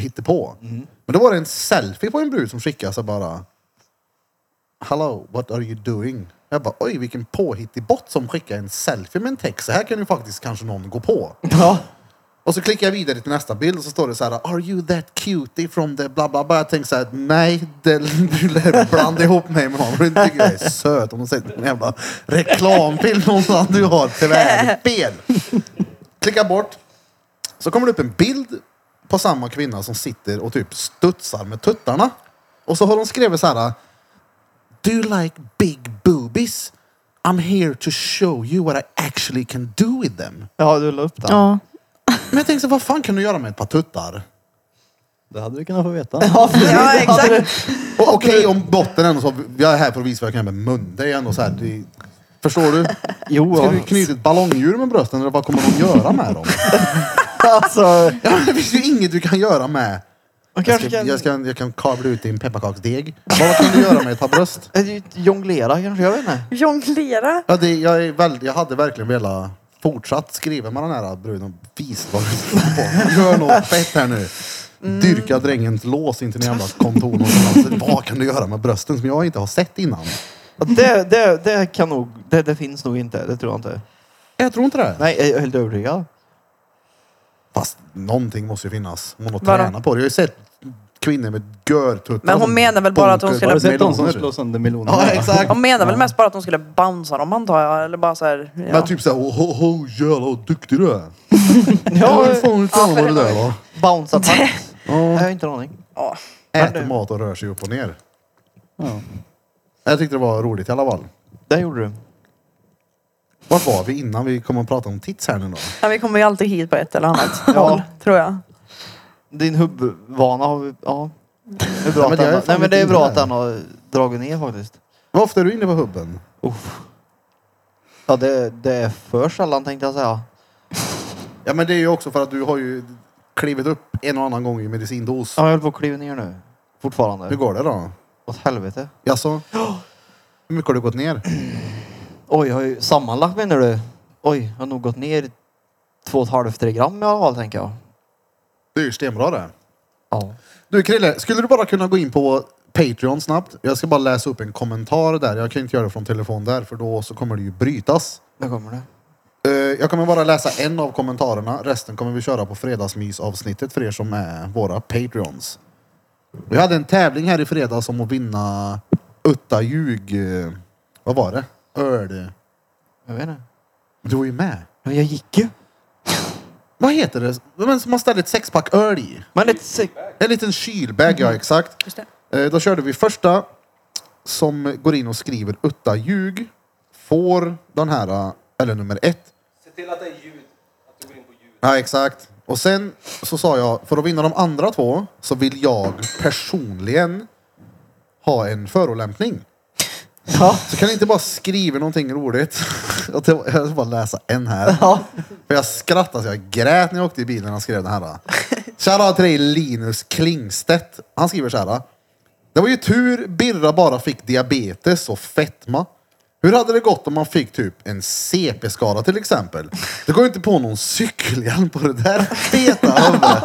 B: hittepå. Men då var det en selfie på en brud som skickade så bara Hello, what are you doing? Jag bara oj vilken påhittig bot som skickar en selfie med en text. Så här kan ju faktiskt kanske någon gå på.
D: Ja.
B: Och så klickar jag vidare till nästa bild och så står det så här Are you that cutie from the bla bla bla? Jag tänker så här, nej, det, du lär blanda ihop mig med någon. Du tycker jag är söt om du sett en jävla reklambild någonstans. Du har tyvärr fel. Klicka bort. Så kommer det upp en bild på samma kvinna som sitter och typ studsar med tuttarna. Och så har hon skrivit så här Do you like big boobies? I'm here to show you what I actually can do with them.
D: Ja, du la upp den.
C: Ja.
B: Men jag tänkte, så, vad fan kan du göra med ett par tuttar?
A: Det hade du kunnat få veta.
E: Ja exakt.
B: Och Okej om botten ändå så, jag är här för att visa vad jag kan göra med mun. Det är ändå så här, det, förstår du?
D: Jo,
B: Ska
D: ja.
B: du knyta ett ballongdjur med brösten eller vad kommer de göra med dem?
D: alltså.
B: Ja, men det finns ju inget du kan göra med. Jag
D: Man kanske
B: ska,
D: kan...
B: jag, ska, jag kan kavla ut din pepparkaksdeg. Vad kan du göra med ett par bröst?
D: Eh, Jonglera kanske, jag vet inte.
E: Jonglera.
B: Ja, det, jag, är väldigt, jag hade verkligen velat fortsatt skriva med den här bruden och visa vad du står på. Gör något fett här nu. Dyrka drängens lås in till den jävla kontor någonstans. Vad kan du göra med brösten som jag inte har sett innan?
D: Ja, Det, det, det kan nog... Det, det finns nog inte. Det tror jag inte.
B: Jag tror inte det.
D: Nej, jag är helt övertygad.
B: Fast någonting måste ju finnas. Hon har
E: Vadå?
B: tränat på det. Jag har ju sett kvinnor med görtuttar.
E: Men hon
B: som
E: menar väl bara att hon
B: bonkar
E: skulle-
A: Har du sett de som
B: meloner?
A: slår sönder melonerna?
B: Ja, exakt.
E: De menar väl mest bara att de skulle bouncea dem antar jag. Eller bara så här, ja.
B: Men typ såhär, oh, oh, oh, jävlar vad duktig du är. Ja,
D: Ja,
B: hur fan hur fan var det där va?
D: bounce attack. Jag har inte en aning.
E: ja.
B: Äter mat och rör sig upp och ner.
A: Ja.
B: Jag tyckte det var roligt i alla fall.
D: Det gjorde du.
B: Vart var vi innan vi kom och pratade om tits här nu då?
E: Ja, vi kommer ju alltid hit på ett eller annat håll,
D: Ja.
E: tror jag.
D: Din hubbvana har vi... Ja. Det är
B: Ja,
D: bra
B: men
D: att
B: jag är fan
D: den, nej, men det är
B: inte
D: bra
B: inne
D: att den har dragit ner faktiskt.
B: Hur ofta är du inne på hubben?
D: Uff. Ja, det, det är för sällan tänkte jag säga.
B: Ja men det är ju också för att du har ju klivit upp en och annan gång i medicindos.
D: Ja, Jag höll på att kliva ner nu. Fortfarande.
B: Hur går det då?
D: Åt helvete.
B: Jaså? Hur mycket har du gått ner?
D: Oj, jag har ju sammanlagt menar du? Oj, jag har nog gått ner två och ett halvt, tre gram i alla fall tänker jag.
B: Det är ju stenbra det.
D: Ja.
B: Du Krille, skulle du bara kunna gå in på Patreon snabbt? Jag ska bara läsa upp en kommentar där. Jag kan inte göra det från telefon där för då så kommer det ju brytas.
D: Där kommer det.
B: Eh, Jag kommer bara läsa en av kommentarerna. Resten kommer vi köra på fredagsmysavsnittet för er som är våra Patreons. Vi hade en tävling här i fredags om att vinna Utta ljug... eh, Vad var det? Öl...
D: Jag vet inte.
B: Du var ju med.
D: Men jag gick ju.
B: Vad heter det? Men som man ställer ett sexpack öl i.
D: Men ett se-
B: En liten kylbag, ja exakt.
E: Just
B: Eh, Då körde vi första som går in och skriver Utta ljug. Får den här, eh, eller nummer ett.
F: Se till att det är ljud. Att du går in på ljud.
B: Ja, exakt. Och sen så sa jag, för att vinna de andra två så vill jag personligen ha en förolämpning.
D: Ja.
B: Så kan ni inte bara skriva någonting roligt? Jag ska jag ska bara läsa en här.
D: Ja.
B: För jag skrattade så jag grät när jag åkte i bilen när han skrev den här. Shoutout till dig Linus Klingstedt. Han skriver så här. Det var ju tur Birra bara fick diabetes och fetma. Hur hade det gått om man fick typ en CP-skada till exempel? Det går ju inte på någon cykelhjälm på det där feta huvudet.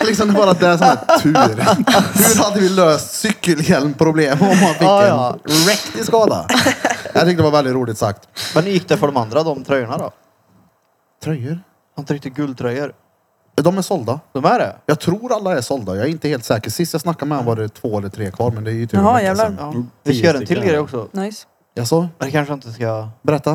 B: liksom det är bara det som är tur. Hur hade vi löst cykelhjälmproblem om man fick
D: Ja, ja.
B: en riktig skada? Jag tyckte det var väldigt roligt sagt.
D: Men hur gick det för de andra, de tröjorna då?
B: Tröjor?
D: Han tryckte guldtröjor.
B: De är sålda.
D: De är det?
B: Jag tror alla är sålda. Jag är inte helt säker. Sist jag snackade med honom var det två eller tre kvar, men det är ju typ tur.
E: Jaha, jävlar.
D: Ja.
A: Mm,
D: Vi
A: tio
D: ska göra en till
A: stycken.
D: grej också.
E: Nice.
B: Jag så?
D: Men det kanske jag inte ska...
B: Berätta.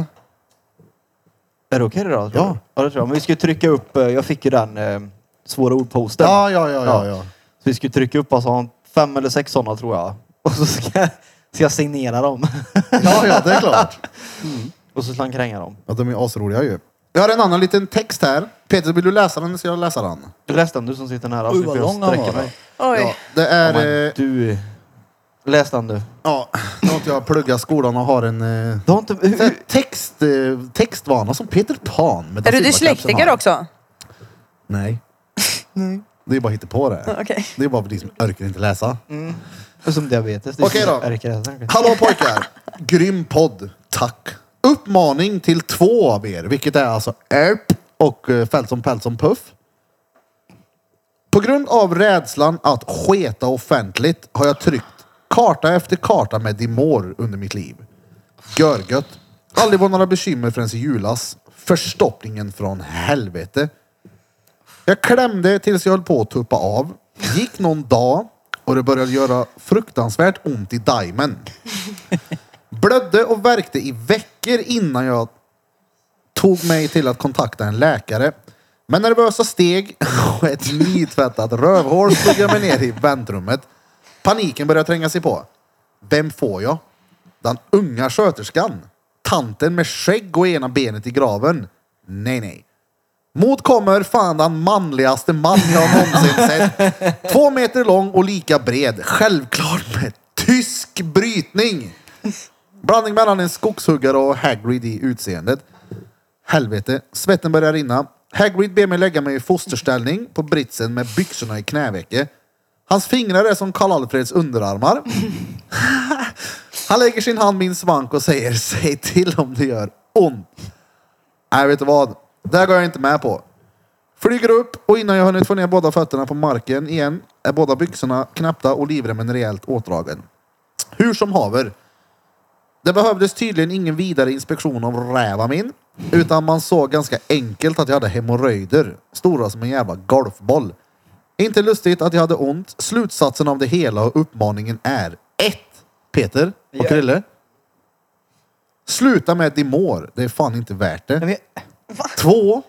D: Är det okej okay då? tror
B: Ja.
D: du? ja, det tror jag. Men vi ska ju trycka upp... eh, Jag fick ju den eh, svåra ordposten.
B: Ja, ja, ja, ja, ja.
D: Så vi ska ju trycka upp alltså, fem eller sex sådana tror jag. Och så ska, jag- ska jag signera dem.
B: Ja, ja, det är klart.
D: Och så ska han kränga dem.
B: Ja, de är asroliga ju. Jag har en annan liten text här. Peter, vill du läsa den? Ska jag läsa den?
D: Du läste den du som sitter nära.
A: Oj, vad lång han var.
E: Oj.
B: Ja, det är...
D: Är,
B: eh,
D: du... Läs den du.
B: Ja, nu har inte jag pluggat skolan och har en... eh,
D: Du har inte... Hur,
B: så här
D: hur,
B: Text, eh, textvana som Peter Pan. med
E: Är du
B: Dasilva-kapseln
E: dyslektiker
B: har.
E: också?
B: Nej. Det är bara på det.
E: Okej.
B: Det är bara för de som orkar inte läsa.
D: som diabetes. det är
B: Okej
D: som-
B: då.
D: är det kräsen?
B: Hallå pojkar! Grym podd, tack. Uppmaning till två av er, vilket är alltså Erp och eh, Feltson Peltson Puff. På grund av rädslan att sketa offentligt har jag tryckt karta efter karta med Dimor under mitt liv. Görgött. Aldrig var några bekymmer förrän i julas. Förstoppningen från helvete. Jag klämde tills jag höll på att tuppa av. Gick någon dag och det började göra fruktansvärt ont i daimen. Blödde och värkte i veckor innan jag tog mig till att kontakta en läkare. Med nervösa steg och ett nytvättat rövhål slog jag mig ner i väntrummet. Paniken började tränga sig på. Vem får jag? Den unga sköterskan? Tanten med skägg och ena benet i graven? Nej, nej. Mot kommer fan den manligaste man jag någonsin sett. Två meter lång och lika bred. Självklart med tysk brytning. Blandning mellan en skogshuggare och Hagrid i utseendet. Helvete, svetten börjar rinna. Hagrid ber mig lägga mig i fosterställning på britsen med byxorna i knävecket. Hans fingrar är som Karl-Alfreds underarmar. Han lägger sin hand min svank och säger säg till om det gör ont. Nej, vet du vad? Det här går jag inte med på. Flyger upp och innan jag hunnit få ner båda fötterna på marken igen är båda byxorna knäppta och livremmen rejält åtdragen. Hur som haver. Det behövdes tydligen ingen vidare inspektion av räva min. Utan man såg ganska enkelt att jag hade hemorrojder. Stora som en jävla golfboll. Inte lustigt att jag hade ont. Slutsatsen av det hela och uppmaningen är 1. Peter och Krille. Sluta med Dimor. Det är fan inte värt det.
D: Men vi-
B: Två.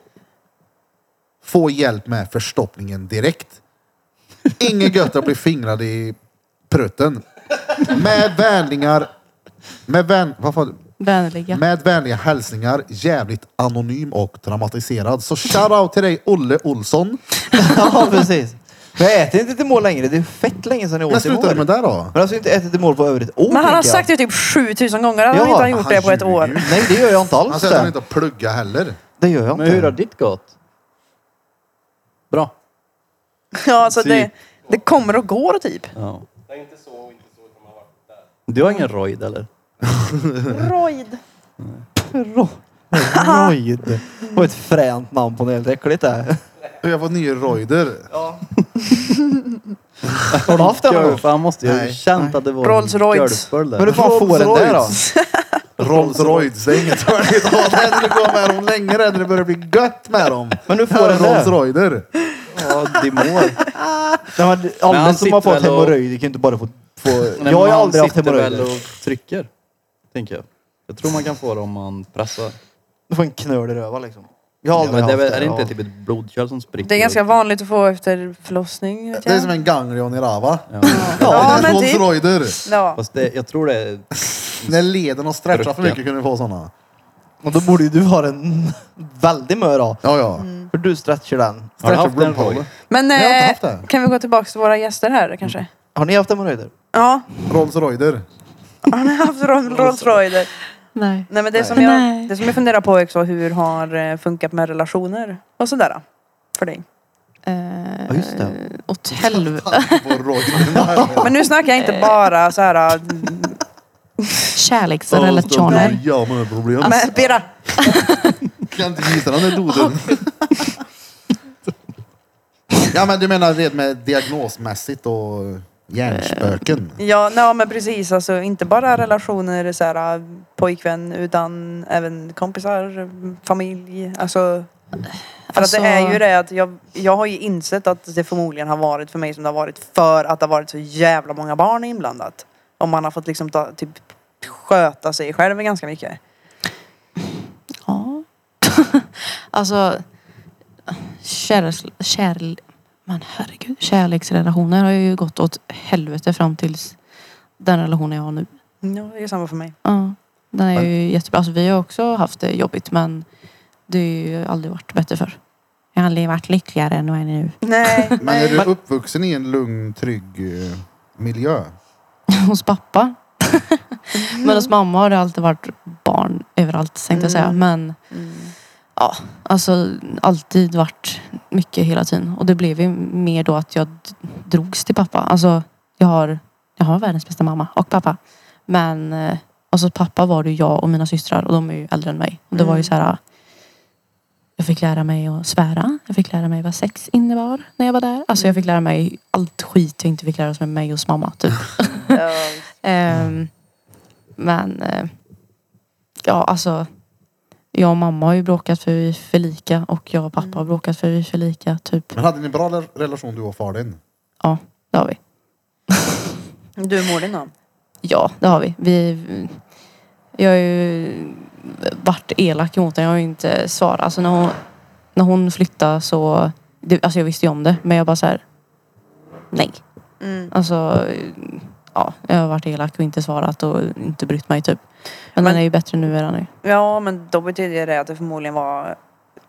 B: Få hjälp med förstoppningen direkt. Inget gött att bli fingrad i prutten. Med vänlingar... Med, vän, vad fan,
C: Vänliga.
B: med vänliga hälsningar, jävligt anonym och traumatiserad. Så shoutout till dig Olle Olsson.
D: ja, precis. Men jag äter inte till mål längre. Det är fett länge sedan jag
B: Men
D: åt till
B: sluta
D: mål.
B: du med
D: Men
B: det då?
D: jag har alltså inte ätit till mål på över ett år.
E: Men han har
D: tänker jag.
E: sagt det typ 7000 gånger. Han har
D: Ja,
E: inte han gjort
B: han
E: det på ett
B: ljuger
E: år.
B: ju.
D: Nej, det gör jag inte
B: Han
D: alls.
B: säger att han
D: Det,
B: inte har pluggat heller.
D: det gör jag
A: Men hur har
D: inte.
A: ditt gått? Bra.
E: Ja, alltså det,
A: Typ.
E: det kommer och går typ.
A: Ja.
F: Det är inte så och inte så. utan man har varit där.
A: Du har ingen rojd eller?
E: Roid.
D: Ro- Rojd. Vad ett fränt namn på något jävligt äckligt det här.
B: Jag har fått nya roider.
D: Har du haft det någon gång?
A: Golf, han måste ju ha
B: Nej.
A: känt att det var
E: Rolls
A: en
E: Royce.
A: golfboll där.
D: alltså, Men hur fan får den där då?
B: Rolls Royce, det är inget hörligt av. Det här skulle gå med dem länge redan när det börjar bli gött med dem.
D: Men hur får
B: Här
D: den
B: är Rolls
D: där?
B: Royder.
A: Ja, det mår.
D: Nej, men
A: Men
D: Alla
A: han
D: som
A: sitter
D: har fått
A: väl och-
D: hemorrojder kan ju inte bara få... få... jag har ju aldrig haft hemorrojder.
A: och trycker, tänker jag. Jag tror man kan få det om man pressar.
D: Du får en knöl i röva liksom. Jag har
A: Ja, men
D: aldrig
A: det är,
D: haft
A: väl, är det inte
D: ja.
A: typ ett blodkärl som spricker?
E: Det är ganska vanligt att få efter förlossning. vet
B: Det är
E: jag.
B: som en ganglion i rava.
A: Ja.
E: Ja,
B: det är
E: men
B: Rolls
E: typ.
B: Royder.
E: Ja.
A: Fast det, jag tror det är...
B: När leden har stretchat för mycket kunde du få sådana.
D: Och då borde ju du ha en väldig mör av.
B: Ja, ja.
E: Mm.
D: För du stretchar den.
A: Har du haft en
B: Rumphole.
A: rojd?
E: Men
B: Jag har inte
E: eh,
B: haft det.
E: kan vi gå tillbaka till våra gäster här kanske?
D: Har ni haft hemorrojder?
E: Ja,
B: Rolls Royder.
E: han har haft Roll- Rolls Royder.
C: Nej.
E: Nej men det som,
C: Nej.
E: jag,
C: Nej.
E: det som jag funderar på är också hur har eh, funkat med relationer och sådär. För dig.
C: Eh,
D: Ja, just det.
C: Åt helvete.
B: På Royder.
E: Men nu snackar jag inte bara så här. mm,
C: Kärleksrelationer.
B: Ja, men det är problem.
E: Men Bera,
B: Kan inte gissa den där doden. Ja, men du menar red med diagnosmässigt och hjärnspöken?
E: ja, nej, men precis alltså inte bara relationer så här äh, pojkvän utan även kompisar, familj. Alltså för
C: Alltså-
E: att det är ju det att jag, jag har ju insett att det förmodligen har varit för mig som det har varit för att det har varit så jävla många barn inblandat. Om man har fått liksom ta, typ sköta sig själv ganska mycket.
C: Ja. alltså, kärles, kärl, men herregud, kärleksrelationer har ju gått åt helvete fram tills den relationen jag har nu.
E: Ja, det är samma för mig.
C: Ja, den är ju jättebra. Alltså, vi har också haft det jobbigt men det har ju aldrig varit bättre för. Jag har aldrig varit lyckligare än vad jag är nu.
E: Nej.
B: Men är
E: nej.
B: du uppvuxen i en lugn, trygg eh, miljö?
C: Hos pappa.
E: Mm.
C: men hos mamma har det alltid varit barn överallt tänkte jag säga.
E: Mm.
C: Men
E: Mm.
C: Ja, alltså alltid varit mycket hela tiden. Och det blev ju mer då att jag d- drogs till pappa. Alltså jag har, jag har världens bästa mamma och pappa. Men eh, alltså pappa var det ju jag och mina systrar och de är ju äldre än mig. Och det var ju
E: Mm.
C: så här. Jag fick lära mig att svära. Jag fick lära mig vad sex innebar när jag var där. Alltså
E: Mm.
C: jag fick lära mig allt skit jag inte fick lära oss med mig hos mamma. Typ.
E: Ja.
C: Ehm, men eh, ja, alltså. Jag och mamma har ju bråkat för vi är för lika och jag och pappa
E: Mm.
C: har bråkat för vi är för lika. Typ,
B: Men hade ni en bra le- relation du och far din?
C: det har vi.
E: Du mår din då?
C: Ja, det har vi. vi jag har ju varit elak emot henne. Jag har ju inte svarat. Alltså när hon, när hon flyttade så... Det, alltså jag visste ju om det men jag bara så här. Nej.
E: Mm.
C: Alltså, ja, jag har varit elak och inte svarat och inte brytt mig typ. Men,
E: Men-
C: den är ju bättre nu än den är.
E: Ja, men då betyder det att det förmodligen var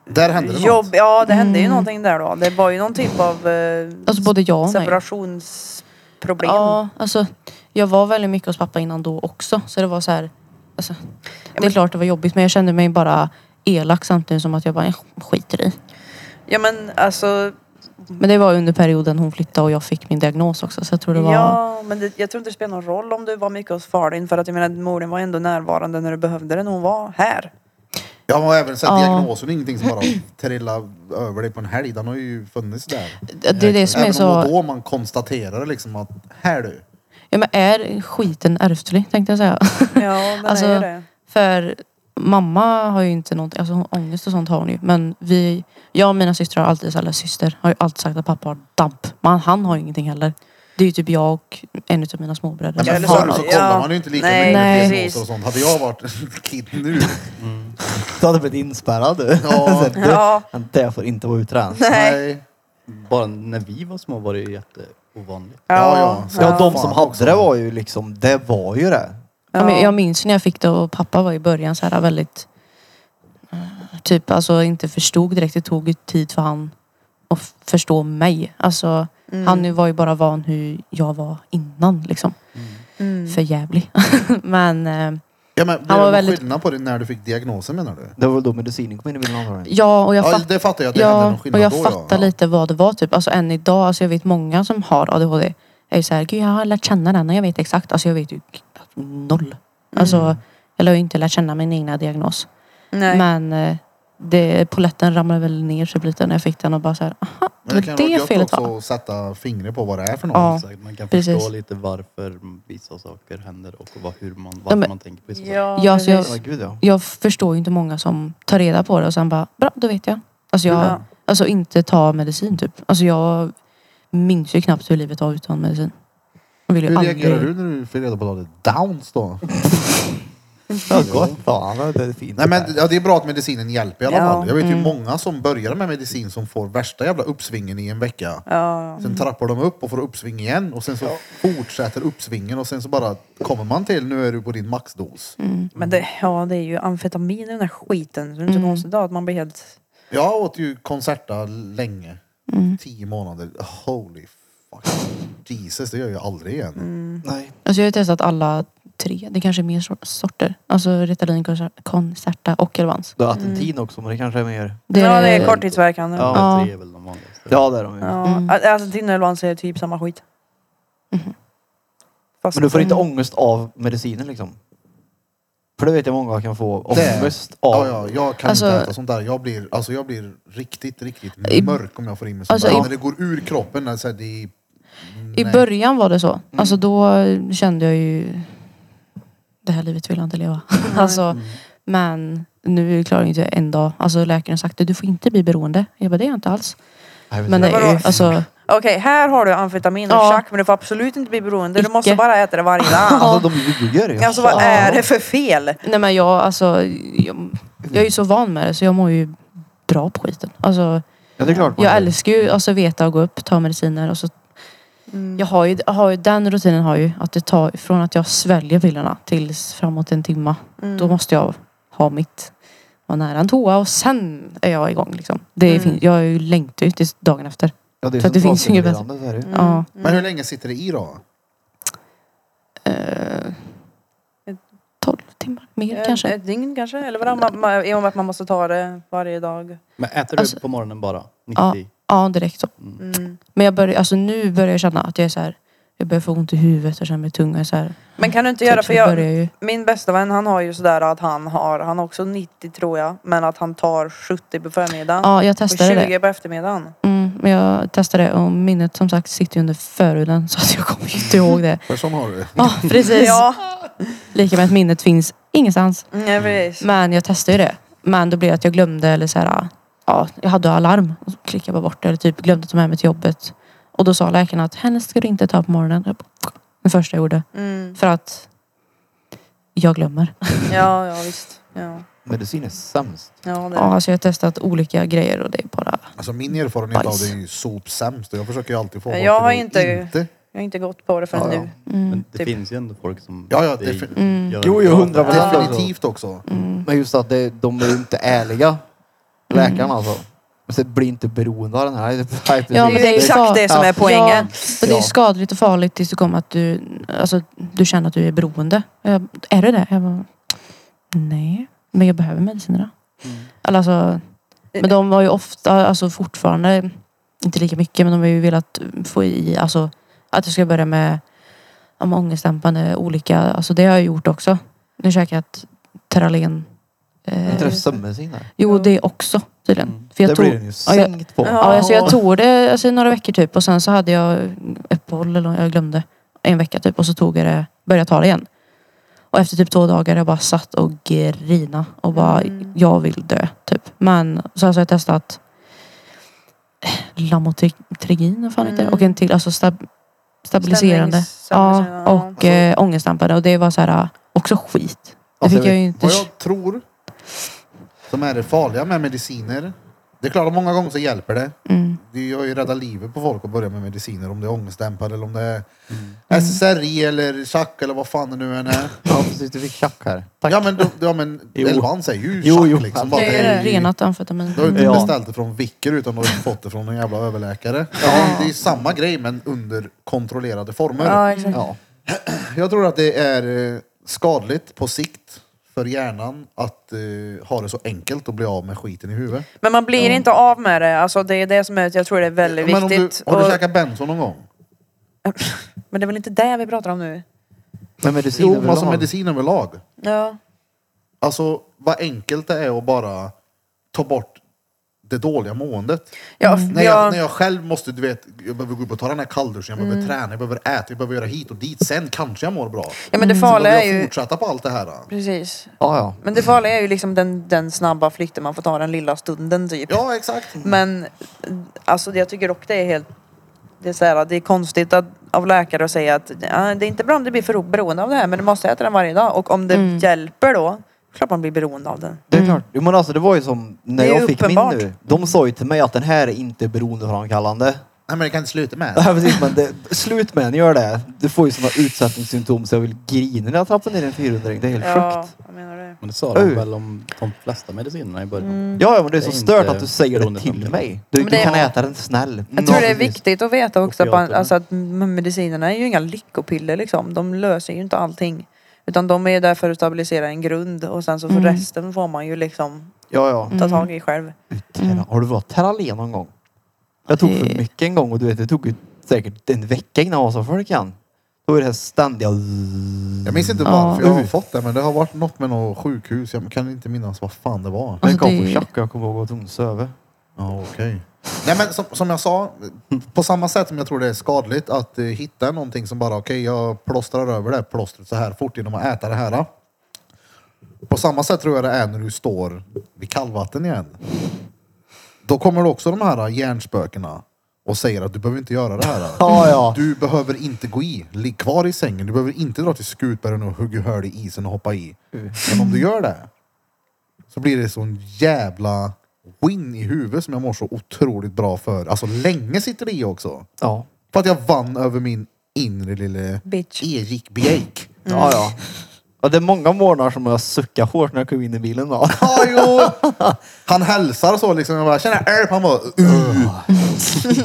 B: Där hände det
E: jobb.
B: något.
E: Ja, det hände ju
C: Mm.
E: någonting där då. Det var ju någon typ av eh,
C: Alltså både ja och nej.
E: separationsproblem.
C: Ja, alltså jag var väldigt mycket hos pappa innan då också. Så det var så här, alltså, det är
E: men-
C: klart det var jobbigt men jag kände mig bara elak samtidigt som att jag bara "Jag skiter i.
E: Mm. Ja, men alltså.
C: Men det var under perioden hon flyttade och jag fick min diagnos också så jag tror det var...
E: Ja, men det, jag tror inte det spelar någon roll om du var mycket hos far din. För att jag menar, modern var ändå närvarande när du behövde det när hon var här.
B: Ja, men även så här,
C: Ja.
B: diagnosen är ingenting som bara trillade över dig på en helg. Den har ju funnits där.
C: Det, det är det som är
B: även om
C: så...
B: då man konstaterar liksom att här du.
C: Ja, men är skiten ärftlig tänkte jag säga.
E: Ja, den
C: Alltså,
E: är ju det.
C: För mamma har ju inte någonting, alltså hon- ångest och sånt har hon ju. Men vi, jag och mina systrar har alltid, eller syster, har ju alltid sagt att pappa har damp. Men han har ju ingenting heller. Det är ju typ jag och en av mina småbröder.
B: Nej,
E: Ja,
B: men
E: eller
C: som har
B: förr
E: så-
B: så
C: allt.
B: kollar
E: ja.
B: man ju inte lika
E: Nej,
B: mycket
C: nej.
B: med diagnoser och sånt. Hade jag varit kid nu.
A: Mm.
D: Du hade blivit inspärrad du.
B: Ja.
D: det,
E: Ja,
D: det får inte vara utränat.
E: nej.
B: Nej.
A: Bara när vi var små var det ju jätteovanligt.
B: Ja, ja. Så
D: Ja, de som
B: Fan
D: hade
B: också.
D: det var ju liksom, det var ju det.
C: Ja. men jag minns när jag fick det och pappa var i början så här väldigt... eh, Typ alltså inte förstod direkt. Det tog ju tid för han att f- förstå mig. Alltså Han nu var ju bara van hur jag var innan liksom.
E: Mm.
C: För jävlig. Men eh,
B: Ja, men,
C: var
B: han var
C: väldigt-
B: väldigt... skillnad på det när du fick diagnosen menar du?
D: Det var väl då medicinen kom in i bilden antagligen.
C: ja, och jag
B: Ja,
C: fattar
B: det fattar jag att det hände
C: Ja,
B: någon
C: och
B: skillnad
C: jag
B: då.
C: fattar
B: ja.
C: lite vad det var typ. Alltså än idag, alltså jag vet många som har ADHD. Är ju såhär, gud jag har lärt känna den och jag vet exakt. Alltså jag vet ju knappt noll. Alltså, eller har ju inte lärt känna min egna diagnos.
E: Mm. Nej.
C: Men eh, det, poletten ramlade väl ner typ lite när jag fick den och bara såhär, aha,
B: Men det kan
C: det
B: vara gött
C: felet
B: också
C: var.
B: att sätta fingret på vad det är för något.
C: Ja,
A: Exakt, man kan
C: precis.
A: förstå lite varför vissa saker händer och vad, hur man, varför
C: Ja, men-
A: man tänker på vissa saker.
E: Ja,
C: Ja, så jag-
D: Ja, gud ja.
C: Jag förstår ju inte många som tar reda på det och sen bara, bra då vet jag. Alltså jag,
E: Ja.
C: alltså inte ta medicin typ. Alltså jag minns ju knappt hur livet var utan medicin. Jag vill ju
B: Hur
C: aldrig-
B: reagerar du när du fick reda på att du hade downs då?
D: Ja, gott. Fan, det är fint.
B: Nej, men, ja, det är bra att medicinen hjälper i alla
E: Ja.
B: fall. Jag vet ju
C: mm.
B: många som börjar med medicin som får värsta jävla uppsvingen i en vecka.
E: Ja.
B: Sen trappar de upp och får uppsving igen och sen så fortsätter uppsvingen och sen så bara kommer man till nu är du på din maxdos.
C: Mm.
E: Men det, ja, det är ju amfetamin i den här skiten. Så det är inte
C: Mm.
E: konstigt då att man blir helt...
B: Jag åt ju Concerta länge.
C: Mm.
B: Tio månader. Holy fuck. Jesus, det gör jag aldrig igen.
D: Nej.
C: Alltså jag har ju testat alla tre. Det kanske är mer sor- sorter. Alltså Ritalin, Concer- Concerta och Elvans.
D: Du har Atentin också, men det kanske är mer...
E: Ja, det är korttidsverkan. Ja.
D: Ja.
A: Alla tre är väl de vanligaste.
D: Ja, det är de ju.
C: Mm. Mhm.
E: Alltså Tinnerlans är typ samma skit. Fast
D: Men du får inte ångest av medicinen liksom? För det vet jag många kan få.
B: Det-
D: Ångest
B: Ja,
D: av...
B: ja, jag kan
C: Alltså-
B: inte äta sånt där. Jag blir, alltså jag blir riktigt, riktigt
C: I-
B: mörk om jag får i mig sånt
C: Alltså,
B: där.
C: i-
B: När det går ur kroppen. Alltså, det,
C: I
B: nej.
C: början var det så. Alltså då kände jag ju det här livet vill jag inte leva. alltså, Men nu klarar jag inte en dag. Alltså läkaren har sagt det, du får inte bli beroende. Jag bara, det är jag inte alls.
D: Jag vet
C: Men det
D: inte.
C: är ju,
E: vadå?
C: alltså,
E: Okej, här har du amfetamin och
C: Ja.
E: chack men du får absolut inte bli beroende. Du
C: Icke.
E: måste bara äta det varje dag.
D: Alltså de ljuger ju.
E: Alltså vad är det för fel?
C: nej men jag, alltså, jag, jag är ju så van med det så jag mår ju bra på skiten. Alltså,
D: Ja, det är klart man
C: Jag
D: gör.
C: älskar ju alltså veta och gå upp, ta mediciner och så. Jag har ju, jag har ju, den rutinen har ju att det tar från att jag sväljer pillerna tills framåt en timma.
E: Mm.
C: Då måste jag ha mitt, vara nära en toa och sen är jag igång liksom. Det
E: Mm.
C: finns, jag är ju längtar ju till dagen efter.
D: Ja, det, är
C: för att det finns ju inget
D: centralstimulerande, så är det ju.
E: Mm.
C: Ja.
B: Men hur länge sitter det i då?
C: Eh, 12 timmar mer
E: Ett-
C: kanske.
E: Ett Eh, dygn kanske? Eller vadå? Man, man, I och med att man måste ta det varje dag.
A: Men äter du
C: Alltså-
A: på morgonen bara? 90?
C: Ja, direkt så.
E: Mm.
C: Men jag börjar, alltså nu börjar jag känna att jag är så här. Jag börjar få ont i huvudet och känner mig tung och är så här.
E: Men kan du inte
C: Typ
E: göra,
C: så
E: för
C: börjar jag
E: jag,
C: ju.
E: min bästa vän han har ju sådär att han har, han har också 90 tror jag, men att han tar 70 på förmiddagen
C: Ja, jag
E: och
C: testade det.
E: 20 på eftermiddagen.
C: Mm, men jag testade det och minnet som sagt sitter ju under förhuden så att jag kommer ju inte ihåg det.
B: För sån har du.
C: Ja precis.
E: Ja,
C: Lika med att minnet finns ingenstans.
E: nej, precis.
C: Men jag testade ju det. Men då blev det att jag glömde eller så här, ja jag hade alarm. Och så klickade jag bara bort det eller typ glömde ta med mig till jobbet. Och då sa läkaren att henne ska du inte ta på morgonen. Jag bara, Det första jag gjorde.
E: Mm.
C: För att jag glömmer.
E: Ja, ja visst. Ja,
D: Medicin är sämst.
E: ja,
C: Ja,
E: det.
C: alltså jag har testat olika grejer och det är bara
B: Alltså min erfarenhet
C: Bajs.
B: av det är ju sopsämst. och Jag försöker ju alltid få
E: Jag
B: folk att
E: har
B: gå
E: inte-
B: inte.
E: Jag har inte gått på det förrän
B: Ja, ja.
E: nu.
A: Men
C: Mm,
A: det
E: Typ.
A: finns ju ändå folk som
B: Ja, ja,
A: det
B: defi-
A: gör
D: Jo,
A: bra.
D: jo, 100%. Ja.
B: Definitivt också.
C: mm.
D: Men just att det, de är ju inte ärliga. Läkarna alltså. Men så blir inte beroende av den här. Nej, precis.
C: Ja, men det är ju
E: exakt
C: så-
E: det som
D: Ja.
E: är poängen.
C: Och det är
D: Ja.
C: ju skadligt och farligt tills det kommer att du, alltså, du känner att du är beroende. Och Jag, är du det? Jag bara, nej, men jag behöver medicinerna.
D: Mm.
C: Eller Alltså, men de var ju ofta, alltså fortfarande, inte lika mycket, men de har ju velat få i, alltså att jag ska börja med om ångestdämpande olika, alltså det har jag gjort också. Nu käkar jag ett Terralen.
D: Jag
C: Eh,
D: tror det är sömnmedicin där.
C: jo, det också tydligen. För
D: Mm. Det
C: jag
D: blir
C: tog,
D: den ju
C: Ja, jag-
D: sänkt på.
E: Ja.
C: Ja, alltså jag tog det alltså, i några veckor typ och sen så hade jag uppehåll eller jag glömde en vecka typ och så tog jag det, började jag ta det igen. Och efter typ två dagar jag bara satt och grina och bara jag vill dö typ. Men så alltså, har jag testat eh, Lamotrigin vad fan heter det?
E: Mm.
C: och en till alltså stab- stabiliserande. Ja,
E: Stämningsstabiliserande,
C: och
E: ja.
C: eh, ångestdämpande och det var så här eh, också skit. Det
D: Alltså,
C: fick jag ju inte.
B: Vad jag tror som är det farliga med mediciner, Det är klart, många gånger så hjälper det.
C: Mm.
B: Vi har ju räddat livet på folk att börja med mediciner om det är ångestdämpare eller om det är
D: Mm.
B: SSRI eller chack eller vad fan det nu än är.
D: Ja precis, du fick tjack här. Tack.
B: Ja men, då- ja, men
D: Jo.
B: elvan säger ju
D: Jo,
B: chack
D: jo.
B: liksom. Bara,
C: Det
B: det
C: är
B: är ju-
C: renat amfetamin.
B: Du har ju inte
D: Ja.
B: beställt det från Vicker utan du har ju fått det från en jävla överläkare. Ja, det är samma grej men under kontrollerade former.
E: Ja, exakt.
D: Ja.
B: Jag tror att det är eh, skadligt på sikt för hjärnan att eh, ha det så enkelt att bli av med skiten i huvudet.
E: Men man blir inte av med det. Alltså det är det som är, jag tror det är väldigt
B: Men om du,
E: viktigt.
B: har du
E: Och-
B: käkat benzo någon gång?
E: Men det är väl inte det vi pratar om nu?
D: Med medicin
B: Jo,
D: överlag.
B: alltså medicin överlag.
E: Ja.
B: Alltså vad enkelt det är att bara ta bort det dåliga måendet.
E: Ja, Mm.
B: När Mm. jag,
E: jag,
B: när jag själv måste, du vet, jag behöver gå upp och ta den här kallduschen, jag behöver träna, jag behöver äta, jag behöver göra hit och dit. Sen kanske jag mår bra.
E: ja men det
B: Så
E: farliga
B: behöver
E: är
B: Mm, jag
E: ju...
B: fortsätta på allt det här.
E: Precis.
D: Ja, ja.
E: Men det farliga är ju liksom den, den snabba flykten man får ta den lilla stunden typ.
B: Ja, exakt.
E: Men alltså jag tycker dock det är helt... Det är, så här, det är konstigt att, av läkare att säga att "Ja, det är inte bra om det blir för beroende av det här men du måste äta den varje dag. Och om det
C: Mm.
E: hjälper då, klart man blir beroende av den.
D: Det är klart. Jo, men alltså det var ju som när
E: Mm. Det är ju
D: jag fick
E: uppenbart.
D: min nu. De sa ju till mig att den här är inte beroendeframkallande.
B: Nej, men det kan inte sluta med.
D: Ja precis men det, slut med den, gör det. Du får ju sådana utsättningssymptom så jag vill grina när jag trappar ner en 400 Det är helt
E: Ja,
D: sjukt.
E: jag menar det.
A: Men det sa de
D: Oj.
A: väl om de flesta medicinerna i början.
C: Mm.
D: Ja, ja men det är så
A: Det är
D: stört
A: inte
D: att du säger det till
A: beroendeframkallande.
D: mig. Du,
E: Men
D: du
E: det-
D: kan äta den snäll.
E: Jag tror
D: Ja,
E: det är
D: precis.
E: viktigt att veta också att, man,
A: Opiaterna.
E: alltså att m- medicinerna är ju inga lyckopiller liksom. De löser ju inte allting. Utan de är ju där för att stabilisera en grund och sen så för
C: Mm.
E: resten får man ju liksom
D: Ja, ja.
E: ta tag i själv.
A: Mm.
D: Terra. Har du varit Terralen någon gång? Jag tog för
C: Det-
D: mycket en gång och du vet det tog ju säkert en vecka innan jag var som folk kan. Då är det här ständiga...
B: Jag minns inte
C: Ja.
B: varför jag har fått det, men det har varit något med något sjukhus. Jag kan inte minnas vad fan det var.
D: Den
C: Alltså,
D: kom
C: det-
D: från Tjack och jag kommer ihåg att hon söver.
B: Ja, okej. Nej, men som, som jag sa, på samma sätt som jag tror det är skadligt att eh, hitta någonting som bara, okej, jag plåstrar över det här plåstret så här fort genom att äta det här. På samma sätt tror jag det är när du står vid kallvatten igen. Då kommer det också de här hjärnspökena och säger att du behöver inte göra det här.
D: Ja, ja.
B: Du behöver inte gå i. Ligg kvar i sängen. Du behöver inte dra till Skutbergen och hugga hål i isen och hoppa i.
D: Mm.
B: Men om du gör det så blir det sån jävla win i huvudet som jag mår så otroligt bra för. Alltså länge sitter det i också.
D: Ja.
B: För att jag vann över min inre lille
E: Bitch.
B: Erik Bjejk.
D: Ja, ja. ja. Det är många morgnar som jag suckar hårt när jag kom in i bilen då.
B: Ja, jo. Han hälsar så liksom. Jag bara, tjena Erp. Han bara, uh.
D: Ja,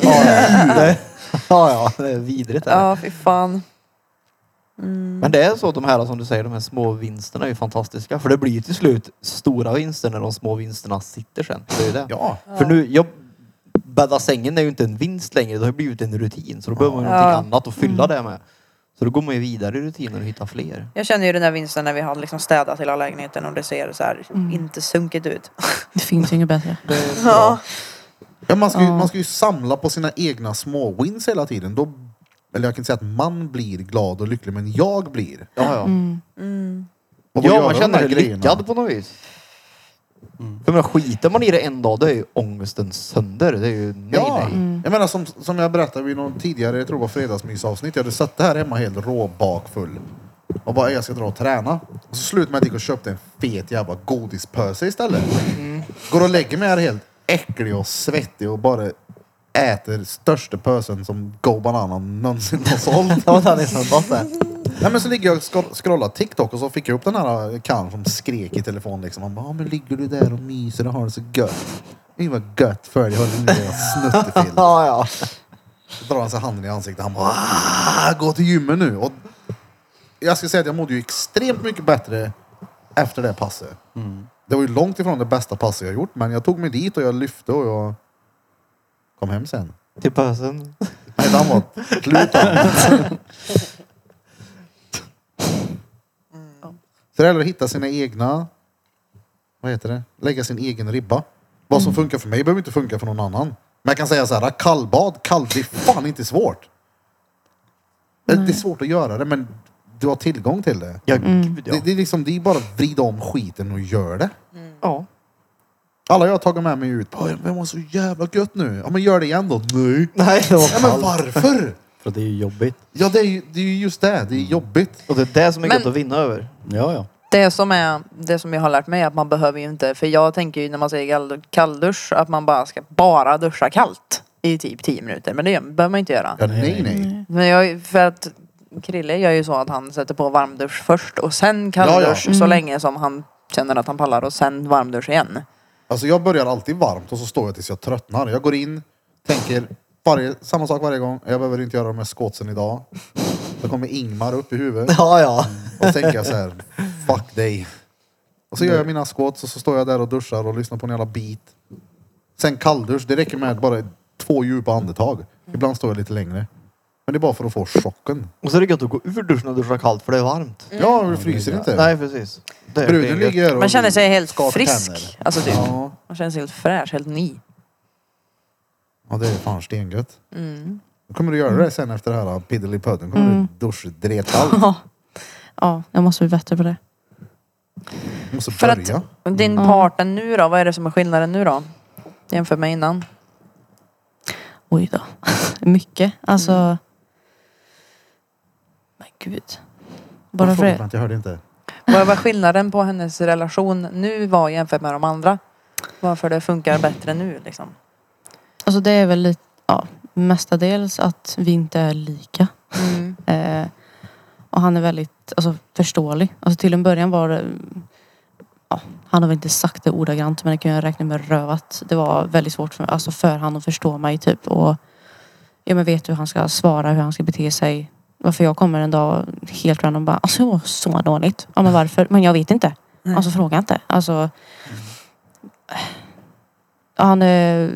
D: ja. Det, ja, ja. Det är vidrigt. det här.
E: Ja, fy fan.
D: Men det är så att de här som du säger, de här små vinsterna är ju fantastiska. För det blir ju till slut stora vinster när de små vinsterna sitter sen. Det är ju det.
B: Ja.
D: För nu, jag, bädda sängen är ju inte en vinst längre. Det har ju blivit en rutin. Så då behöver man ju någonting
E: Ja.
D: annat att fylla det med. Så då går man ju vidare i rutiner och hittar fler.
E: Jag känner ju den där vinsten när vi hade liksom städat hela lägenheten och det ser så här
B: Mm.
E: inte sunkigt ut.
C: Det finns ju inget bättre.
E: Ja.
B: Ja, man, ska ju,
C: Ja.
B: man ska ju samla på sina egna små wins hela tiden. Då, eller jag kan inte säga att man blir glad och lycklig, men jag blir.
D: Ja, ja.
B: Och vad
D: Mm. ja
B: gör
D: man
B: de
D: känner
B: här
D: sig lyckad på något vis. För man skiter man i det en dag, då är ju ångesten sönder. Det är ju nej,
B: Ja,
D: nej.
B: jag menar som, som jag berättade vid någon tidigare, jag tror det var fredagsmysavsnitt. Jag hade suttit här hemma helt råbakfull. Och bara, jag ska dra och träna. Och så slutade med att jag gick och köpte en fet jävla godispöse istället.
D: Mm.
B: Går och lägger mig här helt äcklig och svettig och bara äter största pösen som Go Banana någonsin har sålt.
D: Ja, men han är sån basse.
B: Nej men så ligger jag och scroll- scrollar TikTok och så fick jag upp den här kan som skrek i telefon liksom. Han bara, "Ja, men ligger du där och myser och har det så gött. Det var gött för dig, håller nu jag snuttefilt.
D: Ja, ja.
B: Så drar han sig handen i ansiktet. Han bara, "Ah, gå till gymmet nu. Och jag ska säga att jag mådde ju extremt mycket bättre efter det passet. Det var ju långt ifrån det bästa passet jag gjort, men jag tog mig dit och jag lyfte och jag kom hem sen.
D: Till pösen.
B: Nej, han var slut. Så det gäller att hitta sina egna, vad heter det, lägga sin egen ribba. Vad som funkar för mig behöver inte funka för någon annan. Men jag kan säga så här, kallbad, kall, det är fan inte svårt. Eller, Det är svårt att göra det, men du har tillgång till det.
D: Ja, gud ja.
B: Det, det, är liksom, det är bara att vrida om skiten och gör det.
D: ja.
B: Alla jag har tagit med mig ut, bara, jag mår så jävla gött nu. Ja men gör det igen då. Nej.
D: Nej, det var
B: Ja men varför?
A: För att det är ju jobbigt.
D: Mm.
B: Ja, det är ju det är ju just det. Det är jobbigt.
D: Och det är det som är
E: Men-
D: gött att vinna över.
A: Ja, ja.
E: Det som, är, det som jag har lärt mig är att man behöver ju inte, för jag tänker ju när man säger kall- kalldusch att man bara ska bara duscha kallt i typ 10 minuter. Men det gör- behöver man inte göra.
B: Ja, nej, nej.
E: Men jag, för att Krille gör ju så att han sätter på varmdusch först och sen
B: Ja, ja.
E: kalldusch så
C: Mm.
E: länge som han känner att han pallar och sen varmdusch igen.
B: Alltså jag börjar alltid varmt och så står jag tills jag tröttnar. Jag går in, tänker varje, samma sak varje gång. Jag behöver inte göra de här skåtsen idag. Då kommer Ingmar upp i huvudet
D: Ja, ja.
B: och så tänker jag så här, fuck dig. Och så gör jag mina skåts och så står jag där och duschar och lyssnar på en jävla beat. Sen kalldusch, det räcker med bara två djupa andetag. Ibland står jag lite längre. Men det är bara för att få chocken.
D: Och så är det gött att gå ur duschen och duscha kallt för det är varmt.
B: Ja, du fryser inte.
D: Nej, precis. Det är
B: Bruden
D: det.
B: ligger
E: Mm. Man känner sig helt
B: skakar
E: frisk.
B: tänder.
E: Alltså typ.
B: Ja,
E: Man känner sig helt fräsch, helt ny.
B: ja det är fan stengött. Då kommer du göra det sen efter det här piddelipödden. kommer
C: Mm.
B: du duschdretal.
C: Ja, jag måste bli bättre på det.
B: Du måste
E: För att-
B: börja.
E: Men Din
C: Mm.
E: partner nu då? Vad är det som är skillnaden nu då? Jämfört med innan.
C: Oj då. Mycket. Alltså. Men gud. Bara
B: Jag
C: för
B: frågar
C: det.
B: för att Jag hörde inte.
E: Vad var skillnaden på hennes relation nu var jämfört med de andra? Varför det funkar bättre nu liksom?
C: Alltså det är väl lite, ja, mestadels att vi inte är lika.
E: Mm.
C: Eh, och han är väldigt alltså, förståelig. Alltså, till en början var det... Ja, han har väl inte sagt det ordagrant men det kan jag räkna med rövat. Det var väldigt svårt för, alltså, för han att förstå mig typ. Och, ja, men vet hur han ska svara, hur han ska bete sig. Varför jag kommer en dag helt random och bara alltså jag mår så dåligt. Ja men varför? Men jag vet inte.
E: Nej.
C: Alltså fråga inte. Alltså... Han eh,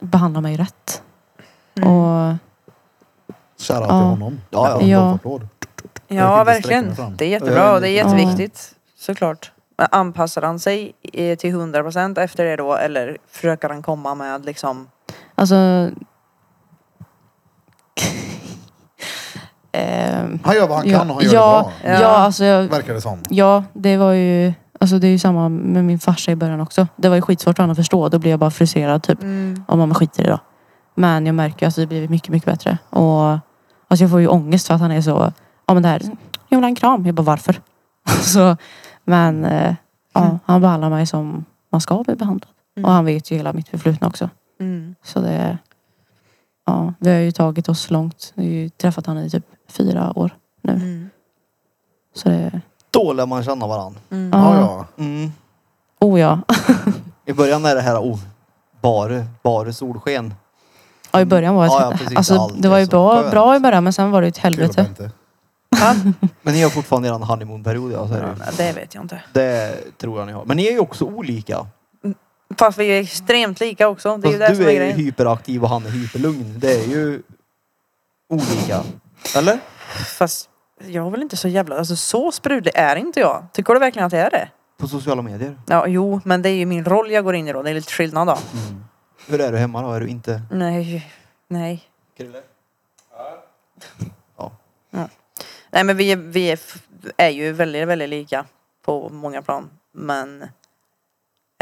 C: behandlar mig rätt.
E: Mm.
C: Och
B: Shoutout till
C: Ja.
B: honom.
D: Ja, ja.
B: En
C: Ja.
B: applåd.
E: Ja,
B: Jag fick inte
E: verkligen.
B: sträcka mig fram.
E: Det är jättebra och det är
D: Ja.
E: jätteviktigt. Såklart. Men anpassar han sig eh, till 100% efter det då eller försöker han komma med liksom...
C: Alltså... Ehm,
B: Han gör vad han
C: ja,
B: kan och han gör
C: ja,
B: det
E: bra.
C: Ja,
E: Ja.
C: alltså jag,
B: bra. Verkar det som.
C: ja, det var ju... Alltså det är ju samma med min farsa i början också. Det var ju skitsvårt för honom att förstå. Då blev jag bara frustrerad typ. Om mamma skiter i det då. Men jag märker ju att det har blivit mycket, mycket bättre. Och alltså jag får ju ångest för att han är så... Ja men det här... Jag vill ha en kram. Jag bara varför? så, men eh, ja, han behandlar mig som man ska bli behandlad.
E: Mm.
C: Och han vet ju hela mitt förflutna också.
E: Mm.
C: Så det... Ja, vi har ju tagit oss långt. Vi har ju träffat han i typ fyra år.
E: Mm.
C: Så det...
D: Då lär man känna varandra.
E: Mm.
B: Ja, ja.
D: Mm.
C: Oh ja.
D: I början är det här oh, bara, bara solsken.
C: ja i början var det
D: Ja,
C: ett,
D: ja, precis.
C: alltså,
D: Allt
C: det var ju
D: är så
C: bra,
D: skönt.
C: bra i början men sen var det ju ett
B: Kul att
C: helvete.
B: vänta.
D: Men ni har fortfarande eran honeymoonperiod, ja, så är det. ju.
E: Ja, Det vet jag inte.
D: Det tror jag ni har. Men ni är ju också olika.
E: Fast vi är extremt lika också. Det är ju det
D: Fast
E: som
D: du är
E: är
D: ju
E: grejen.
D: hyperaktiv och han är hyperlugn. Det är ju olika. Eller?
E: Fast jag är väl inte så jävla... Alltså så sprudlig är inte jag. Tycker du verkligen att jag är det?
D: På sociala medier.
E: Ja, jo, men det är ju min roll jag går in i då. Det är lite skillnad då.
D: Mm. Hur är du hemma då? Är du inte...
E: Nej, nej.
D: Krille?
E: Nej, men vi, är- vi är, f- är ju väldigt, väldigt lika på många plan. Men,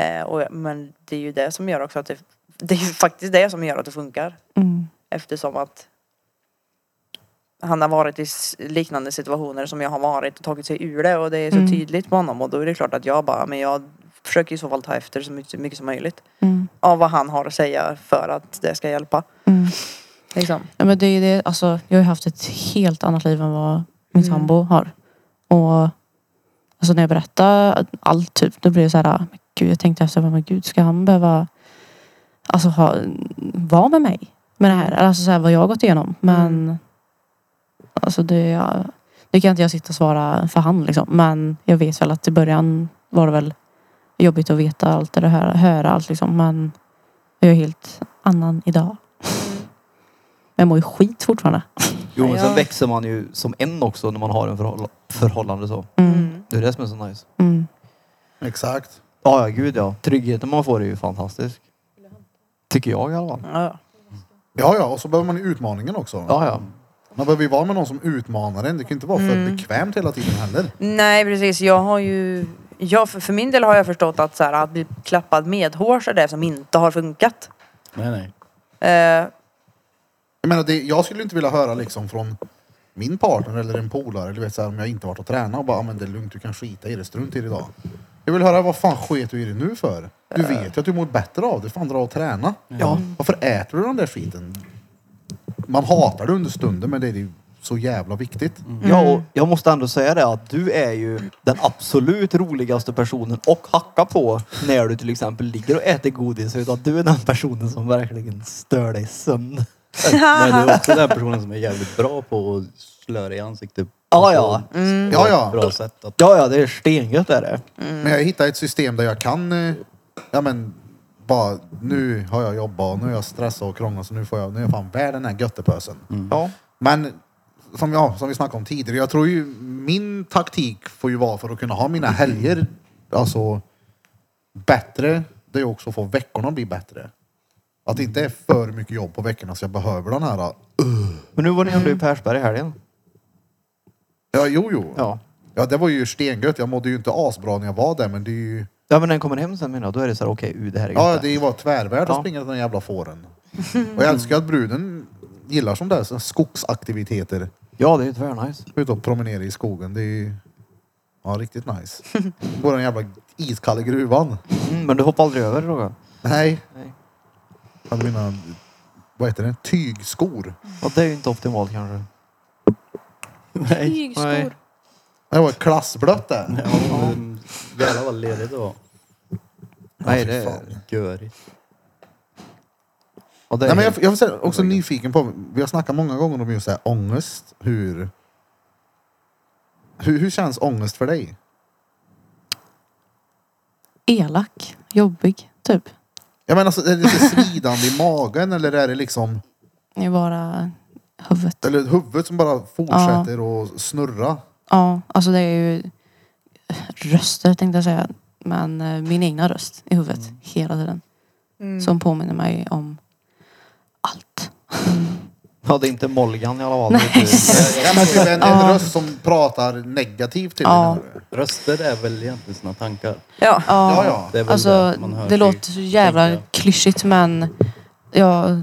E: eh, och, men det är ju det som gör också att det... Det är ju faktiskt det som gör att det funkar.
C: Mm.
E: Eftersom att han har varit i s- liknande situationer som jag har varit och tagit sig ur det och det är så
C: Mm.
E: tydligt på honom och då är det klart att jag bara, men jag försöker i så fall ta efter så mycket, mycket som möjligt
C: Mm.
E: av vad han har att säga för att det ska hjälpa.
C: Mm.
E: Liksom.
C: Ja, men det är ju det, alltså, jag har ju haft ett helt annat liv än vad min
E: Mm.
C: sambo har. Och alltså, när jag berättar allt typ, då blir det så här, ah, men gud, jag tänkte efter, men gud, ska han behöva alltså, ha, vara med mig? Med det här, alltså så här, vad jag har gått igenom. Men
E: Mm.
C: alltså det, ja, det kan inte jag sitta och svara för han liksom. Men jag vet väl att i början var det väl jobbigt att veta allt eller höra, höra allt liksom. Men jag är helt annan idag. Men jag mår ju skit fortfarande.
D: Jo, men sen
E: Ja.
D: växer man ju som en också när man har en förhåll- förhållande så.
E: Mm.
D: Det är det som är så nice.
C: Mm.
B: Exakt.
D: Ja, ja, gud ja. Tryggheten man får är ju fantastisk. Tycker jag i alla fall.
E: Ja.
B: Ja, ja. Och så behöver man ju utmaningen också.
D: Ja, ja.
B: Man behöver ju vara med någon som utmanar en. Det kan ju inte vara för
C: Mm.
B: bekvämt hela tiden heller.
E: Nej precis, jag har ju... Jag, för, för min del har jag förstått att, så här, att bli klappad medhårs är det som inte har funkat.
A: Nej, nej.
E: Eh,
B: Jag menar, det, jag skulle inte vilja höra liksom från min partner eller en polare, eller du vet så här, om jag inte varit och tränat och bara, "Ah, men det är lugnt, du kan skita i det, strunt i det idag. Jag vill höra, vad fan sket du i det nu för? Du vet ju att du mår bättre av det, fan dra och träna.
D: Eh. Ja.
B: Varför äter du den där skiten? Man hatar det under stunden, men det är ju så jävla viktigt.
D: Mm. Ja, och jag måste ändå säga det att du är ju den absolut roligaste personen och hacka på när du till exempel ligger och äter godis. Utan du är den personen som verkligen stör dig sömn.
A: Men du är också den personen som är jävligt bra på att slöra i ansiktet.
D: Ja, ja. Mm.
B: Ja,
A: På
B: ja.
A: ett bra sätt. Att,
D: Ja, ja, det är stengött är det.
B: Men jag hittar ett system där jag kan, eh, ja men bara nu har jag jobbat och nu är jag stressad och krånglig så nu får jag, nu är jag fan värd den här göttepösen.
D: Ja.
B: Men som, jag, som vi snackade om tidigare, jag tror ju min taktik får ju vara för att kunna ha mina helger alltså bättre. Det är också att få veckorna att bli bättre. Att det inte är för mycket jobb på veckorna så jag behöver den här.
D: Men nu var ni ändå i Persberg i helgen.
B: Ja, jo, jo.
D: Ja.
B: Ja, det var ju stengött. Jag mådde ju inte asbra när jag var där, men det är ju...
D: Ja, men när den kommer hem sen menar jag, då är det så här, okej, u det här är
B: Ja,
D: gött.
B: det var tvärvärd att
D: Ja.
B: springa till den jävla fåren. Och jag älskar att bruden gillar sånt där så skogsaktiviteter.
D: Ja, det är tvärnice.
B: Ut och promenera i skogen. Det är ju ja, riktigt nice. Går den jävla iskalla gruvan.
D: Mm, men du hoppar aldrig över Roger?
B: Nej.
D: Nej.
B: Jag hade mina, vad heter det, tygskor.
D: Ja, det är ju inte optimalt kanske.
C: Tygskor.
D: Nej.
B: Det var klassblött det.
A: ja, men jävlar vad ledigt det var.
D: Nej,
B: fy
D: det är...
B: fan.
A: Alltså, Görigt.
D: Ja, det är
B: Nej, men jag,
D: helt-
B: jag är också nyfiken på, vi har snackat många gånger om just så här, ångest. Hur, hur, hur känns ångest för dig?
C: Elak. Jobbig. Typ.
B: Jag menar, alltså, är det så svidande i magen eller är det liksom
C: Det är bara huvudet.
B: eller huvudet som bara fortsätter att snurra?
C: Ja, alltså det är ju röster tänkte jag säga. Men eh, min egna röst i huvudet hela tiden. Som påminner mig om allt.
D: ja, det är inte Molgan i alla fall. Det är
C: Nej.
D: inte-
B: Ja, men typ en, en
C: Ja.
B: röst som pratar negativt till dig.
C: Ja.
B: menar du?
A: Röster är väl egentligen sina tankar.
E: Ja.
B: Ja, ja.
A: Det är väl
C: Alltså
A: det man hör
C: det
A: till-
C: låter så jävla
A: tänka.
C: klyschigt men jag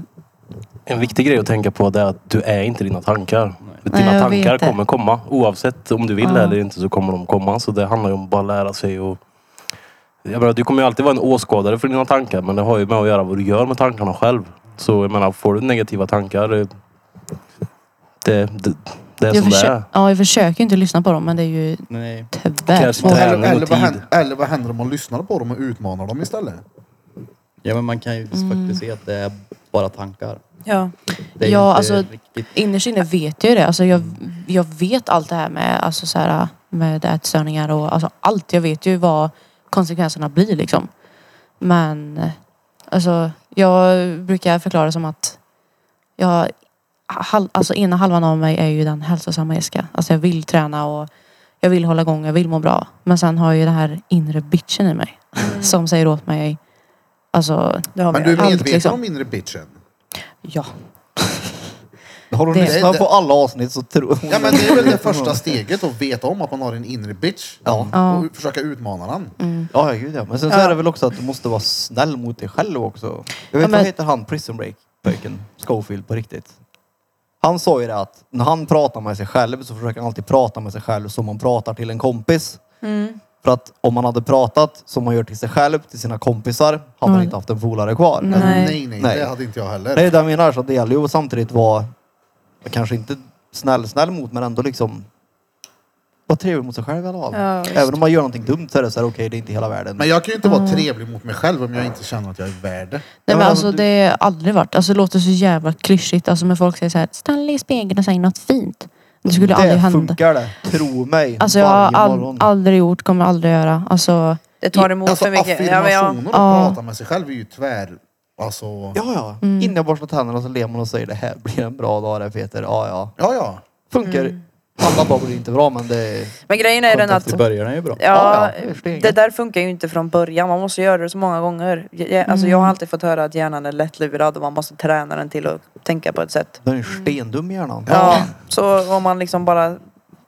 F: En viktig grej att tänka på det är att du är inte dina tankar.
C: Nej,
F: dina
C: jag
F: tankar
C: vet det.
F: kommer komma. Oavsett om du vill
C: Ja.
F: eller inte så kommer de komma. Så det handlar ju om att bara lära sig och... Jag menar, du kommer ju alltid vara en åskådare för dina tankar men det har ju med att göra vad du gör med tankarna själv. Så jag menar, får du negativa tankar... eh, Det, det, det är
C: jag,
F: som det
C: försö-
F: är.
C: ja, jag försöker inte lyssna på dem men det är ju
A: Nej.
C: tyvärr.
F: Kanske
B: Och
C: svårt.
F: inte.
B: eller, eller,
F: Träning och
B: vad
F: tid.
B: händer, eller vad händer om man lyssnar på dem och utmanar dem istället?
A: Ja men man kan ju
D: Mm.
A: faktiskt se att det är bara tankar.
E: Ja.
A: Det är ju
C: Ja,
A: inte
C: alltså-
A: riktigt
C: Innerst inne vet jag ju det. Alltså jag, jag vet allt det här med, alltså så här, med ätstörningar och alltså allt. Jag vet ju vad konsekvenserna blir liksom. Men alltså, jag brukar förklara som att jag, hal, alltså ena halvan av mig är ju den hälsosamma Jessica. Alltså jag vill träna och jag vill hålla igång, jag vill må bra. Men sen har jag ju den här inre bitchen i mig som säger åt mig, alltså
E: Det har
B: Mm. Men
E: vi.
B: du är
C: Allt,
B: medveten
C: liksom.
B: om inre bitchen?
C: ja.
D: Har du
C: Det-
D: lyssnat
B: det-
D: på alla avsnitt så tror
B: Ja, men det är väl det första steget att veta om att man har en inre bitch.
D: Ja.
C: Ja.
B: Och försöka utmana den.
D: Ja, ja, gud ja. Men sen så är det väl också att du måste vara snäll mot dig själv också. Jag vet
C: men-
D: vad heter han Prison Break-pöjken? Schofield på riktigt. Han sa ju det att när han pratar med sig själv så försöker han alltid prata med sig själv som man pratar till en kompis. För att om man hade pratat som man gör till sig själv, till sina kompisar, hade man
C: Mm.
D: inte haft en polare kvar.
B: Men
E: Nej.
B: Nej, nej,
D: Nej.
B: det hade inte jag heller.
D: Det är det jag menar, så det gäller ju att samtidigt vara, kanske inte snäll snäll mot, men ändå liksom vara trevlig mot sig själv i alla fall.
E: Ja, visst.
D: Även om man gör någonting dumt så är det så här, okej det är inte hela världen.
B: Men jag kan ju inte vara trevlig mot mig själv om jag inte känner att jag är värd det.
D: Ja,
C: Nej
D: men
C: men alltså
D: du-
C: det har aldrig varit, alltså det låter så jävla klyschigt. Alltså när folk säger så här, ställ dig i spegeln och säg något fint. Det skulle aldrig
D: det
C: hända.
D: funkar det. Tro mig.
C: Alltså jag har
D: varje
C: all,
D: morgon.
C: aldrig gjort, kommer aldrig göra. Alltså,
E: Det tar emot
B: Alltså
E: för mycket.
B: affirmationer
E: Ja, men jag,
B: att
C: Ja.
B: prata med sig själv är ju tvär... Alltså... Ja,
D: Ja, ja.
C: Mm.
D: Innan jag borstar tänderna så ler man och säger det här blir en bra dag det Peter. Ja, ja.
B: ja.
D: Funkar.
C: Mm.
D: Alla dagar blir inte bra men det...
E: men grejen är den
D: Kontakt
E: att...
A: I början är det ju bra.
E: Ja,
D: Ja, ja, det är steget.
E: det där funkar ju inte från början. Man måste göra det så många gånger. Jag- jag- Alltså,
D: Mm.
E: jag har alltid fått höra att hjärnan är lättlurad och man måste träna
C: Mm.
E: den till att tänka på ett sätt.
D: Den är ju stendum i hjärnan.
E: Ja, så om man liksom bara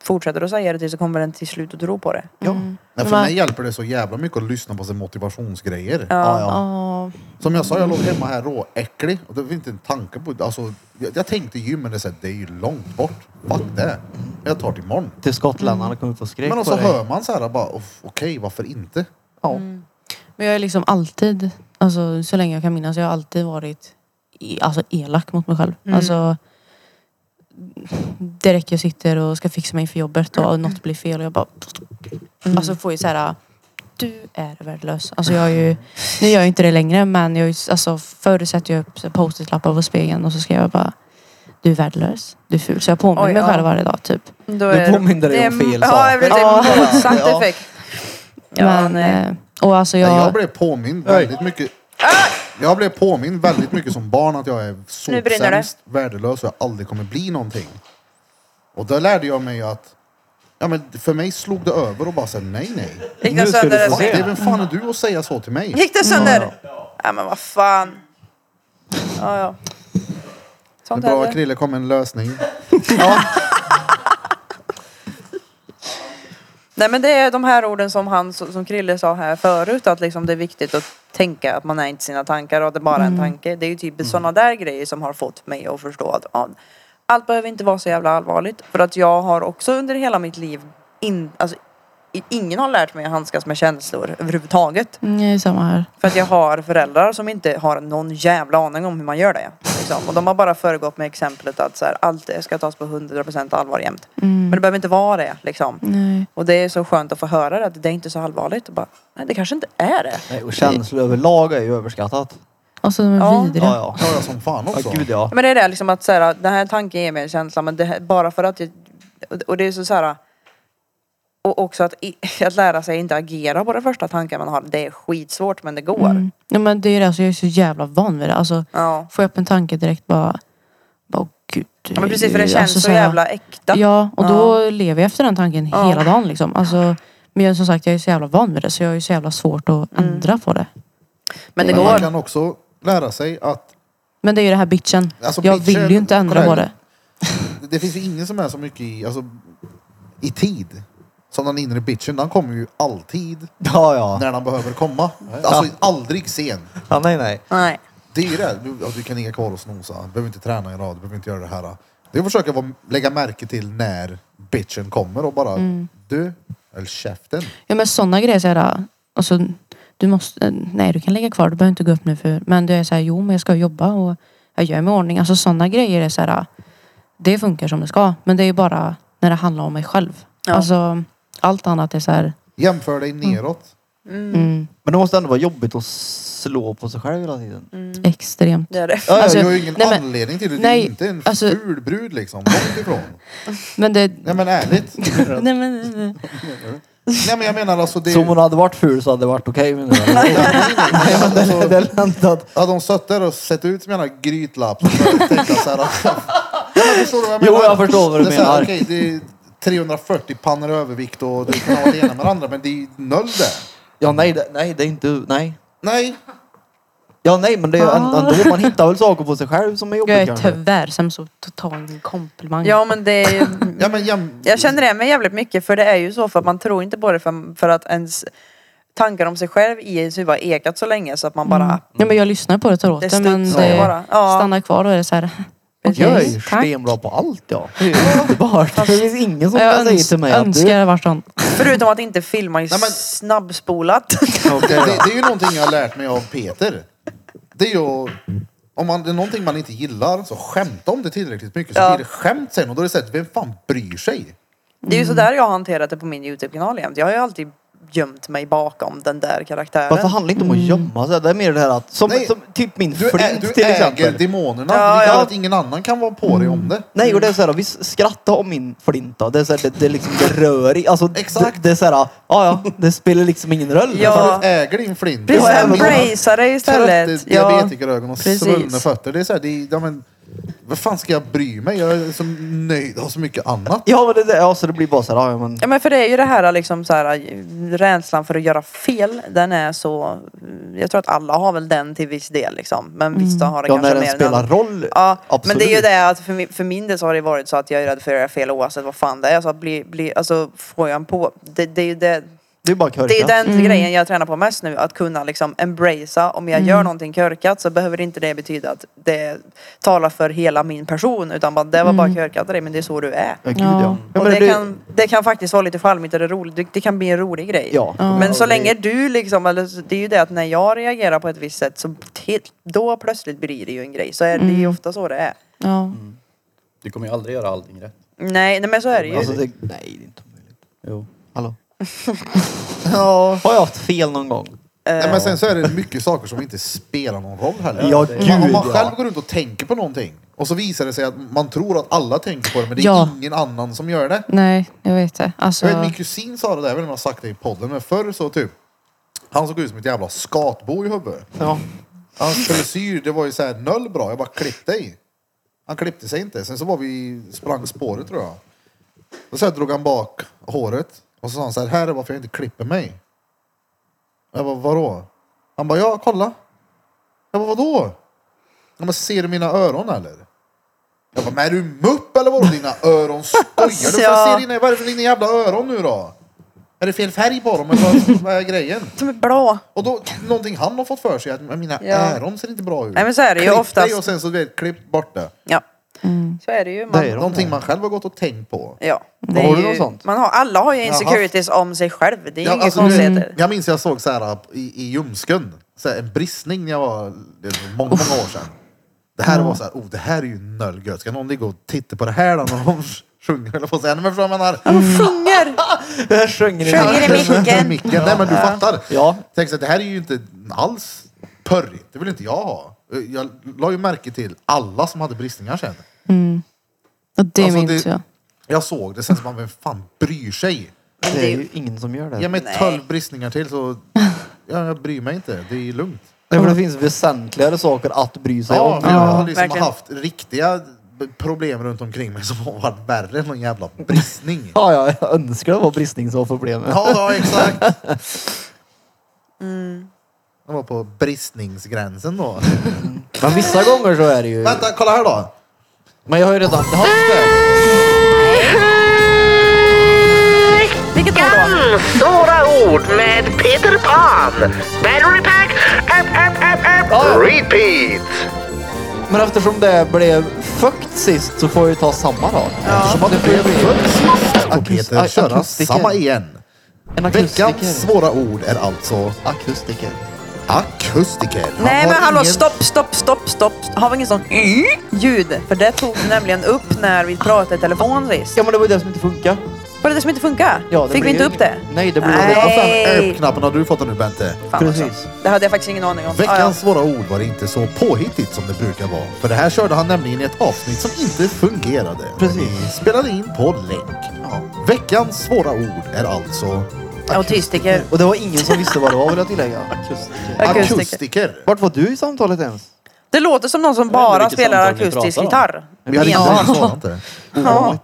E: fortsätter att säga det till så kommer den till slut att tro på det.
B: Ja.
C: Mm.
B: Nej, för
C: Men-
B: mig hjälper det så jävla mycket att lyssna på sina motivationsgrejer.
E: Ja.
C: Ja.
B: Som jag sa, jag låg hemma här råäcklig. Och det var inte en tanke på... Alltså, jag, jag tänkte gym, men det är, så här, det är ju långt bort. Fuck det. Jag tar det imorgon.
D: Till
C: Mm.
D: skotländarna kommer få skräck
B: Men och så
D: på dig.
B: hör man så här bara, "Uff, okej, varför inte? Mm.
D: Ja.
C: Men jag är liksom alltid, alltså så länge jag kan minnas, jag har alltid varit i, alltså, elak mot mig själv.
E: Mm.
C: Alltså direkt jag sitter och ska fixa mig inför jobbet och något blir fel och jag bara...
E: Mm.
C: Alltså får ju så här, du är värdelös. Alltså jag är ju, nu gör jag inte det längre men jag, är ju- alltså förr satte jag upp så här post-it-lappar på spegeln och så skrev jag bara, du är värdelös, du är ful. Så jag påminner
E: Oj,
C: mig
E: ja.
C: själv varje dag typ.
E: Då
D: Du
E: är-
D: påminner dig
E: det är-
D: om fel
E: Ja, jag vill
D: saker.
E: säga motsatt
D: Ja.
E: effekt. Ja,
C: Men,
E: nej.
C: eh, och alltså jag...
B: Nej, Jag blev påmind väldigt mycket. Jag blev påmind väldigt mycket som barn att jag är
E: Nu brinner det.
B: sopsämst, värdelös och jag aldrig kommer bli någonting. Och där lärde jag mig att, ja men för mig slog det över och bara säga nej nej.
E: Gick
D: Nu
E: den
D: ska du
E: sönder?
D: få
E: den-
D: se.
B: Det är vem fan är du att säga så till mig?
E: Gick den sönder? Ja, men vad fan. Ja, ja.
B: Det är
E: Sånt
B: bra
E: händer.
B: Krille kom en lösning.
E: Nej men det är de här orden som han, som Krille sa här förut, att liksom det är viktigt att tänka att man är inte sina tankar och att det bara är en tanke. Det är ju typ sådana där grejer som har fått mig att förstå att ja, allt behöver inte vara så jävla allvarligt. För att jag har också under hela mitt liv, in, alltså, i- ingen har lärt mig att handskas med känslor överhuvudtaget.
C: Nej, samma här.
E: För att jag har föräldrar som inte har någon jävla aning om hur man gör det. Liksom. Och de har bara föregått med exemplet att så här, allt det ska tas på 100% allvar jämt. Men det behöver inte vara det liksom.
C: Nej.
E: Och det är så skönt att få höra det, att det är inte så allvarligt. Och bara, nej det kanske inte är det.
D: Nej, och känslor överlag är ju överskattat.
C: Och så Alltså, de är
E: Ja.
C: vidriga.
D: Ja, ja.
B: Ja, jag som fan
D: Ja,
B: också.
D: gud ja.
E: Men det är det liksom att så här, den här tanken ger mig en känsla, men det här, bara för att jag, och det är så, så här, och också att, i, att lära sig inte agera på den första tanken man har, det är skitsvårt men det går.
C: Mm. Ja, men det är det, alltså, jag är så jävla van vid det. Alltså,
E: Ja.
C: får jag upp en tanke direkt bara, bara åh, gud.
E: ja. Men precis för det
C: eh,
E: känns
C: alltså,
E: så
C: här-
E: jävla äkta.
C: Ja, och då lever jag efter den tanken
E: Ja.
C: hela dagen liksom. Alltså, men jag, som sagt, jag är så jävla van vid det så jag är så jävla svårt att
E: Mm.
C: ändra på det.
E: men det
B: Men man
E: går.
B: kan också lära sig att
C: Men det är ju det här bitchen.
B: Alltså,
C: jag
B: bitchen-
C: vill ju inte ändra
B: kolla
C: på
B: här.
C: det.
B: det finns ju ingen som är så mycket i, alltså, i tid. Som den inre bitchen, den kommer ju alltid
D: Ja, ja.
B: när den behöver komma. Alltså aldrig sen.
D: ja nej, nej.
E: Nej.
B: Det är ju det. Du, ja, du kan ligga kvar och snosa. Du behöver inte träna i rad. Du behöver inte göra det här. Det är att försöka vara, lägga märke till när bitchen kommer och bara du, eller käften.
C: Ja men sådana grejer så här, alltså, du måste, nej du kan lägga kvar, du behöver inte gå upp nu för, men du är så här, jo men jag ska jobba och jag gör mig i ordning. Alltså sådana grejer är så här, det funkar som det ska. Men det är ju bara när det handlar om mig själv.
E: Ja.
C: Alltså allt annat är så här,
B: Jämför dig neråt.
C: mm,
D: Men det måste ändå vara jobbigt att slå på sig själv hela tiden.
C: Mm. extremt.
E: Det är det.
B: Ja,
C: Alltså,
B: du har ju ingen
C: nej, men-
B: anledning till det. Du
C: nej,
B: är inte en
C: alltså-
B: ful brud liksom. Långt ifrån.
C: Men det,
B: Nej men ärligt.
C: nej men, nej, nej.
B: Nej men jag menar alltså det
D: Så om hon hade varit ful så hade det varit okej med det. Nej, men det, det är lätt att...
B: alltså, Ja, de satt där och sett ut som en jävla grytlapp. Så jag tänkte så här, alltså- ja, men förstår du vad jag
D: Jo,
B: menar?
D: jag förstår vad du
B: det är så här,
D: menar.
B: Okej, det är 340 pannor övervikt och du kan vara det ena med det andra, men det är ju noll där.
D: Ja, nej, det, nej, det är inte... Nej.
B: Nej,
D: Ja, nej, men det är ändå...
E: Ah.
D: ändå- Man hittar väl saker på sig själv som är
C: jag
D: jobbigt
C: är
D: kanske.
C: tyvärr sämst på att ta en komplimang.
E: Ja men det är ju
B: ja, men jäm...
E: Jag känner igen mig jävligt mycket för det är ju så för att man tror inte på det för, för att ens tankar om sig själv i ens huvud har ekat så länge så att man bara
C: Ja, men jag lyssnar på det tar åt
E: Det
C: det men
E: studsar
C: det
E: bara. Ja.
C: stannar kvar och är det så här, okej,
D: Jag är ju
C: tack.
D: stenbra på allt, ja. Det är underbart. Det finns ingen som kan
C: Jag
D: säga till mig
C: öns-
D: att
C: önskar
D: du...
C: jag var sån.
E: Förutom att inte filma i
B: Nej, men-
E: snabbspolat.
B: det, det, det är ju någonting jag har lärt mig av Peter. Det är ju... Om man, det är någonting man inte gillar, så skämta om det tillräckligt mycket så
E: Ja.
B: blir det skämt sen och då är det så här, vem fan bryr sig?
E: Det är ju sådär jag har hanterat det på min YouTube-kanal jämt. Jag har ju alltid gömt mig bakom den där
D: Fast det
E: karaktären.
D: handlar inte om att gömma sig. Det är mer det här att... Som,
B: Nej.
D: som typ min
B: Du, ä,
D: flint
B: du
D: till
B: äger
D: exempel.
B: demonerna,
E: Ja,
B: vilket
E: ja.
B: gör att ingen annan kan vara på dig om det.
D: Nej, och det är såhär, vi skrattar om min flinta. Det är såhär, det, det är liksom, det rör i. Alltså,
B: Exakt.
D: Det, det är såhär, ja, ja, det spelar liksom ingen roll.
E: Ja.
B: Du äger din flint.
E: Precis,
B: Det är min-
E: embracea det
B: Trötta
E: istället. Ja.
B: diabetikerögon och
E: Precis.
B: svullna fötter. Det är så här, det är, ja, men, Vad fan ska jag bry mig? Jag är så nöjd och har så mycket annat.
D: Ja, men det, det, ja, så det blir bara så här, ja, ja, men
E: Ja men för det är ju det här liksom så här rädslan för att göra fel. Den är så, jag tror att alla har väl den till viss del liksom. Men vissa har den
D: Mm. ja, när
E: kanske
D: den
E: mer än
D: spelar
E: andra.
D: roll.
E: Ja,
D: Absolut.
E: men det är ju det att för min, för min del så har det varit så att jag är rädd för att göra fel oavsett vad fan det är. Så att bli, bli, alltså får jag en på, det, det är ju det,
D: Det är bara körka.
E: det är den grejen jag tränar på mest nu. Att kunna liksom embracea. Om jag gör någonting körkat så behöver inte det betyda att det talar för hela min person. Utan bara, det var bara körkat av dig men det är så du är.
D: Ja, gud, ja.
C: Ja.
D: Ja,
E: och
D: men
E: det,
D: det-
E: kan, det kan faktiskt vara lite charmigt eller roligt. Det- Det kan bli en rolig grej.
D: Ja.
E: Men så länge du liksom, eller så- det är ju det att när jag reagerar på ett visst sätt så till, då plötsligt blir det ju en grej. Så är det ju ofta så det är.
C: Ja.
A: Du kommer ju aldrig göra allting rätt.
E: Nej, nej men så är det ju.
D: Alltså, det, nej, det är inte möjligt.
A: Jo.
D: Hallå?
B: Ja.
D: Har jag haft fel någon gång?
B: Nej, men sen så är det mycket saker som inte spelar någon roll heller.
D: Eh. Ja,
B: om, man, om man
D: gud, ja.
B: själv går runt och tänker på någonting och så visar det sig att man tror att alla tänker på det men det är
C: Ja.
B: ingen annan som gör det.
C: Nej, jag vet det. Alltså,
B: Jag vet, min kusin sa det där, jag vet inte om jag har sagt det i podden, men förr så typ, han såg ut som ett jävla skatbo i huvudet.
D: Ja.
B: Hans frisyr, det var ju såhär noll bra, jag bara klipp dig. Han klippte sig inte, sen så var vi, sprang spåret tror jag. Då så här drog han bak håret och så sa han så här, här är varför jag inte klipper mig. Jag bara, vadå? Han bara, ja kolla. Jag bara, vadå? Han bara, ser du mina öron eller? Jag bara, men är du mupp eller vadå? Dina öron skojar du? Får jag se dina, vad är det för dina jävla öron nu då? Är det fel färg på dem eller vad- vad är grejen?
E: Som är blå.
B: Och då, någonting han har fått för sig är att men mina
E: Ja.
B: öron ser inte bra ut.
E: Nej, men så är det ju
B: Klipp
E: oftast.
B: dig och sen så du vet, klipp bort det.
E: Ja. Så är det ju. Man,
D: Det är de.
B: Någonting man själv har gått och tänkt på.
E: ja. Det
D: Har
E: är
D: du
E: ju,
D: något sånt?
E: Man har, alla har ju
B: har haft-
E: insecurities om sig själv. Det är ju inga
B: alltså, du vet,
E: konstigheter.
B: jag minns jag såg så här äh, i, i ljumsken, så här, en bristning när jag var det var många, många år sedan. Det här var så här, oh det här är ju nöllgött. Ska någon ligga och titta på det här då när de sjunger eller på sig? Nej men förstår du vad jag menar?
E: Sjunger!
D: Det här sjöng ni.
E: Sjunger i
B: Med
E: micken.
B: micken. Nej men du fattar.
D: Ja.
B: Tänk så här, det här är ju inte alls pörrigt. Det vill inte jag ha. Jag la ju märke till alla som hade bristningar sen.
C: och det
B: alltså,
C: minns
B: det-
C: jag.
B: Jag såg det, sen så man, vem fan bryr sig?
D: Det är ju ingen som gör det.
B: Ge mig
E: Nej.
B: tolv bristningar till så, ja, jag bryr mig inte. Det är lugnt.
D: Nej, för det finns väsentligare saker att bry sig
B: Ja,
D: om.
B: jag har liksom
E: verkligen.
B: haft riktiga b- problem runt omkring mig som har varit värre än någon jävla bristning.
D: Ja, ja, jag önskar det var bristning som var problemet.
B: Ja, ja exakt.
E: Mm.
B: Jag var på bristningsgränsen då.
D: Men vissa gånger så är det ju...
B: Vänta, kolla här då.
D: Men jag har ju redan haft det.
E: Vilket ord då?
H: Stora ord med Peter Pan. Battery pack, app, app, app, app. Repeat.
D: Men eftersom det blev fukt sist så får jag ju ta samma då.
B: Eftersom att det blev fullt sist får Peter
D: Akus-
B: köra
D: akustiker.
B: samma igen.
D: En
B: Veckans
D: akustiker.
B: svåra ord är alltså
D: Akustiker.
B: akustiker. Han
E: Nej
B: har
E: men hallå
B: ingen-
E: stopp, stopp, stopp, stopp. Har vi ingen sån ljud? För det tog vi nämligen upp när vi pratade i telefon sist.
D: Ja, men det var ju det som inte funkade.
E: Var det det som inte funkar?
D: Ja, det
E: Fick vi
D: blir
E: inte
D: ju
E: upp det?
D: Nej, det blir
E: Nej.
B: Vad fan
E: Hej.
B: app-knappen har du fått den nu Bente?
E: Fan också.
D: Precis.
E: Det hade jag faktiskt ingen aning om. Ah, ja.
B: Veckans svåra ord var inte så påhittigt som det brukar vara. För det här körde han nämligen i ett avsnitt som inte fungerade. Men
D: Precis.
B: Vi spelade in på länk. Veckans svåra ord är alltså
E: Autistiker.
D: Och det var ingen som visste vad det var vill jag tillägga. Akustiker.
E: Akustiker.
B: akustiker.
D: Vart var du i samtalet ens?
E: Det låter som någon som
F: vet inte
E: bara
F: vilket
E: spelar
F: samtal ni
E: akustisk
F: pratar
E: gitarr.
B: Vi hade
E: Ja.
B: inte svarat det.
D: Ovanligt.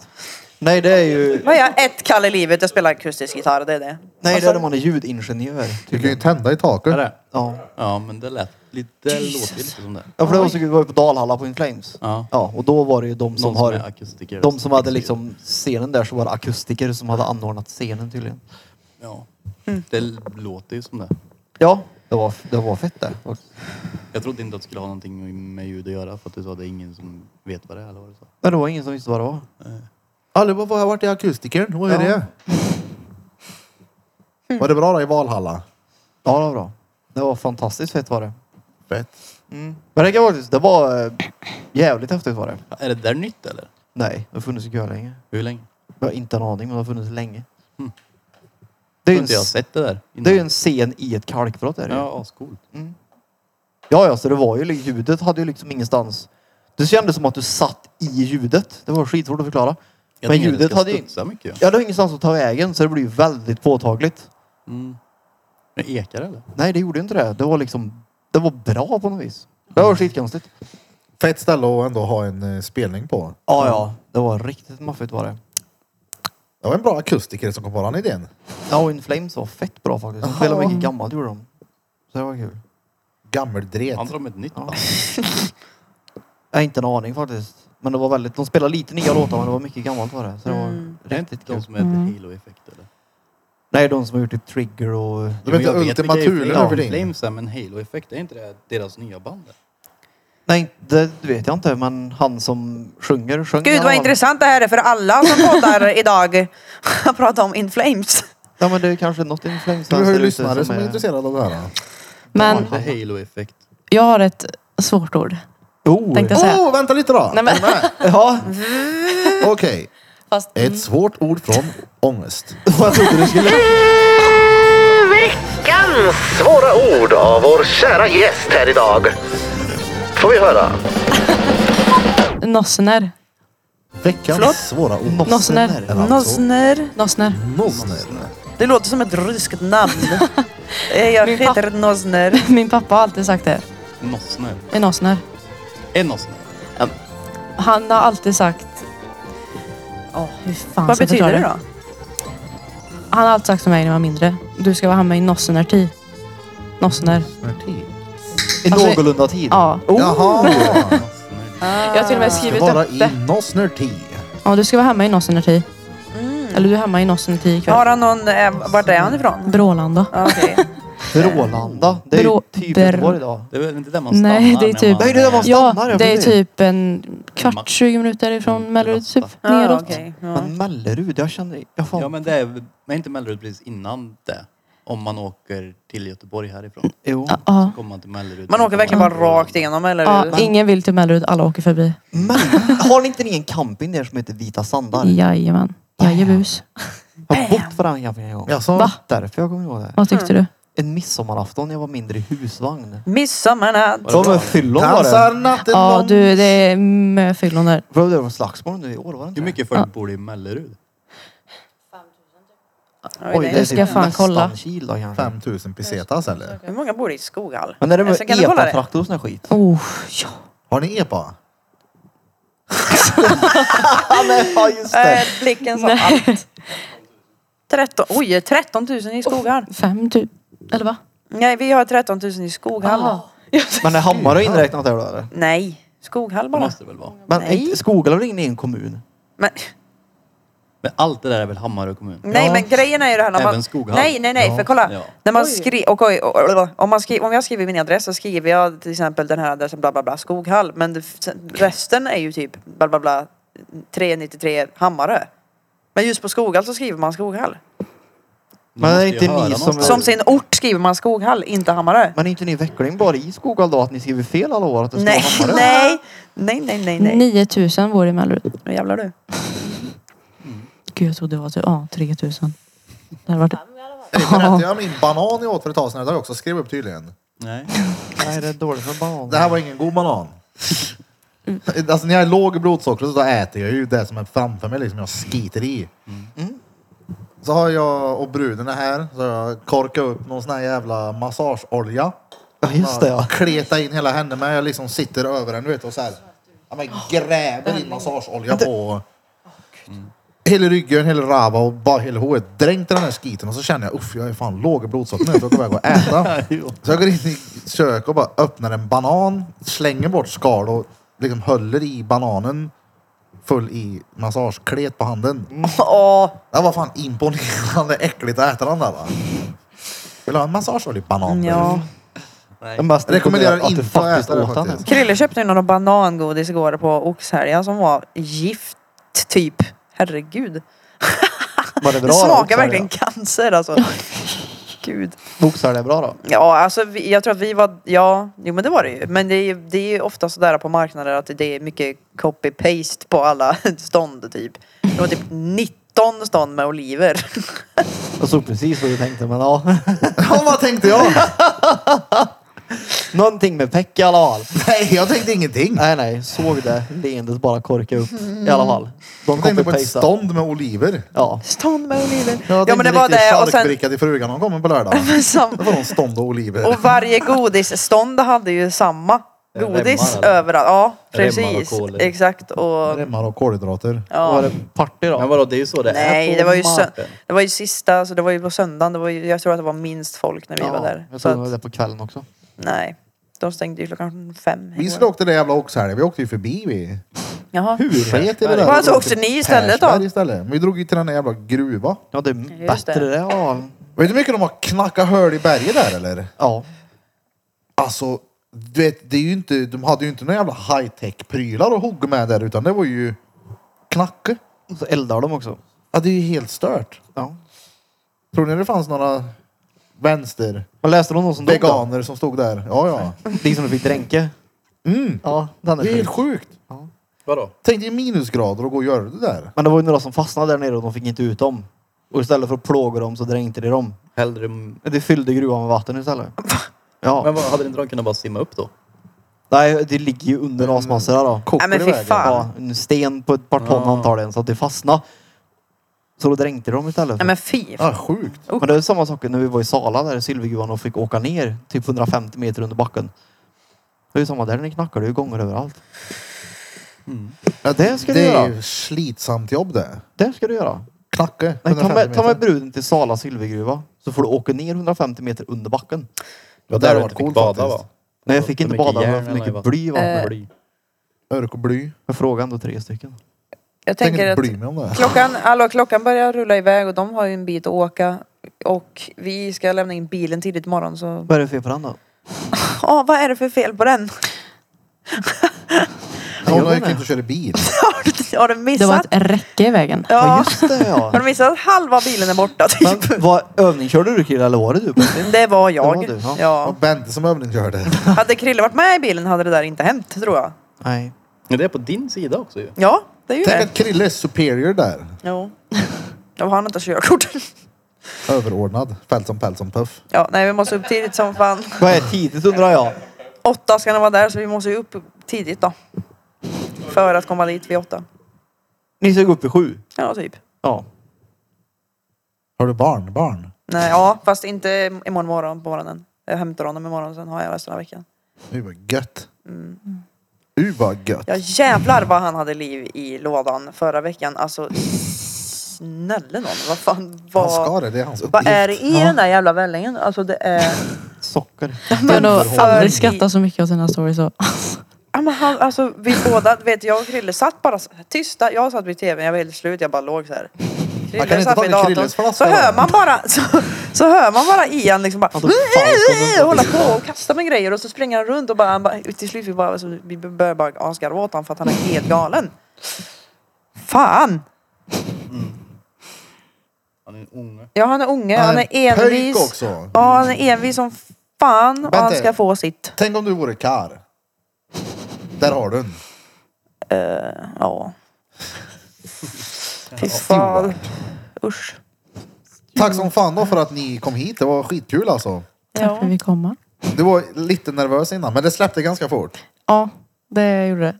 D: Nej, det är ju...
E: Vad är jag? ett kall i livet? Jag spelar akustisk gitarr, det är det.
D: Nej, det
E: Alltså,
D: är när man är ljudingenjör. typ.
B: Du kan ju tända i taket.
A: Är det?
D: Ja.
A: Ja, men det lät lite, det låter ju lite som det.
D: Ja, för det var så vi var ju på Dalhalla på In Flames.
A: Ja.
D: ja. Och då var det ju de som
A: Någon som är
D: har...
A: akustiker.
D: De som hade liksom scenen där så var det akustiker som hade anordnat scenen tydligen.
A: Ja.
D: Mm.
A: Det låter ju som det.
D: Ja. Det var, det var fett det.
A: Jag trodde inte att det skulle ha någonting med ljud att göra för att du sa att det är ingen som vet vad det är eller vad du sa.
D: Men det var ingen som visste vad det var.
B: Allihopa, var- vart är akustikern? Vad är
D: Ja.
B: det? Var det bra då i Valhalla?
D: Ja, det var bra. Det var fantastiskt fett var det.
B: Fett.
D: Men det kan faktiskt, det var eh, jävligt häftigt var det.
A: Är det där nytt eller?
D: Nej, det har funnits i länge.
A: Hur länge?
D: Jag har inte en aning, men det har funnits länge.
A: Mm. Har
D: Det är ju en,
A: inte jag
D: s-
A: sett det där?
D: det är ju en scen i ett kalkbrott. Är det. ju.
A: Ja, ascoolt.
D: ja, ja, så det var ju, li- ljudet hade ju liksom ingenstans. Det kändes som att du satt i ljudet. Det var skitsvårt att förklara.
A: Jag
D: men
A: tänker att det
D: ljudet
A: ska
D: hade ju...
A: studsa mycket. Ja.
D: Ja, det har ingenstans att ta vägen, så det blir ju väldigt påtagligt.
A: Mm. Men ekar det eller?
D: Nej, det gjorde inte det. Det var liksom... Det var bra på något vis. Det var skitkonstigt.
B: Fett ställe att ändå ha en eh, spelning på.
D: Ja, ja. Det var riktigt maffigt var det.
B: Det var en bra akustiker som kom på den idén.
D: Ja, och In Flames var fett bra faktiskt. De spelade mycket gammalt gjorde de. Så det var kul.
B: Gammeldret.
A: Handlar om ett nytt band?
D: Jag har inte en aning faktiskt. Men det var väldigt, de spelade lite nya låtar men det var mycket gammalt var det. Så det var
E: Mm.
A: Det är inte
D: riktigt
A: de
D: kul. Mm.
A: som heter Halo Effect eller?
D: Nej, de som har gjort typ Trigger och...
B: De heter Ultima Thule nu för din.
A: Flames är, men Halo Effect, är inte det deras nya band?
D: Nej, det vet jag inte men han som sjunger sjöng. i
E: Gud
D: alla
E: vad
D: fall.
E: intressant det här är för alla som poddar idag. Jag pratar om In Flames.
D: Ja men det är kanske något In Flames
B: Vi har
D: fans
B: ju
D: där ute
B: lyssnare som är intresserade av det här.
C: Men
A: Det är Halo Effect.
C: jag har ett svårt ord.
D: Oh.
C: Tänkte jag säga.
B: Åh, vänta lite då!
C: Nej, men-
B: Är du med?
D: Ja,
B: Okej.
C: Fast
B: Ett svårt ord från ångest.
D: jag trodde du skulle...
H: Veckans svåra ord av vår kära gäst här idag. Får vi höra?
C: Nossener.
B: Veckans svåra ord.
C: Nossener.
B: Eller alltså,
E: Nosner.
C: Nossener.
B: Nosner.
E: Det låter som ett ryskt namn. Eh, Jag
C: Min pappa-
E: heter Nosner.
C: Min pappa har alltid sagt det.
A: Nossner.
C: En nossener.
A: En Nossner.
C: Han har alltid sagt... Ja, hur fan
E: Vad
C: ska jag
E: betyder
C: förklara
E: det då?
C: Han har alltid sagt till mig när jag var mindre. Du ska vara hemma i nossener tid. Nossener.
D: I
C: Alltså-
D: någorlunda tid.
C: Ja.
B: Jaha!
E: Oh.
C: Jag har till och med skrivit
B: Vara
C: upp
B: i
C: det.
B: Nosner tea.
C: Ja, du ska vara hemma i nossener tid. Eller du är hemma i nossener tid ikväll.
E: Har han någon, eh, vart är han ifrån?
C: Brålanda.
E: Ja, Okej.
D: Brålanda. Det är ju
C: Bro-
D: typ
C: ber-
D: Göteborg idag.
A: Det är väl inte där man stannar?
C: Nej, det är typ...
D: Nej, det är där man stannar,
C: Ja,
D: ja,
C: det är
D: precis.
C: typ en
A: Ma-
C: kvart, 20 minuter ifrån Mellerud. Typ
E: Ja,
C: neråt.
E: Ah, okej. Ja.
D: Men Mellerud, jag känner... Jag fan...
A: Ja men det är men inte Mellerud precis innan det. Om man åker till Göteborg härifrån.
D: Jo.
C: Ja.
A: Så kommer man till Mellerud.
E: Man åker verkligen bara rakt igenom eller?
C: Ja, ingen vill till Mellerud. Alla åker förbi.
D: Men har ni inte ni en camping där som heter Vita Sandar?
C: Jajamän. Jajebus.
D: Jag har bott på den campingen en gång.
B: Jaså?
C: Va?
D: Därför jag kommer ihåg det.
C: Vad tyckte du?
D: En midsommarafton när jag var mindre i husvagn.
E: Midsommarnatt.
D: De var fyllon var
B: Dansar
D: det.
B: natten
C: Ja,
B: lång.
C: du, det är med fyllon där.
D: För det var slagsmål nu i år var det inte?
A: Hur mycket folk bor det i Mellerud?
E: Oj,
D: Oj,
E: det-
D: det är
C: ska
D: typ
C: jag fan
D: nästan
C: kolla.
D: Kil då kanske.
B: 5000 pesetas eller?
E: Hur många bor i Skoghall?
D: Men är det med
E: Alltså, kan du kolla det?
D: epa-traktor och sån här skit?
C: Oh, ja.
B: Har ni E EPA?
D: Ja just
E: Eh, blicken sa allt. 13, oj, 13 000 i Skoghall.
C: Fem du. Eller va?
E: Nej, vi har 13 000 i Skoghall.
D: Men är Hammarö inräknat där då eller?
E: Nej, Skoghall
A: Det
E: bara.
A: måste det väl vara?
D: Men
E: Nej.
D: är- Skoghall har ingen egen kommun.
E: Men,
A: Men allt det där är väl Hammarö kommun?
E: nej, men grejen är ju det här när man...
A: Även Skoghall.
E: Nej, nej, nej, för kolla.
A: Ja.
E: När man skri... och, oj, och, och, om, man skri... om jag skriver min adress så skriver jag till exempel den här adressen bla bla bla Skoghall. Men det... sen- resten är ju typ bla bla bla 393 Hammarö. Men just på Skoghall så skriver man Skoghall.
A: Du
D: Men är
A: måste
D: det
A: ju
D: inte
A: höra
D: ni som...
A: någonstans.
E: Som sin ort skriver man Skoghall, inte Hammarö.
D: Men är inte ni veckling bara i Skoghall då? Att ni skriver fel alla år? Att det
E: Nej,
D: ska vara Hammarö?
E: nej, nej, nej, nej, nej.
C: 9000 bor i Mellerud.
E: Nu jävlar du.
A: Mm.
C: Gud, jag trodde det var typ, ja, 3000. Det hade varit...
B: Det berättade jag min banan jag åt för ett tag sedan. Det har jag också skrivit upp tydligen.
A: Nej.
D: Nej, det är dåligt för barn.
B: Det här var ingen god banan. Alltså när jag är låg i blodsockret så äter jag ju det som är framför mig liksom. Jag skiter i.
D: Mm.
B: Så har jag och bruden är här. Så har jag korkat upp någon sån här jävla massageolja.
D: Ja just det ja.
B: Kleta in hela henne med. Jag liksom sitter över henne du vet och så här. Ja, men gräver in massageolja på. Hela ryggen, hela rava och bara hela håret. Dränkt i den här skiten och så känner jag uff jag är fan låg i blodsockret nu. Så jag går iväg och äta. Så jag går in i köket och bara öppnar en banan. Slänger bort skal och liksom håller i bananen. Full i massageklet på handen.
E: Mm. Åh,
B: Det var fan imponerande äckligt att äta den där va. Vill du ha en massageoljebanan?
E: ja.
D: Jag mest
B: Rekommenderar
D: rekommenderar att du
B: inte att
D: faktiskt
B: äta det
D: åt den.
B: faktiskt.
E: Krille köpte ju någon banangodis igår på Oxhärja som var gift, typ. Herregud.
D: Var det bra
E: Det
D: då?
E: smakar verkligen cancer alltså. Gud.
D: Boxar det bra då?
E: Ja, alltså vi, jag tror att vi var, ja, jo men det var det ju. Men det är, det är ju ofta sådär på marknader att det är mycket copy-paste på alla stånd typ. Det var typ 19 stånd med oliver.
D: Jag såg precis vad du tänkte men ja.
B: Ja, vad tänkte jag?
D: Någonting med peck i alla fall.
B: Nej, jag tänkte ingenting.
D: Nej nej, såg det. Leendet bara korka upp i alla fall. De
B: Jag tänkte på ett
D: copy-pastar.
B: stånd med oliver.
D: Ja.
E: Stånd med oliver.
B: Jag
E: Ja men det var det och sen...
B: till frugan hon kommer på lördag.
E: Sam,
B: Det var någon stånd och oliver.
E: Och varje godisstånd hade ju samma. Godis
A: Remmar, eller?
E: överallt. Ja, precis.
F: Remmar och kål.
E: Exakt. Och,
B: Remmar och kolhydrater.
E: ja.
D: Var det party då?
A: Men vadå, det är ju så det är
E: Nej,
A: på
E: det var ju sö-
A: maten.
E: Det var ju sista, så det var ju på söndagen. Det var ju, jag tror att det var minst folk när vi var där.
D: Jag
E: Så
D: tror det var
E: att,
D: det på kvällen också.
E: nej, de stängde ju klockan fem.
B: Vi
E: igår.
B: skulle åka till det jävla Oxhällen. Vi åkte ju förbi vi.
E: Jaha.
B: Hur? Sket i det där.
E: Vad, så
B: Vi
E: åkte ni
B: till
E: istället då?
B: Persberg Istället. Men vi drog ju till den där jävla gruva.
D: Ja, det är
E: just
D: bättre
E: det.
D: det. Ja.
B: Vet du hur mycket de har knackat hål i berget där eller?
D: ja.
B: Alltså, du vet, det är ju inte, de hade ju inte några jävla high tech prylar att hugga med där utan det var ju knacke.
D: Och så eldar de också.
B: Ja, det är ju helt stört.
D: Ja.
B: Tror ni det fanns några vänster
D: Vad läste de någon som dog då?
B: veganer som stod där? Ja, ja.
D: De som fick dränke?
B: Mm.
D: Ja, den är
B: Det är
D: sjuk.
B: helt sjukt.
A: Vadå?
B: Tänk dig minusgrader och gå och göra det där.
D: Men det var ju några som fastnade där nere och de fick inte ut dem. Och istället för att plåga dem så dränkte de dem.
A: Hellre... Men
D: Det fyllde gruvan med vatten istället. Ja.
A: vad, hade inte de kunnat bara simma upp då?
D: Nej, det ligger ju under rasmassorna då.
E: Nej men fy fan.
D: Ja, en sten på ett par ton
A: Ja.
D: antagligen så att det fastnade. Så då dränkte de istället.
E: Nej men fy.
B: Ja, sjukt.
D: Men det är samma sak när vi var i Sala där i Silvergruvan och fick åka ner typ 150 meter under backen. Det är ju samma där, den knackar det ju gånger överallt.
B: Ja,
D: Mm. det ska
B: det
D: du
B: är
D: göra.
B: ju slitsamt jobb det.
D: Där ska du göra.
B: Knacke.
D: Nej, ta,
B: 150
D: med, ta
B: meter.
D: med bruden till Sala silvergruva så får du åka ner 150 meter under backen.
A: Det var
B: där
A: där du
B: var
A: inte fick
B: coolt
A: bada va?
B: faktiskt.
D: Nej jag
A: Så-
D: fick
A: så
D: inte
A: mycket
D: bada, det var
A: järn
D: för
A: eller
D: mycket
A: vad?
D: bly va?
E: Eh,
A: Bly.
B: Örk och bly.
D: Jag frågade ändå tre stycken.
E: Jag
B: Tänk
E: tänker
B: inte
E: att
B: bry mig om det.
E: klockan, hallå, klockan börjar rulla iväg och de har ju en bit att åka. Och vi ska lämna in bilen tidigt imorgon så...
D: Vad är det för fel på den då?
E: Ja, vad är det för fel på den?
B: Någon
D: Jag
B: gick
D: menar.
B: inte och körde bil.
E: Har
C: Det
E: du
C: var
E: missat?
C: ett räcke i vägen.
D: Ja
E: Ja.
D: just det
E: Har
D: ja.
E: du missat att halva bilen är borta typ?
D: Men, vad, övning körde du kille eller var det du? på riktigt?
E: Det var jag.
D: Det var du, ja.
E: ja.
B: Och Bente som övningskörde.
E: Hade Krille varit med i bilen hade det där inte hänt tror jag.
D: Nej.
A: Men det är på din sida också ju.
E: Ja, det är ju
B: Tänk
E: det.
B: att Krille är superior där.
E: Jo. Då har han inte körkort.
B: Överordnad. Päls som päls som puff.
E: Ja, nej vi måste upp tidigt som fan.
D: Vad är tidigt undrar jag?
E: Åtta ska den vara där så vi måste ju upp tidigt då. För att komma dit vid åtta.
D: Ni ska gå upp vid sju?
E: Ja, typ.
D: Ja.
B: Har du barn? Barn?
E: Nej, ja, fast inte imorgon morgon på morgonen. Jag hämtar honom imorgon sen har jag resten av veckan.
B: Uy vad gött.
D: Mm.
B: Uy vad gött.
E: Ja jävlar vad han hade liv i lådan förra veckan. Alltså snälla någon, vad fan
B: Han
E: vad...
B: ska det. Det är hans
E: Vad
B: uppgift.
E: är det i den där jävla vällingen? Alltså det är...
D: Socker.
C: Men
B: Underhållning.
C: har aldrig skrattat så mycket åt sina stories. Så.
E: Ja men han, alltså vi båda, vet jag och Krille satt bara så- tysta. Jag satt vid tvn, jag var helt slut, jag bara låg så här.
B: Man kan
E: Krille
B: inte
E: satt
B: ta
E: vid
B: med Krilles
E: datorn. Så
B: flaska då.
E: hör man bara, så, så hör man bara Ian liksom bara
D: Ja, då fan, kom
E: hålla
D: den
E: på och kasta med grejer och så springer han runt och bara, han bara till slut vi bara, alltså, vi börjar bara asgarva åt honom för att han är helt galen. Fan!
A: Han är en unge.
E: Ja han är unge,
B: Han
E: han
B: är
E: är envis.
B: pöjk också.
E: Ja han är envis som fan och han
B: Vänta.
E: ska få sitt.
B: Tänk om du vore kar. Där har du den.
E: Ja. Fy fan. Usch.
B: Tack som fan då för att ni kom hit. Det var skitkul alltså.
C: Tack för att vi komma.
B: Du var lite nervös innan men det släppte ganska fort.
C: Ja, det gjorde det.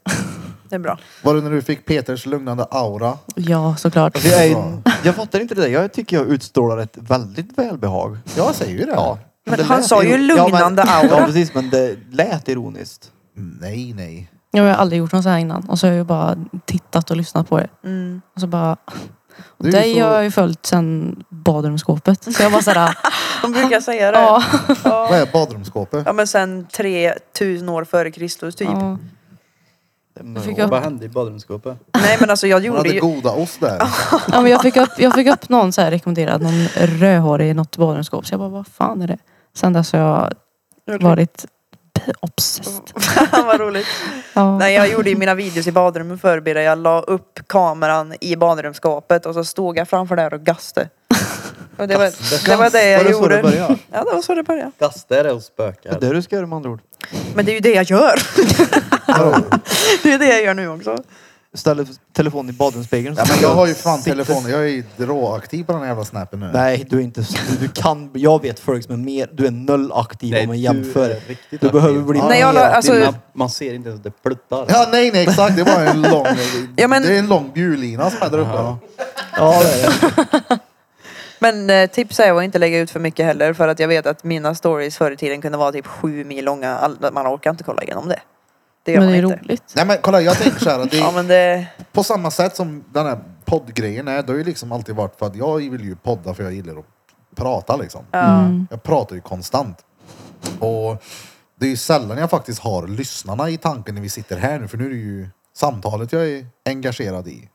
E: Det är bra.
B: Var det när du fick Peters lugnande aura?
C: Ja, såklart.
D: Alltså, jag, är,
B: Ja.
D: jag fattar inte det där. Jag tycker jag utstrålar ett väldigt välbehag.
B: Jag säger ju det.
D: Ja.
E: Men
D: det
E: han
D: lät
E: sa ju
D: iro-
E: lugnande
D: ja, men,
E: aura.
D: Ja precis men det lät ironiskt.
B: Nej, nej.
C: Jag har aldrig gjort något så här innan. Och så har jag ju bara tittat och lyssnat på det.
E: Mm.
C: Och så bara...
B: Det är
C: Det
B: ju så-
C: har jag ju följt sen badrumsskåpet. Så jag bara såhär...
E: De brukar säga det.
C: ja,
B: Vad
E: Ja.
B: är badrumsskåpet?
E: ja men sen 3000 år före Kristus typ.
C: ja.
D: Men,
C: fick
D: åh,
C: jag-
A: Vad hände i badrumsskåpet?
E: Nej men alltså jag
B: Hon
E: gjorde
B: hade
E: ju...
B: goda ost där.
C: ja men jag, fick upp, jag fick upp någon så här rekommenderad. Någon rödhårig i något badrumsskåp. Så jag bara, vad fan är det? Sen dess har jag varit obsessed.
E: Vad roligt.
C: Ja.
E: Nej jag gjorde ju mina videos i badrummet förberedda. Jag la upp kameran i badrumsskåpet och så stod jag framför där och gaste. Och det, var, det var det
D: Var
E: jag
D: det så
E: gjorde.
D: det började?
E: ja det var så det började.
A: Gastar det och
D: Det är
A: spökar?
D: det du ska göra med andra ord.
E: Men det är ju det jag gör. det är det jag gör nu också.
D: Ställ telefonen i badrumsspegeln.
B: Ja, men jag har ju fan telefonen. Jag är ju råaktiv på den här jävla snappen nu.
D: Nej du är inte så- du, du kan, jag vet folk som är mer, du är nollaktiv om man jämför.
A: är riktigt
D: Du behöver
A: aktiv.
D: bli
E: Nej,
D: mer.
E: jag la- alltså-
A: Dina, man ser inte ens att det pluttar.
B: Ja, nej, nej, exakt. Det var en lång,
E: Ja, men-
B: det är en lång bjurlina som är där uppe.
D: Ja, det är det.
E: Men eh, tips är att inte lägga ut för mycket heller för att jag vet att mina stories förr i tiden kunde vara typ sju mil långa. All, man orkar inte kolla igenom det. Det gör
C: Men
E: man
C: det är
E: inte.
C: roligt.
B: Nej men kolla jag tänker så här. att Det
E: Ja men det...
B: På samma sätt som den här poddgrejen är. Det har ju liksom alltid varit för att jag vill ju podda för jag gillar att prata liksom.
E: Ja.
C: Mm.
B: Jag pratar ju konstant. Och det är ju sällan jag faktiskt har lyssnarna i tanken när vi sitter här nu. För nu är det ju samtalet jag är engagerad i.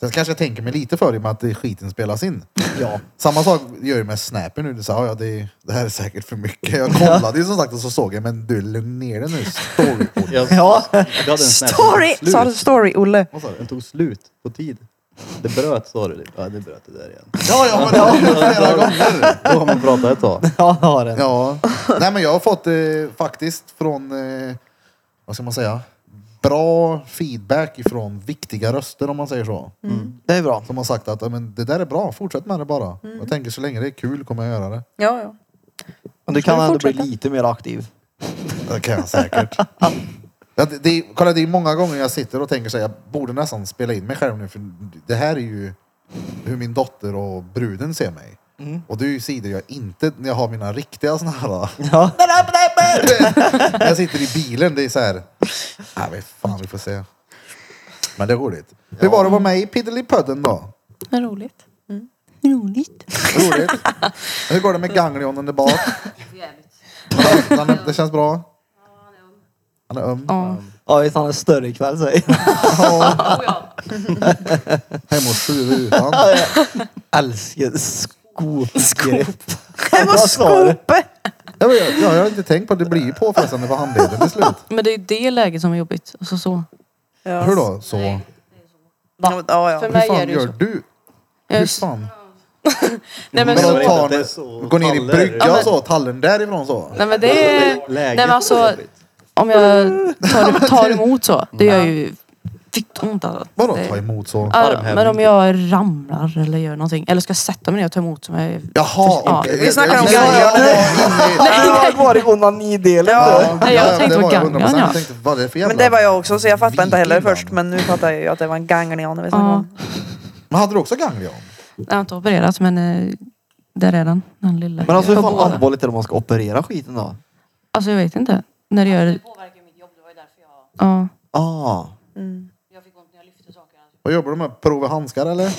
B: Sen kanske jag tänker mig lite för i och med att det skiten spelas in. Ja. Samma sak gör jag med Snapper nu. Du sa, "Ah, ja, det, det här är säkert för mycket. Jag kollade ju som sagt och så såg jag, men du lugn ner dig nu. Storyboard.
A: Jag,
D: Ja.
A: jag hade en snap som
E: Story!
A: tog slut.
E: Sa du story, Olle?
A: Vad sa du? Den tog slut på tid. Det bröt sa du. Ja, det bröt det där igen.
B: Ja, ja, men det har jag flera gånger.
A: Då har man pratat ett tag.
D: Ja, jag har den.
B: Ja. Nej, men jag har fått eh, faktiskt från, eh, vad ska man säga, bra feedback ifrån viktiga röster om man säger så.
D: Det är bra.
B: Som har sagt att "Ja, men, det där är bra, fortsätt med det bara. Jag tänker så länge det är kul kommer jag göra det.
E: Ja, ja.
D: Men du
E: Ska
D: kan
E: du
D: ändå bli
E: fortsätta?
D: lite mer aktiv.
B: Det kan jag säkert. Ja, det, det, är- kolla, det är många gånger jag sitter och tänker så här, jag borde nästan spela in mig själv nu för det här är ju hur min dotter och bruden ser mig. Och det är ju sidor jag inte, när jag har mina riktiga såna här
D: Ja.
B: När jag sitter i bilen, det är så här. Nej, men fan, vi får se. Men det är roligt. Hur var det att vara med i Piddelipudden då?
C: Men roligt. Roligt.
B: Roligt. Hur går det med ganglionen där bak?
G: Jävligt.
B: Han är- Det känns bra? Han är öm.
C: Ja.
D: Ja, visst han är större ikväll säger
G: Oh, ja.
B: Hemma och sur utan.
D: Älskar skopgrepp.
E: Det var
D: Vad sa du?
E: skope!
B: Ja, men jag, jag har inte tänkt på att det blir ju påfrestande för handleden till slut.
C: Men det är ju det läget som är jobbigt. Alltså så.
E: Ja.
B: Hur då? Så.
G: Nej.
E: Ja, ja.
C: För
B: Hur
C: mig är
B: fan
C: det ju
B: gör
C: så.
B: du?
C: Jag
B: Hur
C: är så.
B: fan?
C: Nej men,
B: Men
A: så-
B: då
C: så,
A: inte
B: tar
A: att det är
B: ni,
A: så-
B: går ner i
A: tallen.
B: brygga
C: Ja, men-
B: så? Tallen därifrån så?
C: nej men det är...
A: Läget
C: Nej, men alltså-
A: var jobbigt.
C: Om jag tar, tar emot så. Det gör ju... Fick ont alltså.
B: Vadå
C: Det-
B: ta emot så?
C: Ja,
A: Armhävning.
C: men om jag ramlar eller gör någonting. Eller ska jag sätta mig ner och ta emot som jag...
B: Jaha,
C: Ja.
B: okej.
E: Vi snackar om
B: Nej, jag
E: ganglion.
B: var inne i-
D: Han har varit onanidelen. Ja.
C: Nej, jag
B: det
C: tänkte
B: var
C: på
B: jag
C: ganglion,
B: 100%.
C: ja.
B: Jag tänkte, vad är det för jävla...
E: Men det var jag också så jag fattade inte heller
B: Vikingband.
E: först. Men nu fattar jag ju att det var en ganglion vi snackade
C: Ja.
E: om.
B: Men hade du också ganglion?
C: Jag har inte opererat men eh, där är den. Den lilla.
D: Men alltså
C: På
D: hur
C: båda.
D: fan allvarligt är det om man ska operera skiten då?
C: Alltså jag vet inte. När det gör...
G: Alltså, Det påverkar ju mitt jobb. Det var ju därför jag,
C: Ja.
D: Ah.
G: jag fick ont när jag lyfte saker. Alltså.
B: Vad jobbar du med? Prova handskar eller?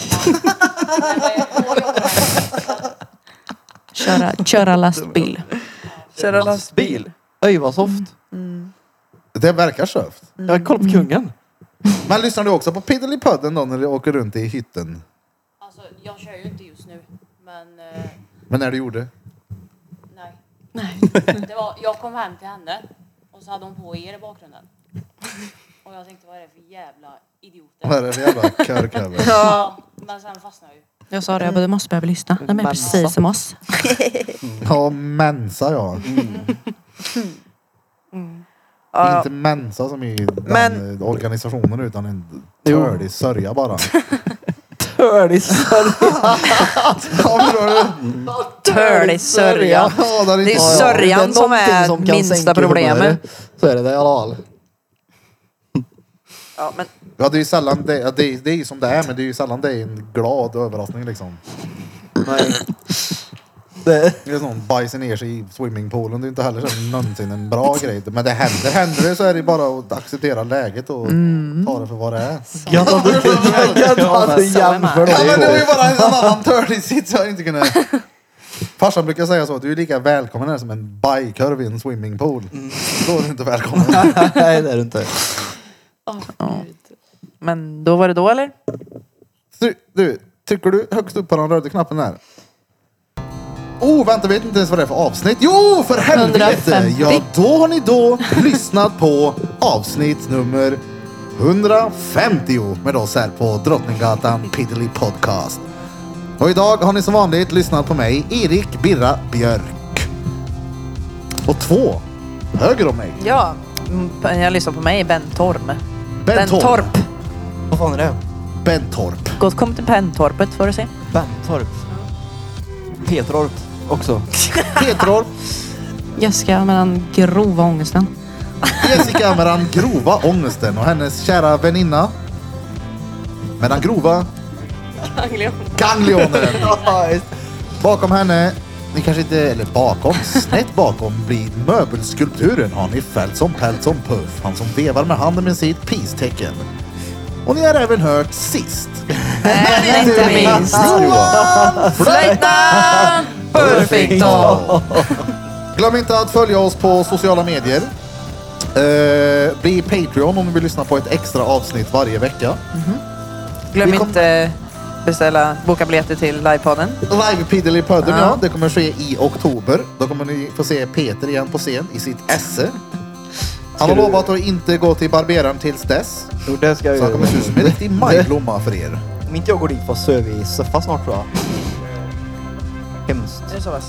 C: Köra, köra lastbil.
E: Köra lastbil.
D: Öj vad soft.
B: Det verkar söft.
E: Mm.
D: Jag kollar på kungen.
B: Men lyssnar du också på Piddelipudden då när du åker runt i hytten?
G: Alltså, jag kör ju inte just nu. Men eh,
B: Men när du gjorde?
G: nej. Det var, jag kom hem till henne och så hade hon på er i bakgrunden. Och jag tänkte vad är det för jävla
B: Vad är
G: idioter?
B: det för jävla körkövel?
G: Ja, men sen fastnade jag ju.
C: Jag sa det, jag bara du måste börja lyssna. De är
D: Mamma.
G: alltså.
C: precis som oss.
B: Ja, mensa ja.
E: Ja,
B: Inte mensa som i den
E: Men-
B: eh, organisationen utan en tördig sörja bara.
D: Törnisar.
B: Ja, förstår du?
E: törlig sörja.
B: Ja, där är
E: Det är
B: inte-
E: sörja. Sörjan
D: Om det
E: som
D: någonting
E: är
D: kan
E: minsta
D: sänka
E: problemet.
D: humöret, Så är det det i alla fall.
E: Ja, men
B: Ja, det är ju sällan det, ja, det, är- det är ju som det är men det är ju sällan det är en glad överraskning liksom.
D: Nej. Det,
B: Det är sån bajsen ner sig i swimmingpoolen. Det är inte heller så någonsin en bra grej. Men det händer. Händer det så är det bara att acceptera läget och ta det för vad det är.
D: gött att du gött att du
C: så är man.
D: jämför
B: Ja, men det är ju
D: dem.
B: bara en annan tördig sits. Jag inte kunnat... Farsan brukar säga så att du är lika välkommen här som en bajkorv i en swimmingpool. Då är du inte välkommen.
D: Nej det är det inte.
E: Men då var det då eller?
B: Du, du, trycker du högst upp på den röda knappen där? Oh, vänta, vet inte ens vad det är för avsnitt. Jo, för helvete!
C: 150.
B: Ja, då har ni då lyssnat på avsnitt nummer 150 med oss här på Drottninggatan Piddly Podcast. Och idag har ni som vanligt lyssnat på mig, Erik Birra Björk. Och två höger om mig,
E: Ja. Mm, Jag lyssnar på mig, Bentorm.
B: Bentorp.
E: Bentorp.
D: Vad fan är det?
B: Bentorp.
E: Gott kom till Bentorpet får du se.
D: Bentorp. Petrorp också.
B: Petrorp.
C: Jessica med den grova ångesten.
B: Jessica med den grova ångesten och hennes kära väninna med den grova ganglionen. Bakom henne ni kanske inte, eller bakom, snett bakom blir möbelskulpturen har ni Feltson Peltson Puff, han som vevar med handen med sitt peace-tecken. Och ni har även hört sist.
E: Men inte minst. Flöjtnant! Perfecto!
B: Glöm inte att följa oss på sociala medier. Eh, bli Patreon om du vill lyssna på ett extra avsnitt varje vecka.
E: Glöm
B: Vi kom-
E: inte beställa, boka biljetter till livepodden.
B: Live Piddly Pudden, ja.
E: Ja.
B: Det kommer ske i oktober. Då kommer ni få se Peter igen på scen i sitt esse. Han har
A: du-
B: lovat att inte gå till barberaren tills dess.
D: Jo, det ska jag
B: Så han kommer
D: göra.
B: se ut som en riktig majblomma för er.
D: Om inte jag går dit får jag söva i soffa snart tror jag. Hemskt.
E: Är det så pass?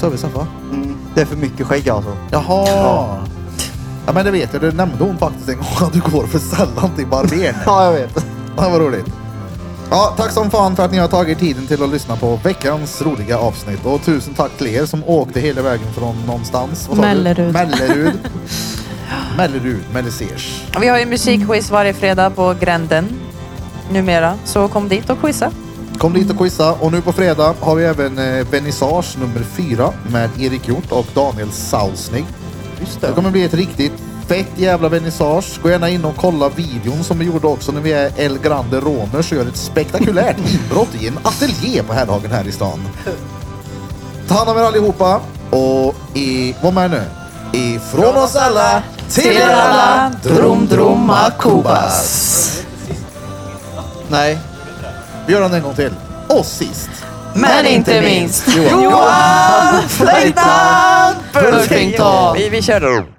B: Servicen va?
D: Mm, det är för mycket skägg alltså.
B: Jaha. Ja. men det vet jag. Det nämnde hon faktiskt en gång att du går för sällan till barberaren.
D: Ja, jag vet.
B: Ja, vad roligt. Ja, tack som fan för att ni har tagit tiden till att lyssna på veckans roliga avsnitt. Och tusen tack till er som åkte hela vägen från någonstans. Vad sa du?
C: Mellerud.
B: Mellerud. Mellerud. Mellisers.
E: Vi har ju musikquiz varje fredag på Gränden numera. Så kom dit och quizza.
B: Kom dit och quizza. Och nu på fredag har vi även eh, vernissage nummer fyra med Erik Hjort och Daniel Sausnig.
D: Just
B: Det
D: det.
B: kommer bli ett riktigt fett jävla vernissage. Gå gärna in och kolla videon som vi gjorde också när vi är El Grande Romers och gör ett spektakulärt inbrott i en ateljé på Herrhagen här i stan. Ta hand om er allihopa och i, var med nu. Ifrån oss alla till er alla, drum drum akubas.
D: Nej.
B: Vi gör den en gång till. Och sist.
E: Men inte minst
B: Johan.
E: Johan Flöjtnant
B: Burfington.
E: Vi, vi kör.